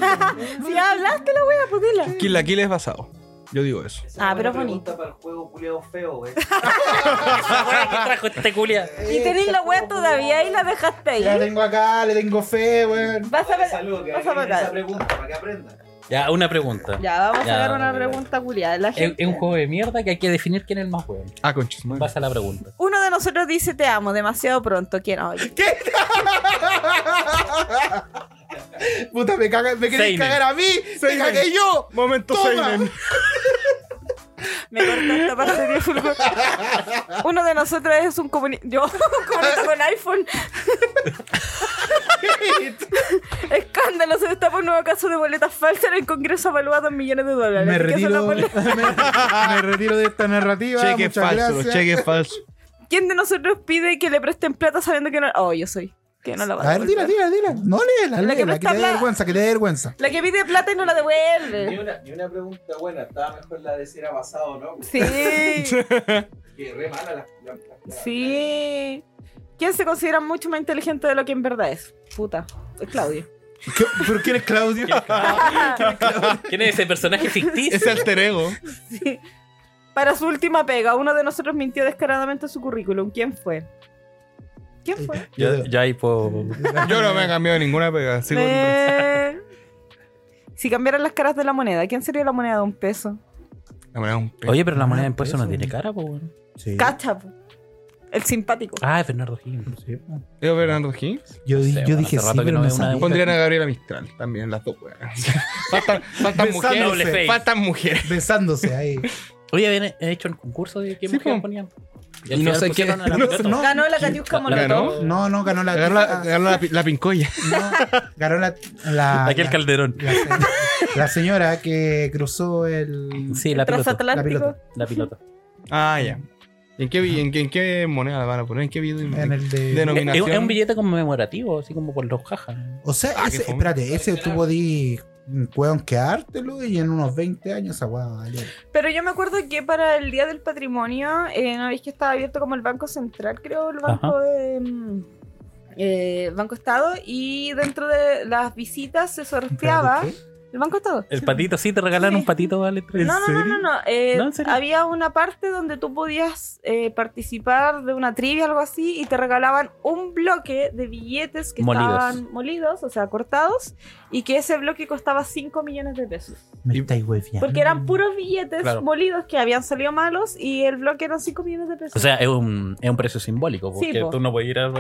[SPEAKER 1] hablaste la wea, putila.
[SPEAKER 4] Kill (laughs) la Kill es basado. Yo digo eso.
[SPEAKER 1] Ah, pero bonito.
[SPEAKER 7] bonito. para el juego culiado feo, güey.
[SPEAKER 3] Esa weá que trajo este culia.
[SPEAKER 1] Y tenéis la wea todavía y la dejaste
[SPEAKER 2] La
[SPEAKER 1] ahí.
[SPEAKER 2] tengo acá, le tengo fe, weón.
[SPEAKER 1] Vas a ver.
[SPEAKER 7] Saludos, que
[SPEAKER 1] vas a
[SPEAKER 7] adivinen
[SPEAKER 1] matar.
[SPEAKER 7] esa pregunta para que aprendan.
[SPEAKER 3] Ya, una pregunta.
[SPEAKER 1] Ya, vamos
[SPEAKER 3] Ya,
[SPEAKER 1] a dar una
[SPEAKER 3] vamos a ver.
[SPEAKER 1] pregunta culiada. La
[SPEAKER 3] Es,
[SPEAKER 1] gente-
[SPEAKER 3] es un juego de mierda que hay que definir quién es el más weón.
[SPEAKER 4] Ah, conchas. madre.
[SPEAKER 3] Pasa la pregunta.
[SPEAKER 1] Uno de nosotros dice te amo demasiado pronto. ¿Quién? Oye.
[SPEAKER 2] Puta, me, caga, me querés
[SPEAKER 3] Seinen.
[SPEAKER 2] cagar a mí, me
[SPEAKER 4] Seinen.
[SPEAKER 2] cagué yo.
[SPEAKER 4] Momento
[SPEAKER 2] Toma.
[SPEAKER 4] Seinen.
[SPEAKER 1] Me cortó esta parte de fulgor.
[SPEAKER 3] (laughs)
[SPEAKER 1] Uno de nosotros es un comunista. Yo, (laughs) un comunista con iPhone. Escándalo, se destapó un nuevo caso de boletas falsas en el Congreso evaluado en millones de dólares.
[SPEAKER 2] Me
[SPEAKER 1] ¿Qué son las
[SPEAKER 2] retiro, me,
[SPEAKER 1] boletas? (laughs)
[SPEAKER 2] me retiro de esta narrativa.
[SPEAKER 4] Cheque
[SPEAKER 2] muchas
[SPEAKER 4] falso,
[SPEAKER 2] gracias.
[SPEAKER 4] cheque falso.
[SPEAKER 1] ¿Quién de nosotros pide que le presten plata sabiendo que no? Oh, yo soy. Que no la va
[SPEAKER 2] A ver, dila, dila, dila. No
[SPEAKER 1] La
[SPEAKER 2] léela,
[SPEAKER 1] que
[SPEAKER 2] léela,
[SPEAKER 1] no
[SPEAKER 2] que,
[SPEAKER 1] está
[SPEAKER 2] te dé
[SPEAKER 1] hablada.
[SPEAKER 2] vergüenza, que te dé vergüenza.
[SPEAKER 1] La que pide plata y no la
[SPEAKER 7] Ni
[SPEAKER 1] devuelve.
[SPEAKER 7] una, ni una pregunta buena, estaba mejor la de si era basado o no. güey.
[SPEAKER 1] Sí.
[SPEAKER 7] Que re mala la. la- la- la-
[SPEAKER 1] Sí. ¿Quién se considera mucho más inteligente de lo que en verdad es? Puta, es Claudio.
[SPEAKER 2] ¿Qué- (laughs) ¿Pero quién es Claudio?
[SPEAKER 8] ¿Quién es ese personaje ficticio?
[SPEAKER 4] (laughs) Ese alter ego.
[SPEAKER 1] Sí. Para su última pega, uno de nosotros mintió descaradamente su currículum. ¿Quién fue? ¿Quién fue?
[SPEAKER 3] (laughs) Yo, yo ahí puedo.
[SPEAKER 4] Yo no me he cambiado ninguna pega. sigo en-
[SPEAKER 1] Eh, Si cambiaran las caras de la moneda, ¿quién sería la moneda de un peso?
[SPEAKER 4] La moneda es un pe-
[SPEAKER 3] Oye, pero la moneda de
[SPEAKER 2] Ah,
[SPEAKER 3] impuesto no
[SPEAKER 2] eso.
[SPEAKER 3] tiene cara, po. weón.
[SPEAKER 2] Sí.
[SPEAKER 1] Cacha, po. el simpático.
[SPEAKER 3] Ah, es Bernardo Higgins.
[SPEAKER 2] Sí, po.
[SPEAKER 4] ¿Yo Fernando Higgins?
[SPEAKER 2] Yo,
[SPEAKER 3] No
[SPEAKER 2] di-
[SPEAKER 3] sé,
[SPEAKER 2] yo
[SPEAKER 3] bueno,
[SPEAKER 2] dije sí,
[SPEAKER 3] hace rato que
[SPEAKER 2] pero
[SPEAKER 3] no
[SPEAKER 2] no
[SPEAKER 3] veo una
[SPEAKER 2] sabía.
[SPEAKER 4] Pondrían a Gabriela Mistral también, las dos, weón. (laughs) Faltan, faltan mujeres.
[SPEAKER 8] Doble face.
[SPEAKER 4] Faltan mujeres.
[SPEAKER 2] Besándose ahí.
[SPEAKER 3] Oye, habían hecho un concurso de qué
[SPEAKER 4] Sí,
[SPEAKER 3] mujer
[SPEAKER 4] po.
[SPEAKER 3] ponían.
[SPEAKER 4] Y no sé qué-
[SPEAKER 3] (laughs)
[SPEAKER 2] no
[SPEAKER 3] sé,
[SPEAKER 2] sé, no.
[SPEAKER 1] Ganó la Catiusca
[SPEAKER 3] La-
[SPEAKER 1] Molotov.
[SPEAKER 4] ganó.
[SPEAKER 2] No, no, ganó la.
[SPEAKER 4] Agarra la, agarra la, pi- la pincoya.
[SPEAKER 2] no, ganó la. la
[SPEAKER 3] (laughs) Aquel
[SPEAKER 2] la-
[SPEAKER 3] calderón.
[SPEAKER 2] la, se- la señora que cruzó el.
[SPEAKER 3] Sí,
[SPEAKER 2] La
[SPEAKER 3] la pilota.
[SPEAKER 1] Transatlántico.
[SPEAKER 2] pilota.
[SPEAKER 3] La (laughs) pilota.
[SPEAKER 4] Ah, ya. ¿En qué, vi- en, qué, en qué moneda la van a poner? ¿En qué vi-
[SPEAKER 2] En el de.
[SPEAKER 3] Es,
[SPEAKER 4] denominación?
[SPEAKER 3] es un billete conmemorativo, así como por los jajas.
[SPEAKER 2] O sea,
[SPEAKER 4] Ah, qué
[SPEAKER 2] ese,
[SPEAKER 4] fome.
[SPEAKER 2] espérate, ese tú podías, weón, quedártelo y en unos 20 años esa weá va a valer.
[SPEAKER 1] Pero yo me acuerdo que para el Día del Patrimonio, eh, no veis que estaba abierto como el Banco Central, creo, el Banco de... mm, eh, Banco Estado y dentro de las visitas se sorteaba
[SPEAKER 2] Espérate,
[SPEAKER 1] el Banco Estado.
[SPEAKER 3] El patito, sí, te regalaron
[SPEAKER 1] Sí.
[SPEAKER 3] un patito, vale. tres.
[SPEAKER 1] No, no, no, no, no. eh,
[SPEAKER 3] No, ¿en serio?
[SPEAKER 1] había una parte donde tú podías eh, participar de una trivia o algo así y te regalaban un bloque de billetes que
[SPEAKER 3] Molidos.
[SPEAKER 1] estaban molidos, o sea, cortados, y que ese bloque costaba 5 millones de pesos.
[SPEAKER 2] ¿qué? Me estáis hueviando.
[SPEAKER 1] Porque eran puros billetes
[SPEAKER 3] Mm, Claro.
[SPEAKER 1] molidos que habían salido malos y el bloque eran 5 millones de pesos.
[SPEAKER 3] O sea, es un, es un precio simbólico, porque
[SPEAKER 1] Sí, po.
[SPEAKER 3] tú no puedes ir a.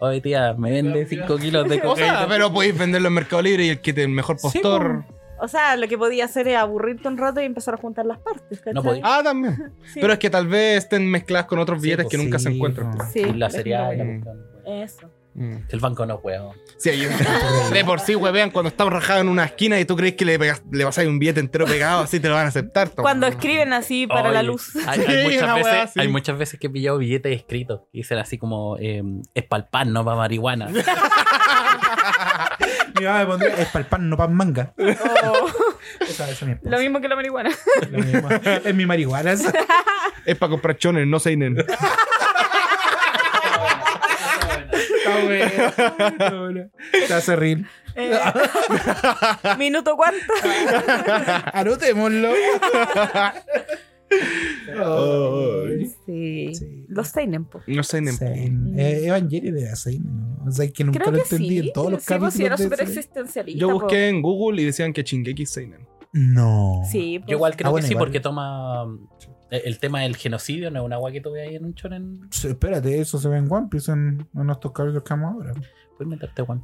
[SPEAKER 3] Oye, tía, me vende 5 kilos de
[SPEAKER 4] (laughs) O
[SPEAKER 3] cocaína.
[SPEAKER 4] sea, pero podéis venderlo en Mercado Libre y el que te, el mejor
[SPEAKER 3] Sí,
[SPEAKER 4] postor.
[SPEAKER 1] O sea, lo que podía hacer era aburrirte un rato y empezar a juntar las partes. ¿cachai?
[SPEAKER 3] No podía.
[SPEAKER 4] ah, también.
[SPEAKER 1] Sí.
[SPEAKER 4] Pero es que tal vez estén mezcladas con otros
[SPEAKER 3] Sí,
[SPEAKER 4] billetes
[SPEAKER 3] pues,
[SPEAKER 4] que nunca se
[SPEAKER 2] Sí,
[SPEAKER 4] encuentran.
[SPEAKER 2] no.
[SPEAKER 1] Sí,
[SPEAKER 3] y la
[SPEAKER 1] es
[SPEAKER 3] cereal, la
[SPEAKER 1] como-
[SPEAKER 4] Mm.
[SPEAKER 3] cuestión, weón.
[SPEAKER 1] Eso.
[SPEAKER 4] Mm.
[SPEAKER 3] El banco no, weón.
[SPEAKER 4] Sí, hay
[SPEAKER 2] (laughs)
[SPEAKER 4] un- de por sí, huevean, cuando estamos rajados en una esquina y tú crees que le, pegas, le vas a ir un billete entero pegado, así te lo van a aceptar. toma.
[SPEAKER 1] Cuando escriben así para la
[SPEAKER 3] Oye, (laughs)
[SPEAKER 1] luz. (laughs)
[SPEAKER 3] Hay,
[SPEAKER 4] Sí,
[SPEAKER 3] hay
[SPEAKER 4] una
[SPEAKER 3] muchas
[SPEAKER 4] weá
[SPEAKER 3] veces,
[SPEAKER 4] así.
[SPEAKER 3] hay muchas veces que he pillado billetes escritos que dicen así como eh, es pa'l pan, no para
[SPEAKER 4] (laughs)
[SPEAKER 3] marihuana.
[SPEAKER 2] Mi mamá me pondría, es pa'l pan, no pan manga.
[SPEAKER 1] O-
[SPEAKER 2] Esa, esa es mi esposa.
[SPEAKER 1] lo mismo que la
[SPEAKER 3] (laughs)
[SPEAKER 1] marihuana.
[SPEAKER 2] Lo mismo. Es mi marihuana. esa.
[SPEAKER 4] Es para comprar chones, no seinen.
[SPEAKER 2] Está buena, está buena. Te hace reír.
[SPEAKER 1] Eh, Minuto cuánto.
[SPEAKER 2] Anotémoslo.
[SPEAKER 1] Sí.
[SPEAKER 2] Sí.
[SPEAKER 1] Los seinen, po.
[SPEAKER 4] No seinen.
[SPEAKER 2] Sein. Eh, Evangelion era Sein. ¿no? O sea, que nunca
[SPEAKER 1] Creo
[SPEAKER 2] lo
[SPEAKER 1] que
[SPEAKER 2] entendí
[SPEAKER 1] sí.
[SPEAKER 2] en todos los
[SPEAKER 1] sí, pues, sí, era
[SPEAKER 2] capítulos. de
[SPEAKER 1] súper
[SPEAKER 2] Sein.
[SPEAKER 1] existencialista.
[SPEAKER 4] Yo
[SPEAKER 1] po.
[SPEAKER 4] busqué en Google y decían que Chingeki es seinen.
[SPEAKER 2] No.
[SPEAKER 1] Sí, pues.
[SPEAKER 3] Yo igual creo
[SPEAKER 2] Ah, bueno,
[SPEAKER 3] que sí,
[SPEAKER 2] igual.
[SPEAKER 3] porque toma um, el el tema del genocidio, no es una agua que tuve ahí en un chonen.
[SPEAKER 2] Sí, Espérate, eso se ve en One Piece en, en estos capítulos que vamos ahora.
[SPEAKER 3] Puedes meterte
[SPEAKER 4] (laughs)
[SPEAKER 3] Juan.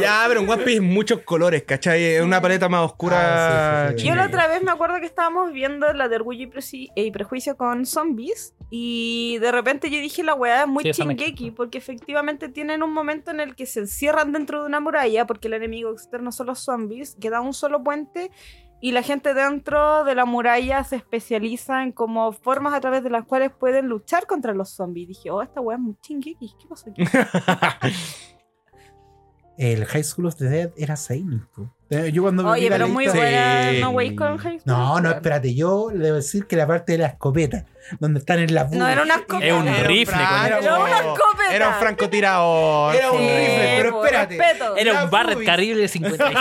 [SPEAKER 4] ya, pero en One Piece hay muchos colores, ¿cachai? Es una paleta más oscura.
[SPEAKER 2] Ah, sí, sí, sí.
[SPEAKER 1] Yo la
[SPEAKER 4] (laughs)
[SPEAKER 1] otra vez me acuerdo que estábamos viendo la de Orgullo y, Preci- eh, y Prejuicio con zombies y de repente yo dije la weá es muy
[SPEAKER 3] Sí, esa me-
[SPEAKER 1] chingeki porque efectivamente tienen un momento en el que se encierran dentro de una muralla porque el enemigo externo son los zombies, queda un solo puente y la gente dentro de la muralla se especializa en como formas a través de las cuales pueden luchar contra los zombies. Dije, oh, esta weá es muy chingeki, ¿qué pasó aquí?
[SPEAKER 2] El High School of the Dead era Seinen. po. Eh, Yo cuando me vi
[SPEAKER 1] Oye,
[SPEAKER 2] la
[SPEAKER 1] pero muy
[SPEAKER 2] lista-
[SPEAKER 4] Sí.
[SPEAKER 1] buena No Way con High School.
[SPEAKER 2] No, no, espérate. Yo le debo decir que la parte de la escopeta, donde están en la
[SPEAKER 1] No, era una escopeta.
[SPEAKER 3] Es un
[SPEAKER 1] Era un
[SPEAKER 3] rifle, con-
[SPEAKER 4] franco-
[SPEAKER 1] Era una escopeta.
[SPEAKER 4] Era un francotirador.
[SPEAKER 2] Era un
[SPEAKER 1] Sí,
[SPEAKER 2] rifle, pero
[SPEAKER 1] po,
[SPEAKER 2] espérate.
[SPEAKER 1] respeto.
[SPEAKER 3] Era
[SPEAKER 2] Las
[SPEAKER 3] un Barrett
[SPEAKER 4] pues.
[SPEAKER 2] boobies.
[SPEAKER 3] Caribe de
[SPEAKER 4] (laughs)
[SPEAKER 3] 55.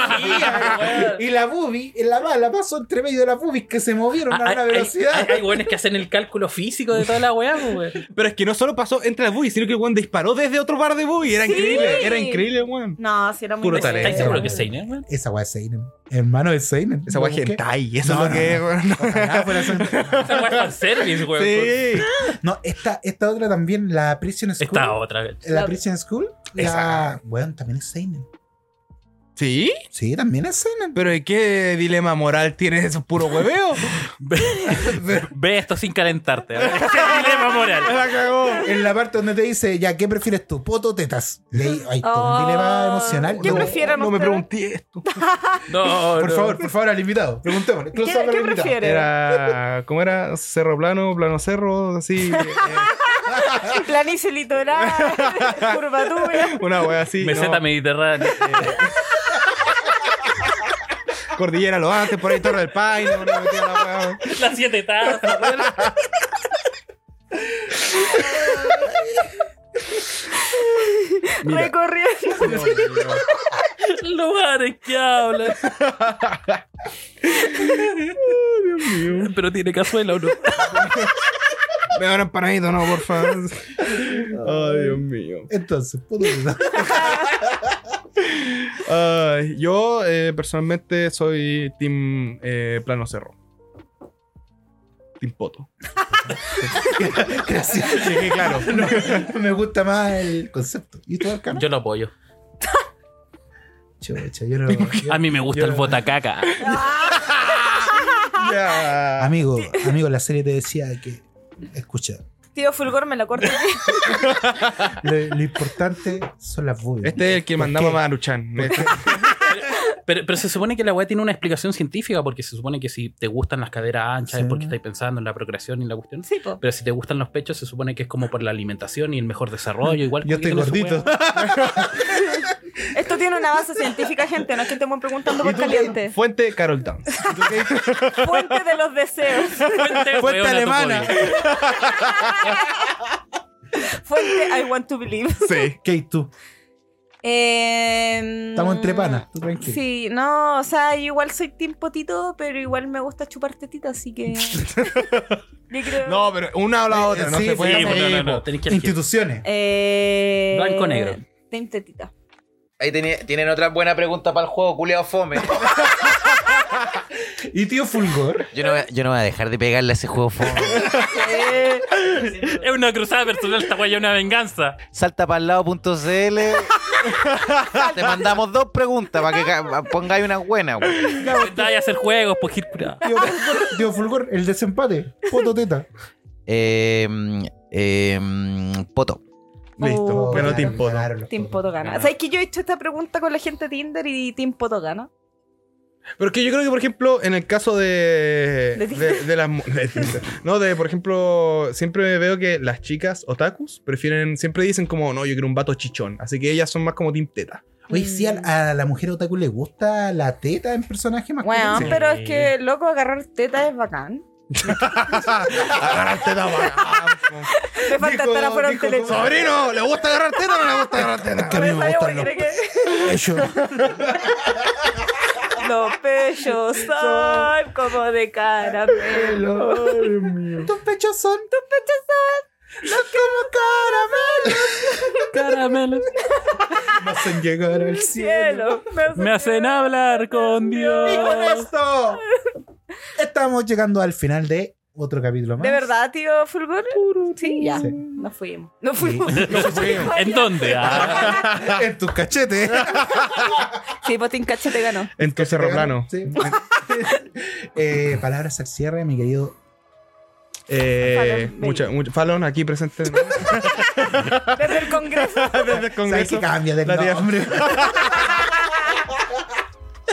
[SPEAKER 2] Y la boobie, en la bala pasó entre medio de las boobies que se movieron
[SPEAKER 3] Ah,
[SPEAKER 2] a una velocidad.
[SPEAKER 3] Hay, hay weones que hacen el cálculo físico de toda la weá, pues, weón.
[SPEAKER 4] Pero es que no solo pasó entre las boobies, sino que el weón disparó desde otro par de boobies. Era
[SPEAKER 1] Sí.
[SPEAKER 4] increíble, era increíble, weón.
[SPEAKER 1] No, sí, era muy
[SPEAKER 4] Puro
[SPEAKER 1] bueno.
[SPEAKER 4] talento.
[SPEAKER 3] ¿Estáis
[SPEAKER 2] Eh,
[SPEAKER 3] seguros que es Seinen, weón?
[SPEAKER 2] Esa weá es Seinen. Hermano de Seinen.
[SPEAKER 4] Esa weá
[SPEAKER 2] Lo
[SPEAKER 4] es
[SPEAKER 2] busqué.
[SPEAKER 4] hentai, eso
[SPEAKER 2] No,
[SPEAKER 4] es lo
[SPEAKER 2] no,
[SPEAKER 4] que es,
[SPEAKER 2] no.
[SPEAKER 4] weón.
[SPEAKER 2] (laughs) Ojalá fuera Seinen.
[SPEAKER 3] Esa weá es fanservice, weón.
[SPEAKER 4] Sí.
[SPEAKER 2] No, esta, esta otra también, la Prison School.
[SPEAKER 3] Esta otra
[SPEAKER 4] (laughs)
[SPEAKER 3] vez.
[SPEAKER 2] La Prison School. La,
[SPEAKER 4] Esa.
[SPEAKER 2] bueno, también es Seinen.
[SPEAKER 4] ¿Sí?
[SPEAKER 2] Sí, también es Seinen.
[SPEAKER 4] Pero ¿y qué dilema moral tiene esos puro hueveo?
[SPEAKER 1] (laughs)
[SPEAKER 3] Ve esto sin calentarte. a ver. Qué dilema moral.
[SPEAKER 4] la cagó.
[SPEAKER 2] En la parte donde te dice, ya, ¿qué prefieres tú? ¿Poto o tetas? Y ahí hay todo
[SPEAKER 1] Oh.
[SPEAKER 2] un dilema emocional.
[SPEAKER 1] ¿Qué
[SPEAKER 2] No,
[SPEAKER 1] prefieren
[SPEAKER 4] No me
[SPEAKER 1] ustedes?
[SPEAKER 4] pregunté esto.
[SPEAKER 3] No,
[SPEAKER 2] Por
[SPEAKER 3] no.
[SPEAKER 2] favor, por favor, al invitado. Preguntémosle.
[SPEAKER 1] ¿Qué,
[SPEAKER 2] Close up al
[SPEAKER 1] qué
[SPEAKER 2] invitado.
[SPEAKER 1] prefieres?
[SPEAKER 4] Era. ¿Cómo era? Cerro plano, plano cerro,
[SPEAKER 1] (laughs)
[SPEAKER 4] así. eh,
[SPEAKER 1] Planicie
[SPEAKER 2] (laughs)
[SPEAKER 1] litoral, curvatura.
[SPEAKER 4] una wea así.
[SPEAKER 3] Meseta
[SPEAKER 4] ¿no? (laughs)
[SPEAKER 3] mediterránea.
[SPEAKER 4] Cordillera lo antes, por ahí Torre del Paine, una metida a la wea.
[SPEAKER 3] (laughs) Las siete tazas, weón.
[SPEAKER 4] Mira.
[SPEAKER 1] recorriendo
[SPEAKER 4] Dios mío.
[SPEAKER 3] Lugares que
[SPEAKER 4] (laughs)
[SPEAKER 3] hablan. Pero tiene cazuela o no.
[SPEAKER 4] Me dan empanadito, no, por favor. Ay, Dios mío.
[SPEAKER 2] Entonces, puto,
[SPEAKER 4] Ay, yo eh, personalmente soy Team eh, Plano Cerro. Team Poto.
[SPEAKER 2] gracias.
[SPEAKER 4] Sí, que
[SPEAKER 2] (laughs)
[SPEAKER 4] claro.
[SPEAKER 2] Me gusta más el concepto. ¿Y tú, Arcana?
[SPEAKER 3] Yo lo apoyo.
[SPEAKER 2] Chucha, yo
[SPEAKER 3] (laughs)
[SPEAKER 2] no. yo-
[SPEAKER 3] A mí me gusta el botacaca.
[SPEAKER 4] Ya.
[SPEAKER 2] Amigo, amigo, la serie te decía que. Escucha,
[SPEAKER 1] Tío Fulgor me lo corta.
[SPEAKER 2] lo, lo importante son las boobies.
[SPEAKER 4] Este es el que
[SPEAKER 2] ¿Por
[SPEAKER 4] mandamos
[SPEAKER 2] qué?
[SPEAKER 4] a Maruchan. Este-
[SPEAKER 3] Pero, pero se supone que la weá tiene una explicación científica, porque se supone que si te gustan las caderas anchas
[SPEAKER 2] Sí.
[SPEAKER 3] es porque estáis pensando en la procreación y la cuestión.
[SPEAKER 1] Sí, po.
[SPEAKER 3] Pero si te gustan los pechos, se supone que es como por la alimentación y el mejor (laughs) desarrollo. Igual
[SPEAKER 2] Yo
[SPEAKER 3] como
[SPEAKER 2] estoy
[SPEAKER 3] que tiene
[SPEAKER 2] gordito.
[SPEAKER 3] su weá.
[SPEAKER 1] Esto tiene una base científica, gente. No es que estemos preguntando por caliente.
[SPEAKER 4] Fuente Carol Dance.
[SPEAKER 1] Fuente de los deseos.
[SPEAKER 3] Fuente, weona,
[SPEAKER 4] alemana.
[SPEAKER 3] tu hobby.
[SPEAKER 1] Fuente I want to believe.
[SPEAKER 4] Sí.
[SPEAKER 2] Kate, tú.
[SPEAKER 1] Em,
[SPEAKER 2] Estamos entre panas, tú tranquilo.
[SPEAKER 1] Sí, no, o sea, yo igual soy team potito, pero igual me gusta chupar tetita, así
[SPEAKER 2] (laughs)
[SPEAKER 1] que. yo creo.
[SPEAKER 4] No, pero una o la otra. No
[SPEAKER 2] Sí,
[SPEAKER 4] se puede.
[SPEAKER 2] sí,
[SPEAKER 3] Sí,
[SPEAKER 4] hacer.
[SPEAKER 3] pues, no, no, no, tenés que elegir.
[SPEAKER 2] Instituciones.
[SPEAKER 1] Eh,
[SPEAKER 3] Blanco o negro.
[SPEAKER 1] Team
[SPEAKER 2] (laughs)
[SPEAKER 1] tetita.
[SPEAKER 5] Ahí teni- tienen otra buena pregunta para el juego, culeado fome.
[SPEAKER 2] ¿Y tío Fulgor?
[SPEAKER 5] Yo no, voy a- yo no voy a dejar de pegarle a ese juego fome.
[SPEAKER 1] Eh,
[SPEAKER 3] Es una cruzada personal, esta weá es una venganza.
[SPEAKER 5] Salta para el lado.cl. Te mandamos dos preguntas para que ca- pongáis una buena. güey.
[SPEAKER 3] (laughs) Dai a hacer juegos, pues gir curado.
[SPEAKER 1] Ah.
[SPEAKER 2] Tío Fulgor, tío Fulgor, el desempate. Foto teta.
[SPEAKER 5] Eh, eh, poto.
[SPEAKER 4] Listo.
[SPEAKER 1] Oh,
[SPEAKER 4] Bueno,
[SPEAKER 2] Ganaron,
[SPEAKER 4] Team Poto.
[SPEAKER 2] ganaron los
[SPEAKER 1] team
[SPEAKER 2] Poto.
[SPEAKER 1] poto gana. O sea, es que yo he hecho esta pregunta con la gente de Tinder y team poto gana.
[SPEAKER 4] Pero es que yo creo que, por ejemplo, en el caso de.
[SPEAKER 1] De
[SPEAKER 4] De,
[SPEAKER 1] Tinder.
[SPEAKER 4] de las. mu- (laughs) de Tinder. no, de, por ejemplo, siempre veo que las chicas otakus prefieren. Siempre dicen como, no, yo quiero un vato chichón. Así que ellas son más como team teta.
[SPEAKER 2] Oye, sí, a, a la mujer otaku le gusta la teta en personaje masculino.
[SPEAKER 1] Bueno,
[SPEAKER 2] Ah, Sí.
[SPEAKER 1] pero es que, loco, agarrar teta es bacán.
[SPEAKER 4] agarrar teta, bacán,
[SPEAKER 1] Me falta
[SPEAKER 4] Dijo-
[SPEAKER 1] estar afuera del
[SPEAKER 4] dijo
[SPEAKER 1] tele.
[SPEAKER 4] como, Sobrino, ¿le gusta agarrar teta o no le gusta agarrar teta?
[SPEAKER 2] Es que a mí me gustan los
[SPEAKER 1] Creo que-
[SPEAKER 2] pechos.
[SPEAKER 1] Los
[SPEAKER 2] (laughs)
[SPEAKER 1] pechos son como de caramelo.
[SPEAKER 2] (laughs) Tus pechos son. Tus pechos son. Los como
[SPEAKER 3] Caramelo.
[SPEAKER 2] caramelo. Me hacen llegar al cielo.
[SPEAKER 1] Cielo,
[SPEAKER 3] Me hacen hablar con
[SPEAKER 2] Y con (laughs)
[SPEAKER 3] Dios.
[SPEAKER 2] esto. Estamos llegando al final de otro capítulo más.
[SPEAKER 1] ¿De verdad, tío Fulgor? Sí, ya.
[SPEAKER 2] Sí.
[SPEAKER 1] Nos fuimos. Nos fuimos.
[SPEAKER 3] ¿En dónde? Ah,
[SPEAKER 2] (laughs) En tus cachetes.
[SPEAKER 1] Sí, Botín Cachete ganó.
[SPEAKER 4] En tu cerro plano.
[SPEAKER 2] Sí. (laughs) Eh, palabras al cierre, mi querido.
[SPEAKER 4] Eh,
[SPEAKER 1] Fallon,
[SPEAKER 4] mucha, mucha- Fallon aquí presente.
[SPEAKER 2] (laughs)
[SPEAKER 1] Desde el Congreso.
[SPEAKER 4] Desde el
[SPEAKER 2] ¿Sabes
[SPEAKER 4] Congreso.
[SPEAKER 2] que cambia de
[SPEAKER 4] La tía- (laughs)
[SPEAKER 2] nombre?
[SPEAKER 1] (laughs)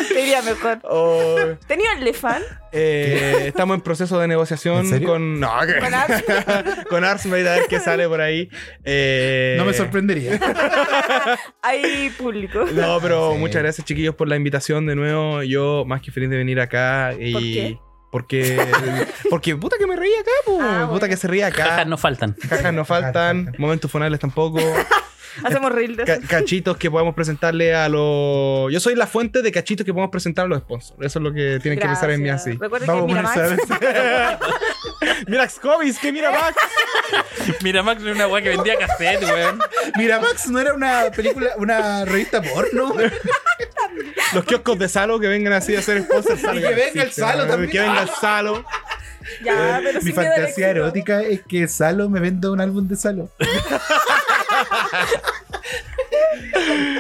[SPEAKER 1] Te iría mejor.
[SPEAKER 4] Oh,
[SPEAKER 1] ¿Tenía el Lefan?
[SPEAKER 4] eh, estamos en proceso de negociación
[SPEAKER 2] ¿En serio?
[SPEAKER 4] con. No, que-
[SPEAKER 1] (laughs) Con Ars.
[SPEAKER 4] (laughs) con Arsmaid a ver qué sale por ahí. Eh,
[SPEAKER 2] No me sorprendería.
[SPEAKER 1] Hay público.
[SPEAKER 4] No, pero
[SPEAKER 2] Sí.
[SPEAKER 4] muchas gracias, chiquillos, por la invitación de nuevo. Yo más que feliz de venir acá y.
[SPEAKER 1] ¿Por qué?
[SPEAKER 4] Porque, (laughs) porque puta que me reía acá, po.
[SPEAKER 1] Ah,
[SPEAKER 4] puta
[SPEAKER 1] bueno.
[SPEAKER 4] que se ría acá.
[SPEAKER 3] Cajas no faltan.
[SPEAKER 4] Cajas no faltan, momentos funales tampoco,
[SPEAKER 1] Hacemos reel de
[SPEAKER 4] ca-
[SPEAKER 1] (laughs) eso.
[SPEAKER 4] cachitos que podamos presentarle a los... Yo soy la fuente de cachitos que podemos presentar a los sponsors. Eso es lo que tienen que pensar en mí
[SPEAKER 1] Gracias.
[SPEAKER 4] así.
[SPEAKER 1] Recuerden que
[SPEAKER 2] Vamos a
[SPEAKER 1] mira
[SPEAKER 2] ponerse a
[SPEAKER 1] Max. (laughs)
[SPEAKER 4] mira Xcovis, que mira Max.
[SPEAKER 3] Mira, Max era una weá que vendía cassette, weón.
[SPEAKER 2] (laughs) Mira, Max no era una película, una revista (laughs) porno.
[SPEAKER 4] Los kioscos de Salo que vengan así a hacer sponsors.
[SPEAKER 2] Y que venga el Salo también.
[SPEAKER 4] Que venga el
[SPEAKER 2] (laughs)
[SPEAKER 4] Salo.
[SPEAKER 1] Ya, pero
[SPEAKER 2] eh, Mi
[SPEAKER 1] sin miedo al
[SPEAKER 2] fantasía
[SPEAKER 1] éxito.
[SPEAKER 2] erótica es que Salo me venda un álbum de Salo.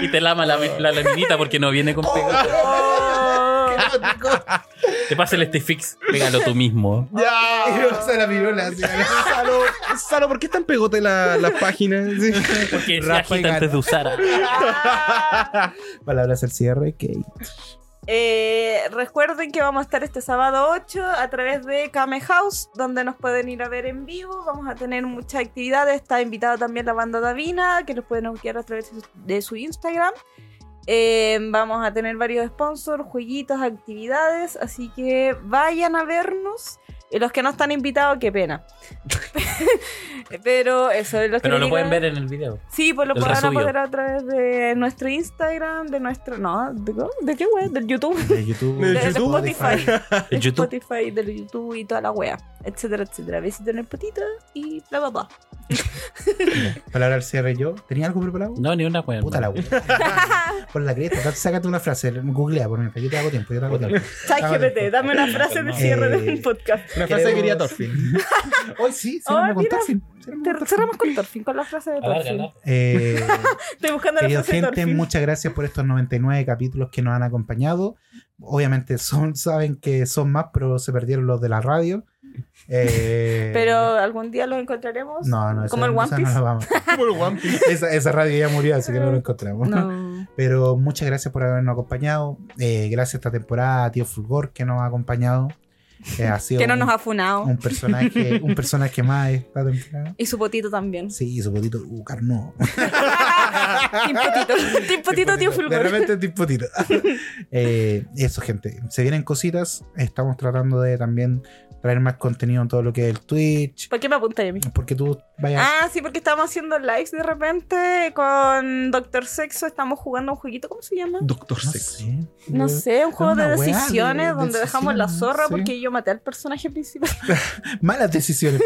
[SPEAKER 3] Y te lama la, la laminita porque no viene con pega.
[SPEAKER 1] Oh.
[SPEAKER 3] Te pasa el este fix, pégalo tú mismo.
[SPEAKER 2] Y
[SPEAKER 4] Ah.
[SPEAKER 2] me pasa la pirola. así, a la-
[SPEAKER 4] Salo, Salo, ¿por qué están pegote la- las páginas? Sí.
[SPEAKER 3] Porque se
[SPEAKER 2] Rafa y
[SPEAKER 3] agita
[SPEAKER 2] gana.
[SPEAKER 3] antes de usar.
[SPEAKER 1] Ah.
[SPEAKER 2] Palabras al cierre, Kate.
[SPEAKER 1] Eh, recuerden que vamos a estar este sábado 8 a través de Kame House, donde nos pueden ir a ver en vivo. Vamos a tener muchas actividades. Está invitada también la banda Davina, que los pueden buscar a través de su- de su Instagram. Eh, vamos a tener varios sponsors, jueguitos, actividades. Así que vayan a vernos. Y los que no están invitados, qué pena. (laughs) Pero eso es lo que
[SPEAKER 8] Pero lo
[SPEAKER 1] diga-
[SPEAKER 8] pueden ver en el video.
[SPEAKER 1] Sí, pues lo
[SPEAKER 8] El
[SPEAKER 1] podrán
[SPEAKER 8] resubido.
[SPEAKER 1] apoderar a través de nuestro Instagram, de nuestro. No, ¿de, cómo? ¿De qué web? Del YouTube.
[SPEAKER 2] De YouTube.
[SPEAKER 4] ¿De
[SPEAKER 1] De, de
[SPEAKER 4] YouTube?
[SPEAKER 1] Spotify. De
[SPEAKER 3] En YouTube.
[SPEAKER 1] Spotify, del YouTube y toda la wea. Etcétera, etcétera. Besito en el potito y bla, bla, bla.
[SPEAKER 2] Palabra al cierre yo. ¿Tenía algo preparado?
[SPEAKER 3] No, ni una buena.
[SPEAKER 2] Puta la wea.
[SPEAKER 4] (laughs)
[SPEAKER 2] Por la grieta. Date- Sácate una frase. Googlea, por ejemplo. Yo te hago tiempo. Yo te hago tiempo.
[SPEAKER 1] ChatGPT, dame una frase de cierre
[SPEAKER 2] Eh,
[SPEAKER 1] del podcast.
[SPEAKER 4] Una frase que quería
[SPEAKER 2] Queremos-
[SPEAKER 4] Thorfinn.
[SPEAKER 2] Hoy sí,
[SPEAKER 1] Oh,
[SPEAKER 2] cerramos con
[SPEAKER 1] mira.
[SPEAKER 2] Thorfinn. Cerramos con
[SPEAKER 1] Te-
[SPEAKER 2] Thorfinn.
[SPEAKER 1] Cerramos con Torfin, con la frase de Torfin.
[SPEAKER 4] (laughs)
[SPEAKER 2] Eh,
[SPEAKER 1] Estoy buscando la
[SPEAKER 2] Querido
[SPEAKER 1] frase de
[SPEAKER 2] gente,
[SPEAKER 1] Torfin.
[SPEAKER 2] muchas gracias por estos 99 capítulos que nos han acompañado. Obviamente son, saben que son más, pero se perdieron los de la
[SPEAKER 4] (laughs)
[SPEAKER 2] radio. Eh,
[SPEAKER 1] Pero algún día los encontraremos.
[SPEAKER 2] no, no, esa-
[SPEAKER 1] Como el One
[SPEAKER 2] esa no
[SPEAKER 1] Piece. (laughs)
[SPEAKER 2] la vamos.
[SPEAKER 4] Como el One Piece.
[SPEAKER 2] Esa, esa radio ya murió, así que no lo encontramos.
[SPEAKER 1] No.
[SPEAKER 2] Pero muchas gracias por habernos acompañado. Eh, gracias a esta temporada a Tío Fulgor que nos ha acompañado. Eh, ha
[SPEAKER 1] (laughs)
[SPEAKER 2] sido
[SPEAKER 1] Que no
[SPEAKER 2] un-
[SPEAKER 1] nos ha funado. (laughs)
[SPEAKER 2] un personaje, un personaje más esta temporada.
[SPEAKER 1] Y su potito
[SPEAKER 2] (laughs)
[SPEAKER 1] también.
[SPEAKER 2] Sí, y su potito, uh, carnó.
[SPEAKER 1] (laughs) Team
[SPEAKER 2] (laughs)
[SPEAKER 1] potito. Team potito, tío
[SPEAKER 2] De
[SPEAKER 1] Fulgor. (laughs)
[SPEAKER 2] repente tipotito. Eh, eso, gente. Se vienen cositas. Estamos tratando de también traer más contenido en todo lo que es el Twitch.
[SPEAKER 1] ¿Por qué me apuntáis a mí?
[SPEAKER 2] Porque tú vayas.
[SPEAKER 1] Ah, sí, porque estábamos haciendo lives de repente con Doctor Sexo. Estamos jugando un jueguito, ¿cómo se llama?
[SPEAKER 4] Doctor
[SPEAKER 2] no
[SPEAKER 4] Sex.
[SPEAKER 2] sé.
[SPEAKER 1] No sé, un juego
[SPEAKER 2] una
[SPEAKER 1] de
[SPEAKER 2] weá de-
[SPEAKER 1] decisiones
[SPEAKER 2] de
[SPEAKER 1] donde dejamos la
[SPEAKER 2] decisiones,
[SPEAKER 1] zorra
[SPEAKER 2] sí.
[SPEAKER 1] porque yo maté al personaje principal. (laughs)
[SPEAKER 2] Malas decisiones.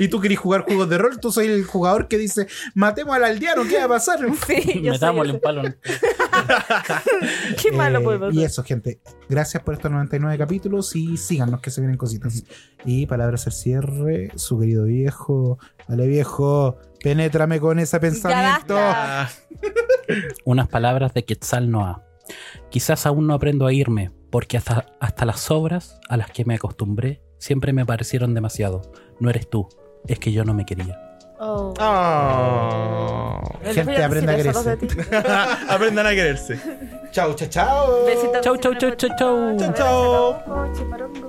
[SPEAKER 2] y tú querés jugar juegos de rol. Tú soy el jugador que dice: Matemos al aldeano. ¿Qué va a pasar?
[SPEAKER 1] (laughs) Sí, yo
[SPEAKER 3] Metámosle
[SPEAKER 1] sé.
[SPEAKER 3] un palo. en-
[SPEAKER 1] Qué malo
[SPEAKER 2] Eh,
[SPEAKER 1] puede
[SPEAKER 2] Y
[SPEAKER 1] pasar.
[SPEAKER 2] eso, gente. Gracias por estos 99 capítulos y síganos que se vienen cositas. Y palabras al cierre, su querido viejo. Dale, viejo. Penétrame con ese pensamiento.
[SPEAKER 1] basta.
[SPEAKER 3] Unas palabras de Quetzal Noah. Quizás aún no aprendo a irme, porque hasta, hasta las obras a las que me acostumbré siempre me parecieron demasiado. No eres tú, es que yo no me quería.
[SPEAKER 1] Oh.
[SPEAKER 4] Ah. (laughs)
[SPEAKER 1] Les
[SPEAKER 2] Gente,
[SPEAKER 1] voy a
[SPEAKER 2] aprenda a
[SPEAKER 1] decir eso
[SPEAKER 2] quererse.
[SPEAKER 1] los de ti.
[SPEAKER 4] Aprendan a quererse.
[SPEAKER 2] Chao, chao, chao.
[SPEAKER 1] Besitos.
[SPEAKER 3] Chau, chau, chau, chau,
[SPEAKER 1] Chau,
[SPEAKER 3] chau.
[SPEAKER 4] Chau, chau.
[SPEAKER 1] chau. Chimarongo.